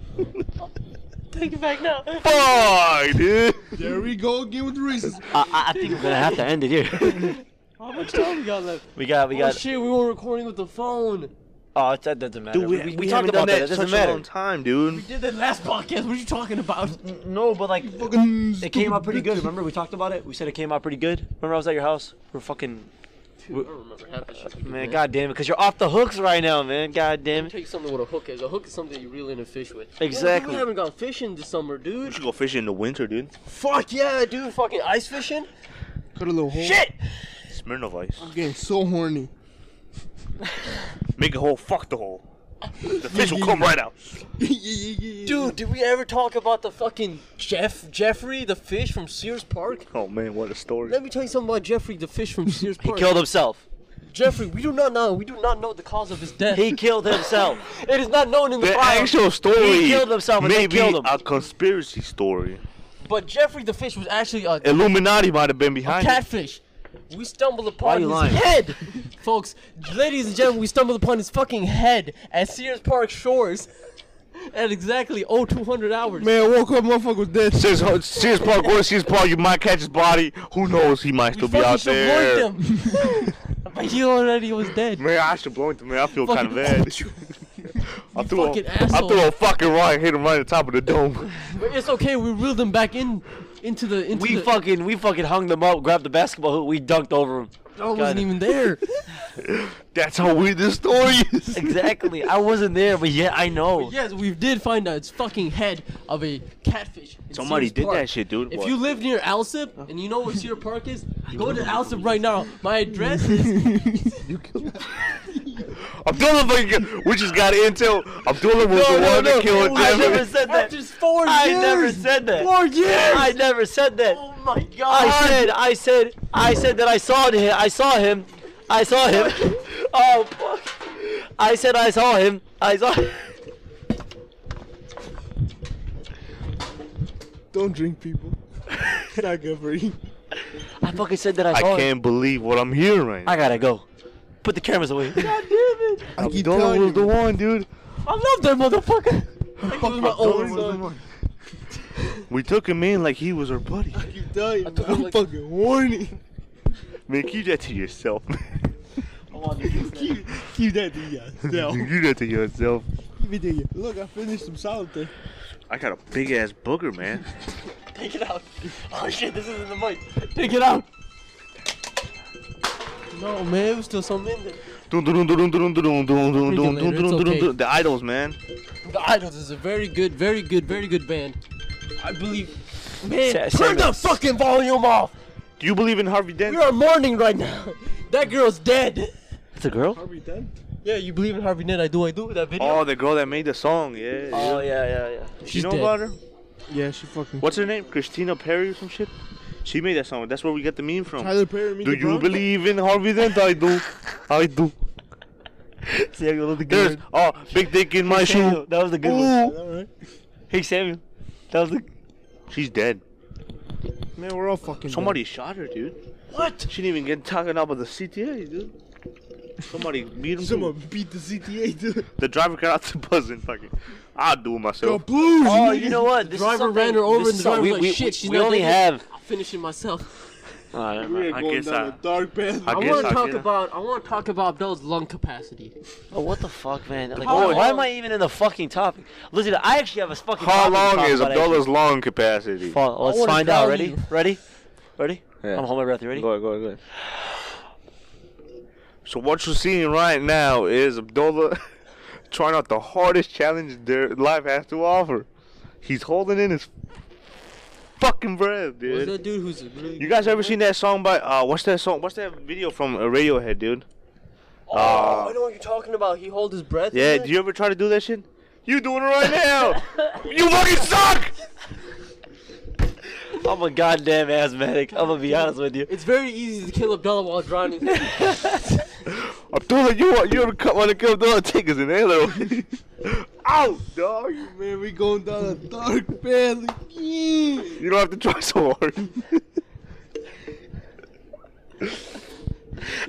[SPEAKER 1] Take it back now.
[SPEAKER 4] Fuck, dude.
[SPEAKER 5] there we go again with the racism.
[SPEAKER 3] I, I- I think we're gonna have to end it here.
[SPEAKER 1] How much time we got left?
[SPEAKER 3] we got, we
[SPEAKER 1] Oh
[SPEAKER 3] got.
[SPEAKER 1] shit, we were recording with the phone.
[SPEAKER 3] Oh, that doesn't matter.
[SPEAKER 4] Dude, we, we, talked about that. It doesn't matter. Long time, dude.
[SPEAKER 1] Did that last podcast? What are you talking about?
[SPEAKER 3] No, but like,
[SPEAKER 5] Fucking
[SPEAKER 3] it
[SPEAKER 5] stupid
[SPEAKER 3] came out pretty good.
[SPEAKER 5] bitches.
[SPEAKER 3] Remember we talked about it? We said it came out pretty good. Remember I was at your house? We are fucking
[SPEAKER 1] Dude, I don't remember half the shit.
[SPEAKER 3] man, god damn it, because you're off the hooks right now, man. God damn it.
[SPEAKER 1] Take something with a hook is. A hook is something you reel in and fish with.
[SPEAKER 3] Exactly.
[SPEAKER 1] We haven't gone fishing this summer,
[SPEAKER 4] We
[SPEAKER 1] dude.
[SPEAKER 4] should go fishing in the winter, dude.
[SPEAKER 1] Fuck yeah, dude. Fucking ice fishing.
[SPEAKER 5] Cut a little hole.
[SPEAKER 1] Shit.
[SPEAKER 4] Smirnoff Ice.
[SPEAKER 5] I'm getting so horny.
[SPEAKER 4] Make a hole. Fuck the hole. The fish will come right out.
[SPEAKER 5] yeah, yeah, yeah, yeah.
[SPEAKER 1] Dude, did we ever talk about the fucking Jeff Jeffrey the fish from Sears Park?
[SPEAKER 4] Oh man, what a story.
[SPEAKER 1] Let me tell you something about Jeffrey the fish from Sears
[SPEAKER 3] He
[SPEAKER 1] Park.
[SPEAKER 3] killed himself.
[SPEAKER 1] Jeffrey. We do not know. We do not know the cause of his death.
[SPEAKER 3] He killed himself.
[SPEAKER 1] it is not known in the
[SPEAKER 4] The
[SPEAKER 1] file.
[SPEAKER 4] actual story.
[SPEAKER 3] He killed himself and they
[SPEAKER 4] maybe
[SPEAKER 3] killed him.
[SPEAKER 4] a conspiracy story.
[SPEAKER 1] But Jeffrey the fish was actually a
[SPEAKER 4] Illuminati might have been behind it.
[SPEAKER 1] catfish. We stumbled
[SPEAKER 3] Why
[SPEAKER 1] upon
[SPEAKER 3] you
[SPEAKER 1] his
[SPEAKER 3] lying?
[SPEAKER 1] head, folks. Ladies and gentlemen, we stumbled upon his fucking head at Sears Park shores at exactly 0200 hours.
[SPEAKER 5] Man, I woke up, motherfucker was dead.
[SPEAKER 4] Says uh, Sears Park, go to Sears Park. You might catch his body. Who knows? He might
[SPEAKER 1] we
[SPEAKER 4] still be out there.
[SPEAKER 1] should him. but he already was dead.
[SPEAKER 4] Man, I should blow him. Man, I feel kind of
[SPEAKER 1] Fucking-
[SPEAKER 4] bad. I threw,
[SPEAKER 1] fucking
[SPEAKER 4] a, I
[SPEAKER 1] asshole.
[SPEAKER 4] threw a fucking rock and hit him right at the top of the dome.
[SPEAKER 1] But it's okay. We reeled him back in into the into
[SPEAKER 3] We
[SPEAKER 1] the.
[SPEAKER 3] fucking we fucking hung them up, grabbed the basketball hoop, we dunked over him.
[SPEAKER 1] I wasn't even there.
[SPEAKER 4] That's how weird this story is.
[SPEAKER 3] Exactly. I wasn't there, but yeah, I know.
[SPEAKER 1] yes, we did find out it's fucking head of a catfish. in Sears Park.
[SPEAKER 4] shit, dude.
[SPEAKER 1] If you live near Alsip and you know where Sears Park is, go to Alsip right now. My address is
[SPEAKER 4] Abdullah, fucking- we just got intel. Abdullah was the one that killed
[SPEAKER 3] I never
[SPEAKER 4] Devin.
[SPEAKER 3] said that.
[SPEAKER 1] after four
[SPEAKER 3] I
[SPEAKER 1] years.
[SPEAKER 3] never said that.
[SPEAKER 1] Four years.
[SPEAKER 3] I never said that.
[SPEAKER 1] oh my god.
[SPEAKER 3] I said, I said, I said that I saw him. I saw him. I saw him. Oh, fuck. I said I saw him. I saw.
[SPEAKER 5] Don't drink, people. it's not good for you.
[SPEAKER 3] I fucking said that I
[SPEAKER 4] I
[SPEAKER 3] saw him.
[SPEAKER 4] can't believe what I'm hearing right now.
[SPEAKER 3] I gotta go. Put the cameras away. I
[SPEAKER 5] I keep
[SPEAKER 4] Abdullah
[SPEAKER 5] telling
[SPEAKER 4] was the
[SPEAKER 5] you.
[SPEAKER 4] one, dude.
[SPEAKER 3] love that motherfucker.
[SPEAKER 1] was my
[SPEAKER 4] Abdullah
[SPEAKER 1] own
[SPEAKER 4] was the
[SPEAKER 1] son.
[SPEAKER 4] one. We took him in like he was our buddy.
[SPEAKER 5] I keep telling you.
[SPEAKER 1] took
[SPEAKER 5] I'm
[SPEAKER 1] him like-
[SPEAKER 5] fucking horny.
[SPEAKER 4] Man, keep that to yourself, man.
[SPEAKER 5] Keep, keep that to yourself.
[SPEAKER 4] keep that to yourself.
[SPEAKER 5] keep it to you. Look, I finished some solitaire.
[SPEAKER 4] I got a big ass booger, man.
[SPEAKER 1] Take it out. Oh shit, this isn't the mic. Take it out. No man, there was still something in there.
[SPEAKER 4] The idols, man.
[SPEAKER 1] The Idols is a very good, very good, very good band. I believe. Man,
[SPEAKER 3] Sa-
[SPEAKER 1] turn the
[SPEAKER 3] Samus.
[SPEAKER 1] fucking volume off.
[SPEAKER 4] Do you believe in Harvey Dent?
[SPEAKER 1] We're mourning right now. That girl's dead.
[SPEAKER 3] It's a girl.
[SPEAKER 5] Are we done?
[SPEAKER 1] Yeah, you believe in Harvey Dent? I do. I do. That video.
[SPEAKER 4] Oh, the girl that made the song, yeah. yeah.
[SPEAKER 3] Oh, yeah, yeah, yeah.
[SPEAKER 1] She's
[SPEAKER 4] You know
[SPEAKER 1] dead.
[SPEAKER 4] about her?
[SPEAKER 5] Yeah, she fucking.
[SPEAKER 4] What's her name? Christina Perry or some shit? She made that song. That's where we got the meme from.
[SPEAKER 5] Tyler Perry, me
[SPEAKER 4] do you believe in Harvey Dent? I do. I do. There's oh big dick in my shoe.
[SPEAKER 3] That was the good one.
[SPEAKER 4] Ooh.
[SPEAKER 5] Alright.
[SPEAKER 3] Hey Samuel. That was the.
[SPEAKER 4] She's dead.
[SPEAKER 5] Man, we're all fucking.
[SPEAKER 4] Somebody shot her, dude.
[SPEAKER 1] What?
[SPEAKER 4] She didn't even get talking about the CTA, dude. Somebody beat him.
[SPEAKER 5] Done. Someone beat the CTA to the
[SPEAKER 4] The driver got out the bus and fucking. I'll do it myself.
[SPEAKER 5] blues.
[SPEAKER 3] Oh, you know what? This is
[SPEAKER 1] Driver
[SPEAKER 3] something-
[SPEAKER 1] ran her over,
[SPEAKER 3] this is
[SPEAKER 1] and the
[SPEAKER 3] something-
[SPEAKER 1] driver's
[SPEAKER 3] we,
[SPEAKER 1] like,
[SPEAKER 3] we,
[SPEAKER 1] "Shit, she's
[SPEAKER 3] we
[SPEAKER 1] not
[SPEAKER 3] only
[SPEAKER 1] dead yet."
[SPEAKER 3] have.
[SPEAKER 1] I'll finish it myself.
[SPEAKER 3] Oh, never
[SPEAKER 5] We
[SPEAKER 3] mind.
[SPEAKER 5] are
[SPEAKER 4] I
[SPEAKER 5] going
[SPEAKER 4] guess
[SPEAKER 5] down
[SPEAKER 4] I-
[SPEAKER 5] a dark path.
[SPEAKER 4] I
[SPEAKER 1] I,
[SPEAKER 4] guess
[SPEAKER 1] want
[SPEAKER 4] I
[SPEAKER 1] to talk
[SPEAKER 4] did.
[SPEAKER 1] about. I want to talk about Bell's lung capacity.
[SPEAKER 3] Oh, what the fuck, man?
[SPEAKER 4] Oh,
[SPEAKER 3] Like,
[SPEAKER 1] How
[SPEAKER 3] why, why
[SPEAKER 1] long-
[SPEAKER 3] am I even in the fucking topic? Listen, I actually have a fucking.
[SPEAKER 4] How
[SPEAKER 3] topic to
[SPEAKER 4] long
[SPEAKER 3] talk
[SPEAKER 4] is
[SPEAKER 3] about,
[SPEAKER 4] Abdullah's
[SPEAKER 3] actually.
[SPEAKER 4] lung capacity?
[SPEAKER 3] Fall- Let's
[SPEAKER 1] wanna
[SPEAKER 3] find out.
[SPEAKER 1] tell
[SPEAKER 3] Ready?
[SPEAKER 1] you.
[SPEAKER 3] Ready? Ready?
[SPEAKER 4] Yeah.
[SPEAKER 3] I'm holding my breath. You Ready?
[SPEAKER 4] ahead, go ahead, go ahead. So what you're seeing right now is Abdullah trying out the hardest challenge their life has to offer. He's holding in his fucking breath,
[SPEAKER 1] Was
[SPEAKER 4] dude.
[SPEAKER 1] that dude who's really
[SPEAKER 4] You guys ever seen that song by uh what's that song? What's that video from uh, Radiohead, dude?
[SPEAKER 1] Oh,
[SPEAKER 4] Uh,
[SPEAKER 1] I know what you're talking about. He hold his breath.
[SPEAKER 4] Yeah,
[SPEAKER 1] in it?
[SPEAKER 4] do you ever try to do that shit? You doing it right now. you fucking suck.
[SPEAKER 3] I'm a goddamn asthmatic. I'm gonna be honest with you.
[SPEAKER 1] It's very easy to kill Abdullah while drowning.
[SPEAKER 4] Abdullah, you want you ever cut want to kill Abdullah? Take his inhaler. Ow, dog.
[SPEAKER 5] Man, we going down a dark path. again.
[SPEAKER 4] You don't have to try so hard.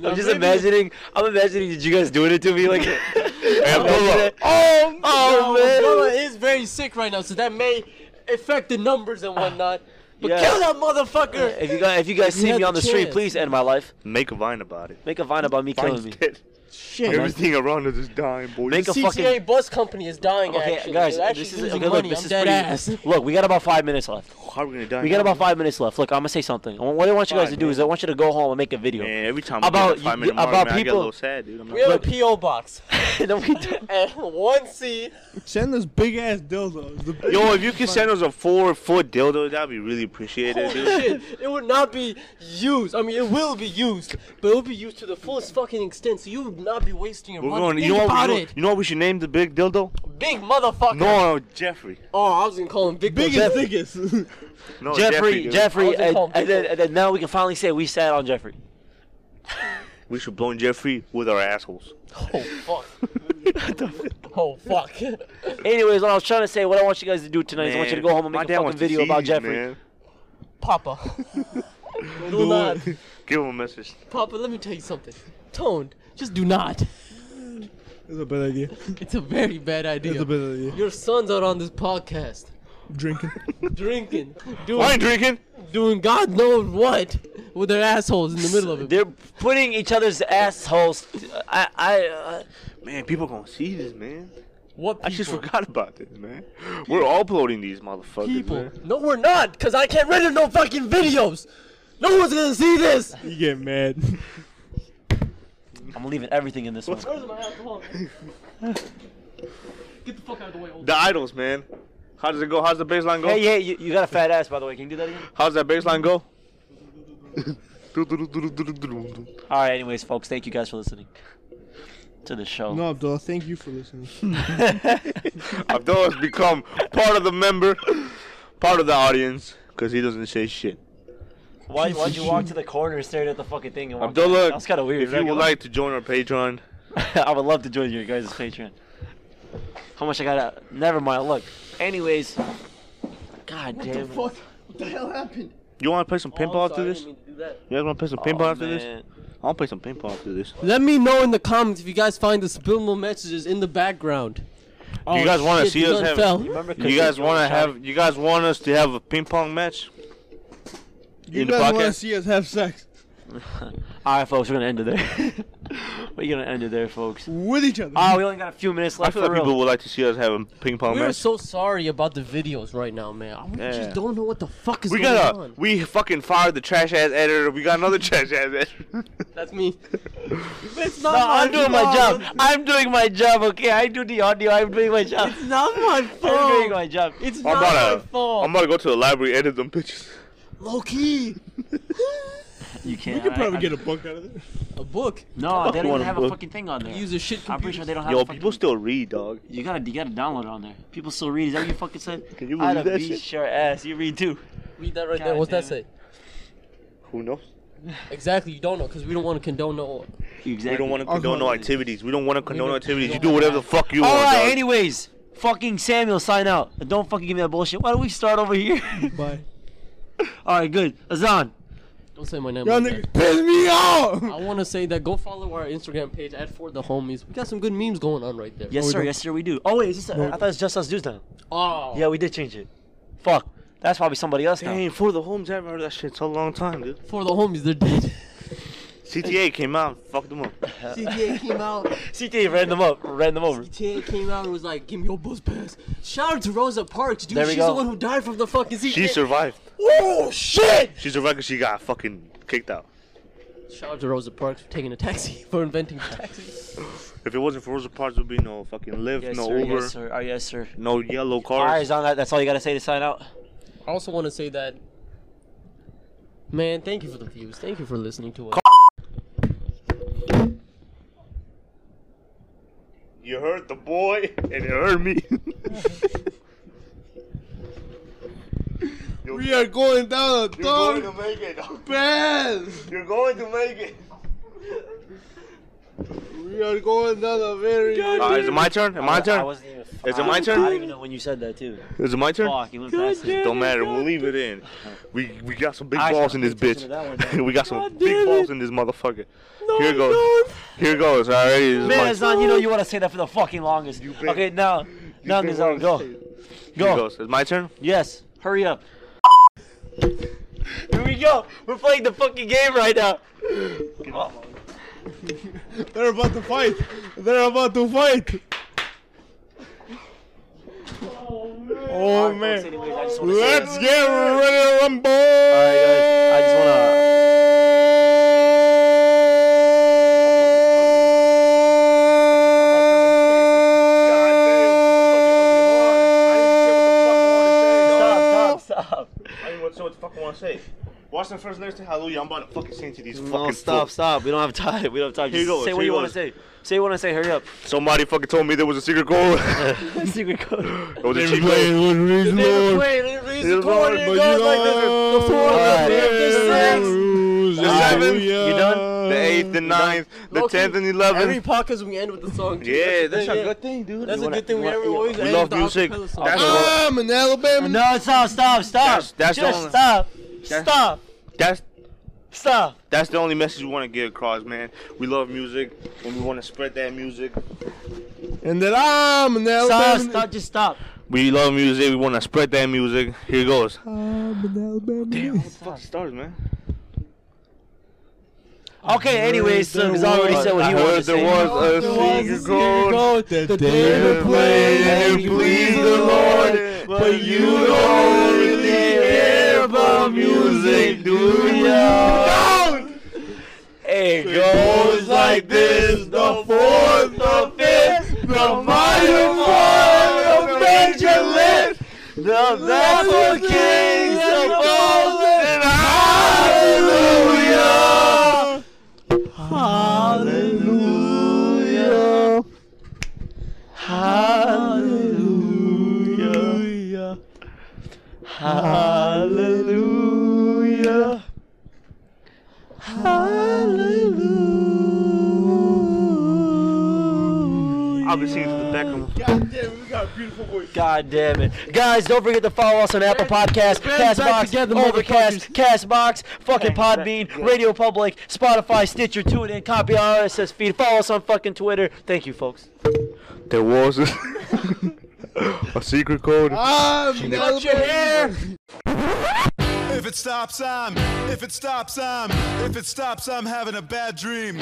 [SPEAKER 3] I'm just imagining. I'm imagining. Did you guys doing it to me? Like, Abdullah.
[SPEAKER 1] Oh,
[SPEAKER 3] Oh, man.
[SPEAKER 1] Abdullah is very sick right now, so that may affect the numbers and whatnot. But
[SPEAKER 3] Yeah.
[SPEAKER 1] kill that motherfucker!
[SPEAKER 3] If you guys, if you guys
[SPEAKER 1] You
[SPEAKER 3] see
[SPEAKER 1] had
[SPEAKER 3] me
[SPEAKER 1] the
[SPEAKER 3] on the street,
[SPEAKER 1] chance.
[SPEAKER 3] please end my life.
[SPEAKER 4] Make a vine about it.
[SPEAKER 3] Make a vine about me killing
[SPEAKER 4] Vine's
[SPEAKER 3] me.
[SPEAKER 4] dead.
[SPEAKER 1] Shit.
[SPEAKER 4] Everything around us is dying, boy.
[SPEAKER 3] Make a
[SPEAKER 1] CTA
[SPEAKER 3] fucking.
[SPEAKER 1] bus company is dying.
[SPEAKER 3] Okay,
[SPEAKER 1] actually.
[SPEAKER 3] guys,
[SPEAKER 1] They're actually
[SPEAKER 3] this is
[SPEAKER 1] losing
[SPEAKER 3] okay. Look,
[SPEAKER 1] money.
[SPEAKER 3] this
[SPEAKER 1] I'm
[SPEAKER 3] is
[SPEAKER 1] dead
[SPEAKER 3] pretty.
[SPEAKER 1] ass.
[SPEAKER 3] Look, we got about five minutes left.
[SPEAKER 4] How are we gonna die?
[SPEAKER 3] We got
[SPEAKER 4] now?
[SPEAKER 3] about five minutes left. Look, I'm gonna say something. And What I want you guys to
[SPEAKER 4] Fine,
[SPEAKER 3] do is I want you to go home and make a video.
[SPEAKER 4] Man, every time
[SPEAKER 3] About
[SPEAKER 4] I get that five
[SPEAKER 3] you-
[SPEAKER 4] minute mark,
[SPEAKER 3] about
[SPEAKER 4] man, I get a
[SPEAKER 3] people-
[SPEAKER 4] little sad, dude. I'm
[SPEAKER 1] We have
[SPEAKER 4] like,
[SPEAKER 1] a PO box.
[SPEAKER 3] Then we do-
[SPEAKER 1] And one C.
[SPEAKER 5] Send us big ass dildos. The big-
[SPEAKER 4] Yo, if you could send us a four foot dildo, that'd be really appreciated,
[SPEAKER 1] Holy
[SPEAKER 4] dude.
[SPEAKER 1] shit! It would not be used. I mean, it will be used, but it will be used to the fullest fucking extent. So you would not be wasting your
[SPEAKER 4] We're
[SPEAKER 1] money.
[SPEAKER 4] going.
[SPEAKER 1] Think
[SPEAKER 4] You know, what
[SPEAKER 1] about
[SPEAKER 4] we, you, know,
[SPEAKER 1] it,
[SPEAKER 4] you know what we should name the big dildo?
[SPEAKER 1] big motherfucker.
[SPEAKER 4] No, Jeffrey.
[SPEAKER 1] Oh, I was gonna call him big.
[SPEAKER 5] biggest,
[SPEAKER 1] Jeff-
[SPEAKER 5] biggest.
[SPEAKER 4] No,
[SPEAKER 3] Jeffrey,
[SPEAKER 4] Oh, dude.
[SPEAKER 1] I
[SPEAKER 3] Jeffrey,
[SPEAKER 1] was gonna
[SPEAKER 3] and,
[SPEAKER 1] call him
[SPEAKER 3] and then,
[SPEAKER 1] Pickle.
[SPEAKER 3] and then now we can finally say we sat on Jeffrey.
[SPEAKER 4] We should blow Jeffrey with our assholes.
[SPEAKER 1] Oh fuck. oh fuck.
[SPEAKER 3] Anyways, what I was trying to say, what I want you guys to do tonight is I want you to
[SPEAKER 4] Man,
[SPEAKER 3] go home and
[SPEAKER 4] my
[SPEAKER 3] make
[SPEAKER 4] dad
[SPEAKER 3] a fucking
[SPEAKER 4] wants to
[SPEAKER 3] video
[SPEAKER 4] see
[SPEAKER 3] about
[SPEAKER 4] you,
[SPEAKER 3] Jeffrey.
[SPEAKER 4] man.
[SPEAKER 1] Papa. do not.
[SPEAKER 4] Give him a message.
[SPEAKER 1] Papa, let me tell you something. Tone, just do not.
[SPEAKER 5] That's a bad idea.
[SPEAKER 1] It's a very bad idea.
[SPEAKER 5] That's a bad idea.
[SPEAKER 1] Your sons are on this podcast,
[SPEAKER 5] Drinking.
[SPEAKER 1] drinking,
[SPEAKER 4] I
[SPEAKER 1] doing,
[SPEAKER 4] ain't drinking.
[SPEAKER 1] doing God knows what with their assholes in the middle of it.
[SPEAKER 3] They're putting each other's assholes. I, I, uh,
[SPEAKER 4] Man, people gonna see this, man.
[SPEAKER 1] What people?
[SPEAKER 4] I just forgot about this, man. We're uploading these motherfuckers.
[SPEAKER 1] people.
[SPEAKER 4] man.
[SPEAKER 1] No, we're not, cause I can't render no fucking videos. No one's gonna see this.
[SPEAKER 5] You get mad.
[SPEAKER 3] I'm leaving everything in this one.
[SPEAKER 1] Where's my alcohol? Get the fuck out of the way, old.
[SPEAKER 4] The idols, man. How does it go? How's the baseline go?
[SPEAKER 3] Hey, hey, you, you got a fat ass, by the way. Can you do that again?
[SPEAKER 4] How's that baseline go?
[SPEAKER 3] All right, anyways, folks, thank you guys for listening to the show.
[SPEAKER 5] no, Abdullah, thank you for listening.
[SPEAKER 4] Abdul has become part of the member, part of the audience, because he doesn't say shit.
[SPEAKER 3] Why, why'd you walk to the corner and stared at the fucking thing? And walked
[SPEAKER 4] Abdullah,
[SPEAKER 3] That's kind of weird.
[SPEAKER 4] if you
[SPEAKER 3] right?
[SPEAKER 4] would like to join our Patreon,
[SPEAKER 3] I would love to join your guys' Patreon. How much I gotta? Never mind. Look. Anyways. God damn. it.
[SPEAKER 5] What the hell happened?
[SPEAKER 4] you want to play some pinball after this?
[SPEAKER 1] mean to do that.
[SPEAKER 4] You guys want to play some
[SPEAKER 3] Oh,
[SPEAKER 4] pinball after this?
[SPEAKER 3] man.
[SPEAKER 4] I'll play some pinball after this.
[SPEAKER 1] Let me know in the comments if you guys find the subliminal messages in the background.
[SPEAKER 4] Do you guys want to
[SPEAKER 1] Oh, shit,
[SPEAKER 4] see us
[SPEAKER 1] none
[SPEAKER 4] have?
[SPEAKER 1] fell.
[SPEAKER 3] Remember
[SPEAKER 4] You guys
[SPEAKER 3] Kazuki
[SPEAKER 4] want to
[SPEAKER 3] Oshai?
[SPEAKER 4] have? You guys want us to have a ping pong match?
[SPEAKER 5] You
[SPEAKER 4] In the
[SPEAKER 5] guys want to
[SPEAKER 4] podcast?
[SPEAKER 5] see us have sex
[SPEAKER 3] All right, folks, we're gonna end it there. we're gonna end it there, folks.
[SPEAKER 5] with each other.
[SPEAKER 3] Oh, we only got a few minutes
[SPEAKER 4] I
[SPEAKER 3] left.
[SPEAKER 4] feel
[SPEAKER 3] for
[SPEAKER 4] like
[SPEAKER 3] real.
[SPEAKER 4] people would like to see us have a ping pong
[SPEAKER 1] We are
[SPEAKER 4] match.
[SPEAKER 1] so sorry about the videos right now, man. We
[SPEAKER 4] Yeah.
[SPEAKER 1] just don't know what the fuck is
[SPEAKER 4] we
[SPEAKER 1] going
[SPEAKER 4] got a.
[SPEAKER 1] on.
[SPEAKER 4] We fucking fired the trash ass editor. We got another trash ass editor.
[SPEAKER 1] That's me. it's
[SPEAKER 3] No, I'm doing my job. I'm doing my job. Okay, I do the audio. I'm doing my job.
[SPEAKER 1] It's not my
[SPEAKER 3] I'm doing
[SPEAKER 1] fault.
[SPEAKER 3] my job. Oh,
[SPEAKER 1] It's
[SPEAKER 4] I'm
[SPEAKER 1] not my
[SPEAKER 4] about to.
[SPEAKER 1] fault.
[SPEAKER 4] I'm about to go to the library edit them pictures.
[SPEAKER 1] Low key.
[SPEAKER 3] You can't.
[SPEAKER 5] we could probably
[SPEAKER 3] I,
[SPEAKER 5] get a book out of this.
[SPEAKER 1] A book.
[SPEAKER 3] No, they don't even
[SPEAKER 4] want a
[SPEAKER 3] have a
[SPEAKER 4] book.
[SPEAKER 3] fucking thing on there.
[SPEAKER 1] Use a shit computer.
[SPEAKER 3] I'm pretty sure they don't have.
[SPEAKER 4] Yo,
[SPEAKER 3] a fucking,
[SPEAKER 4] people still read, dog.
[SPEAKER 3] You gotta, you gotta download it on there. People still read. Is that what you fucking said?
[SPEAKER 4] Can you
[SPEAKER 3] I'd
[SPEAKER 4] believe
[SPEAKER 3] have
[SPEAKER 4] that
[SPEAKER 3] beat
[SPEAKER 4] shit?
[SPEAKER 3] your ass. You read too.
[SPEAKER 1] Read that right
[SPEAKER 3] God
[SPEAKER 1] there. What's that
[SPEAKER 3] damn it.
[SPEAKER 1] say?
[SPEAKER 4] Who knows?
[SPEAKER 1] Exactly. You don't know because we don't want to condone no.
[SPEAKER 3] Exactly.
[SPEAKER 4] We don't want to condone no activities. We don't want to condone
[SPEAKER 1] don't-
[SPEAKER 4] activities. You do whatever the fuck you want,
[SPEAKER 3] All right.
[SPEAKER 4] dog.
[SPEAKER 3] Anyways, fucking Samuel, sign out. And Don't fucking give me that bullshit. Why don't we start over here?
[SPEAKER 5] Bye.
[SPEAKER 3] All right. Good. Azan.
[SPEAKER 1] Don't say my name.
[SPEAKER 5] Y'all
[SPEAKER 1] Like
[SPEAKER 5] niggas
[SPEAKER 1] that.
[SPEAKER 5] piss me off.
[SPEAKER 1] I want to say that go follow our Instagram page at for the homies. We got some good memes going on right there.
[SPEAKER 3] Yes,
[SPEAKER 5] we
[SPEAKER 3] sir.
[SPEAKER 5] don't-
[SPEAKER 3] Yes, sir. We do. Oh wait, is this, I thought it was just us dudes now.
[SPEAKER 1] Oh.
[SPEAKER 3] Yeah, we did change it. Fuck. That's probably somebody else now.
[SPEAKER 4] Dang, for the homes, I haven't heard that shit in so long time, dude.
[SPEAKER 1] For the homies, they're dead.
[SPEAKER 4] CTA came out, and fucked them up.
[SPEAKER 1] CTA came out.
[SPEAKER 3] CTA ran them up. Ran them over.
[SPEAKER 1] CTA came out and was like, "Give me your bus pass." Shout out to Rosa Parks, dude.
[SPEAKER 3] There we
[SPEAKER 1] She's
[SPEAKER 3] go.
[SPEAKER 1] the one who died from the fucking CTA.
[SPEAKER 4] She survived.
[SPEAKER 1] oh shit!
[SPEAKER 4] She survived 'cause she got fucking kicked out.
[SPEAKER 1] Shout out to Rosa Parks for taking a taxi for inventing taxis.
[SPEAKER 4] If it wasn't for Rosa Parks, there'd be no fucking Lyft,
[SPEAKER 3] Yes,
[SPEAKER 4] no
[SPEAKER 3] sir.
[SPEAKER 4] Uber,
[SPEAKER 3] Yes, sir. Oh, yes, sir.
[SPEAKER 4] no yellow
[SPEAKER 3] All right,
[SPEAKER 4] cars.
[SPEAKER 3] Azan. that- That's all you gotta say to sign out.
[SPEAKER 1] I also want to say that, man. Thank you for the views. Thank you for listening to us.
[SPEAKER 4] You heard the boy, and it hurt me.
[SPEAKER 5] We are going down a dark
[SPEAKER 4] make it. dog.
[SPEAKER 5] path.
[SPEAKER 4] You're going to make it.
[SPEAKER 5] We We are going down a very.
[SPEAKER 4] Uh, is it my turn? Am I my
[SPEAKER 3] I
[SPEAKER 4] turn?
[SPEAKER 3] wasn't even.
[SPEAKER 4] Is it my
[SPEAKER 3] I-
[SPEAKER 4] turn?
[SPEAKER 3] I don't even know when you said that too.
[SPEAKER 4] Is it my turn?
[SPEAKER 3] Fuck, you went past it.
[SPEAKER 4] Don't matter. We'll leave it in. We we got some big
[SPEAKER 3] I
[SPEAKER 4] balls in
[SPEAKER 3] should
[SPEAKER 4] this
[SPEAKER 3] pay attention to
[SPEAKER 4] bitch.
[SPEAKER 3] that one, though.
[SPEAKER 4] we got some big
[SPEAKER 1] damn
[SPEAKER 4] balls
[SPEAKER 1] it.
[SPEAKER 4] in this motherfucker.
[SPEAKER 1] No,
[SPEAKER 4] Here goes. Here goes. All right. This is
[SPEAKER 3] Man,
[SPEAKER 4] my-
[SPEAKER 3] Hassan, you know you want to say that for the fucking longest.
[SPEAKER 4] been-
[SPEAKER 3] okay, now, now,
[SPEAKER 4] been
[SPEAKER 3] Gonzalo,
[SPEAKER 4] wanting to
[SPEAKER 3] go.
[SPEAKER 4] Here
[SPEAKER 3] Go.
[SPEAKER 4] goes. It's my turn.
[SPEAKER 3] Yes, hurry up. Here we go. We're playing the fucking game right now.
[SPEAKER 5] They're about to fight. They're about to fight. Oh
[SPEAKER 3] Anyways,
[SPEAKER 5] man.
[SPEAKER 3] I just wanna say-
[SPEAKER 5] Let's get ready to rumble.
[SPEAKER 3] Alright, guys, uh, I just wanna. Stop! Stop! Stop!
[SPEAKER 4] Watch the first lyrics to Hallelujah. I'm about to fucking sing to these
[SPEAKER 3] No,
[SPEAKER 4] fucking
[SPEAKER 3] stop! Stop! We don't have time. We don't have time.
[SPEAKER 4] Here
[SPEAKER 3] Just
[SPEAKER 4] goes,
[SPEAKER 3] say what
[SPEAKER 4] here
[SPEAKER 3] you want
[SPEAKER 4] goes.
[SPEAKER 3] to say. Say what you want to say. Hurry up.
[SPEAKER 4] Somebody fucking told me there was a secret code.
[SPEAKER 3] Secret code.
[SPEAKER 4] it was a cheat code.
[SPEAKER 3] You done?
[SPEAKER 4] The eighth, the ninth, the
[SPEAKER 1] Low-key,
[SPEAKER 4] tenth, and
[SPEAKER 1] Every
[SPEAKER 4] eleventh.
[SPEAKER 1] podcast we end with the song. too.
[SPEAKER 4] Yeah,
[SPEAKER 1] the
[SPEAKER 4] that's
[SPEAKER 1] thing,
[SPEAKER 4] a
[SPEAKER 1] yeah.
[SPEAKER 4] good thing, dude.
[SPEAKER 1] That's
[SPEAKER 4] You
[SPEAKER 1] a
[SPEAKER 4] wanna-
[SPEAKER 1] good thing we
[SPEAKER 3] wanna-
[SPEAKER 1] ever
[SPEAKER 3] you
[SPEAKER 1] always
[SPEAKER 4] We
[SPEAKER 1] end
[SPEAKER 4] love
[SPEAKER 1] with the
[SPEAKER 4] music.
[SPEAKER 1] acapella song.
[SPEAKER 4] That's what-
[SPEAKER 5] I'm an Alabama.
[SPEAKER 3] No! Stop! Stop! Stop!
[SPEAKER 4] That's- that's the
[SPEAKER 3] Just
[SPEAKER 4] only-
[SPEAKER 3] stop! Stop!
[SPEAKER 4] That's
[SPEAKER 3] Stop!
[SPEAKER 4] that's the only message we want to get across, man. We love music, and we want to spread that music.
[SPEAKER 5] And then I'm an
[SPEAKER 3] Stop!
[SPEAKER 5] Alabama.
[SPEAKER 3] Stop! Just stop!
[SPEAKER 4] We love music. We want to spread that music. Here goes.
[SPEAKER 5] I'm an Alabama.
[SPEAKER 4] Fuck stars, man.
[SPEAKER 3] Okay. Anyways, so he's already said what
[SPEAKER 4] I
[SPEAKER 3] he wanted to
[SPEAKER 4] heard
[SPEAKER 3] say.
[SPEAKER 4] there was
[SPEAKER 5] There
[SPEAKER 4] a
[SPEAKER 5] was a
[SPEAKER 4] secret
[SPEAKER 5] secret
[SPEAKER 4] code.
[SPEAKER 5] code that they were playing and it pleased the Lord.
[SPEAKER 4] but
[SPEAKER 5] you don't really care
[SPEAKER 3] about music,
[SPEAKER 4] do
[SPEAKER 5] ya?
[SPEAKER 3] Hey,
[SPEAKER 5] Goes like this, the fourth, the fifth, the minor fourth, the major lift,
[SPEAKER 3] The
[SPEAKER 5] Vassal Kings of Poland.
[SPEAKER 4] And
[SPEAKER 5] Hallelujah!
[SPEAKER 4] Hallelujah!
[SPEAKER 3] Hallelujah. Hallelujah. Hallelujah.
[SPEAKER 4] I'll be singing to the back of
[SPEAKER 5] God damn, we got a beautiful voice.
[SPEAKER 3] God damn it. Guys, don't forget to follow us on Apple Podcasts,
[SPEAKER 5] Band's back
[SPEAKER 3] Castbox,
[SPEAKER 5] together,
[SPEAKER 3] Overcast, Castbox, fucking Podbean, Radio Public, Spotify, Stitcher, TuneIn, copy our RSS feed. Follow us on fucking Twitter. Thank you, folks.
[SPEAKER 4] There was a, a secret code.
[SPEAKER 5] I'm an Alabama.
[SPEAKER 2] If it stops, I'm. If it stops, I'm. If it stops, I'm having a bad dream.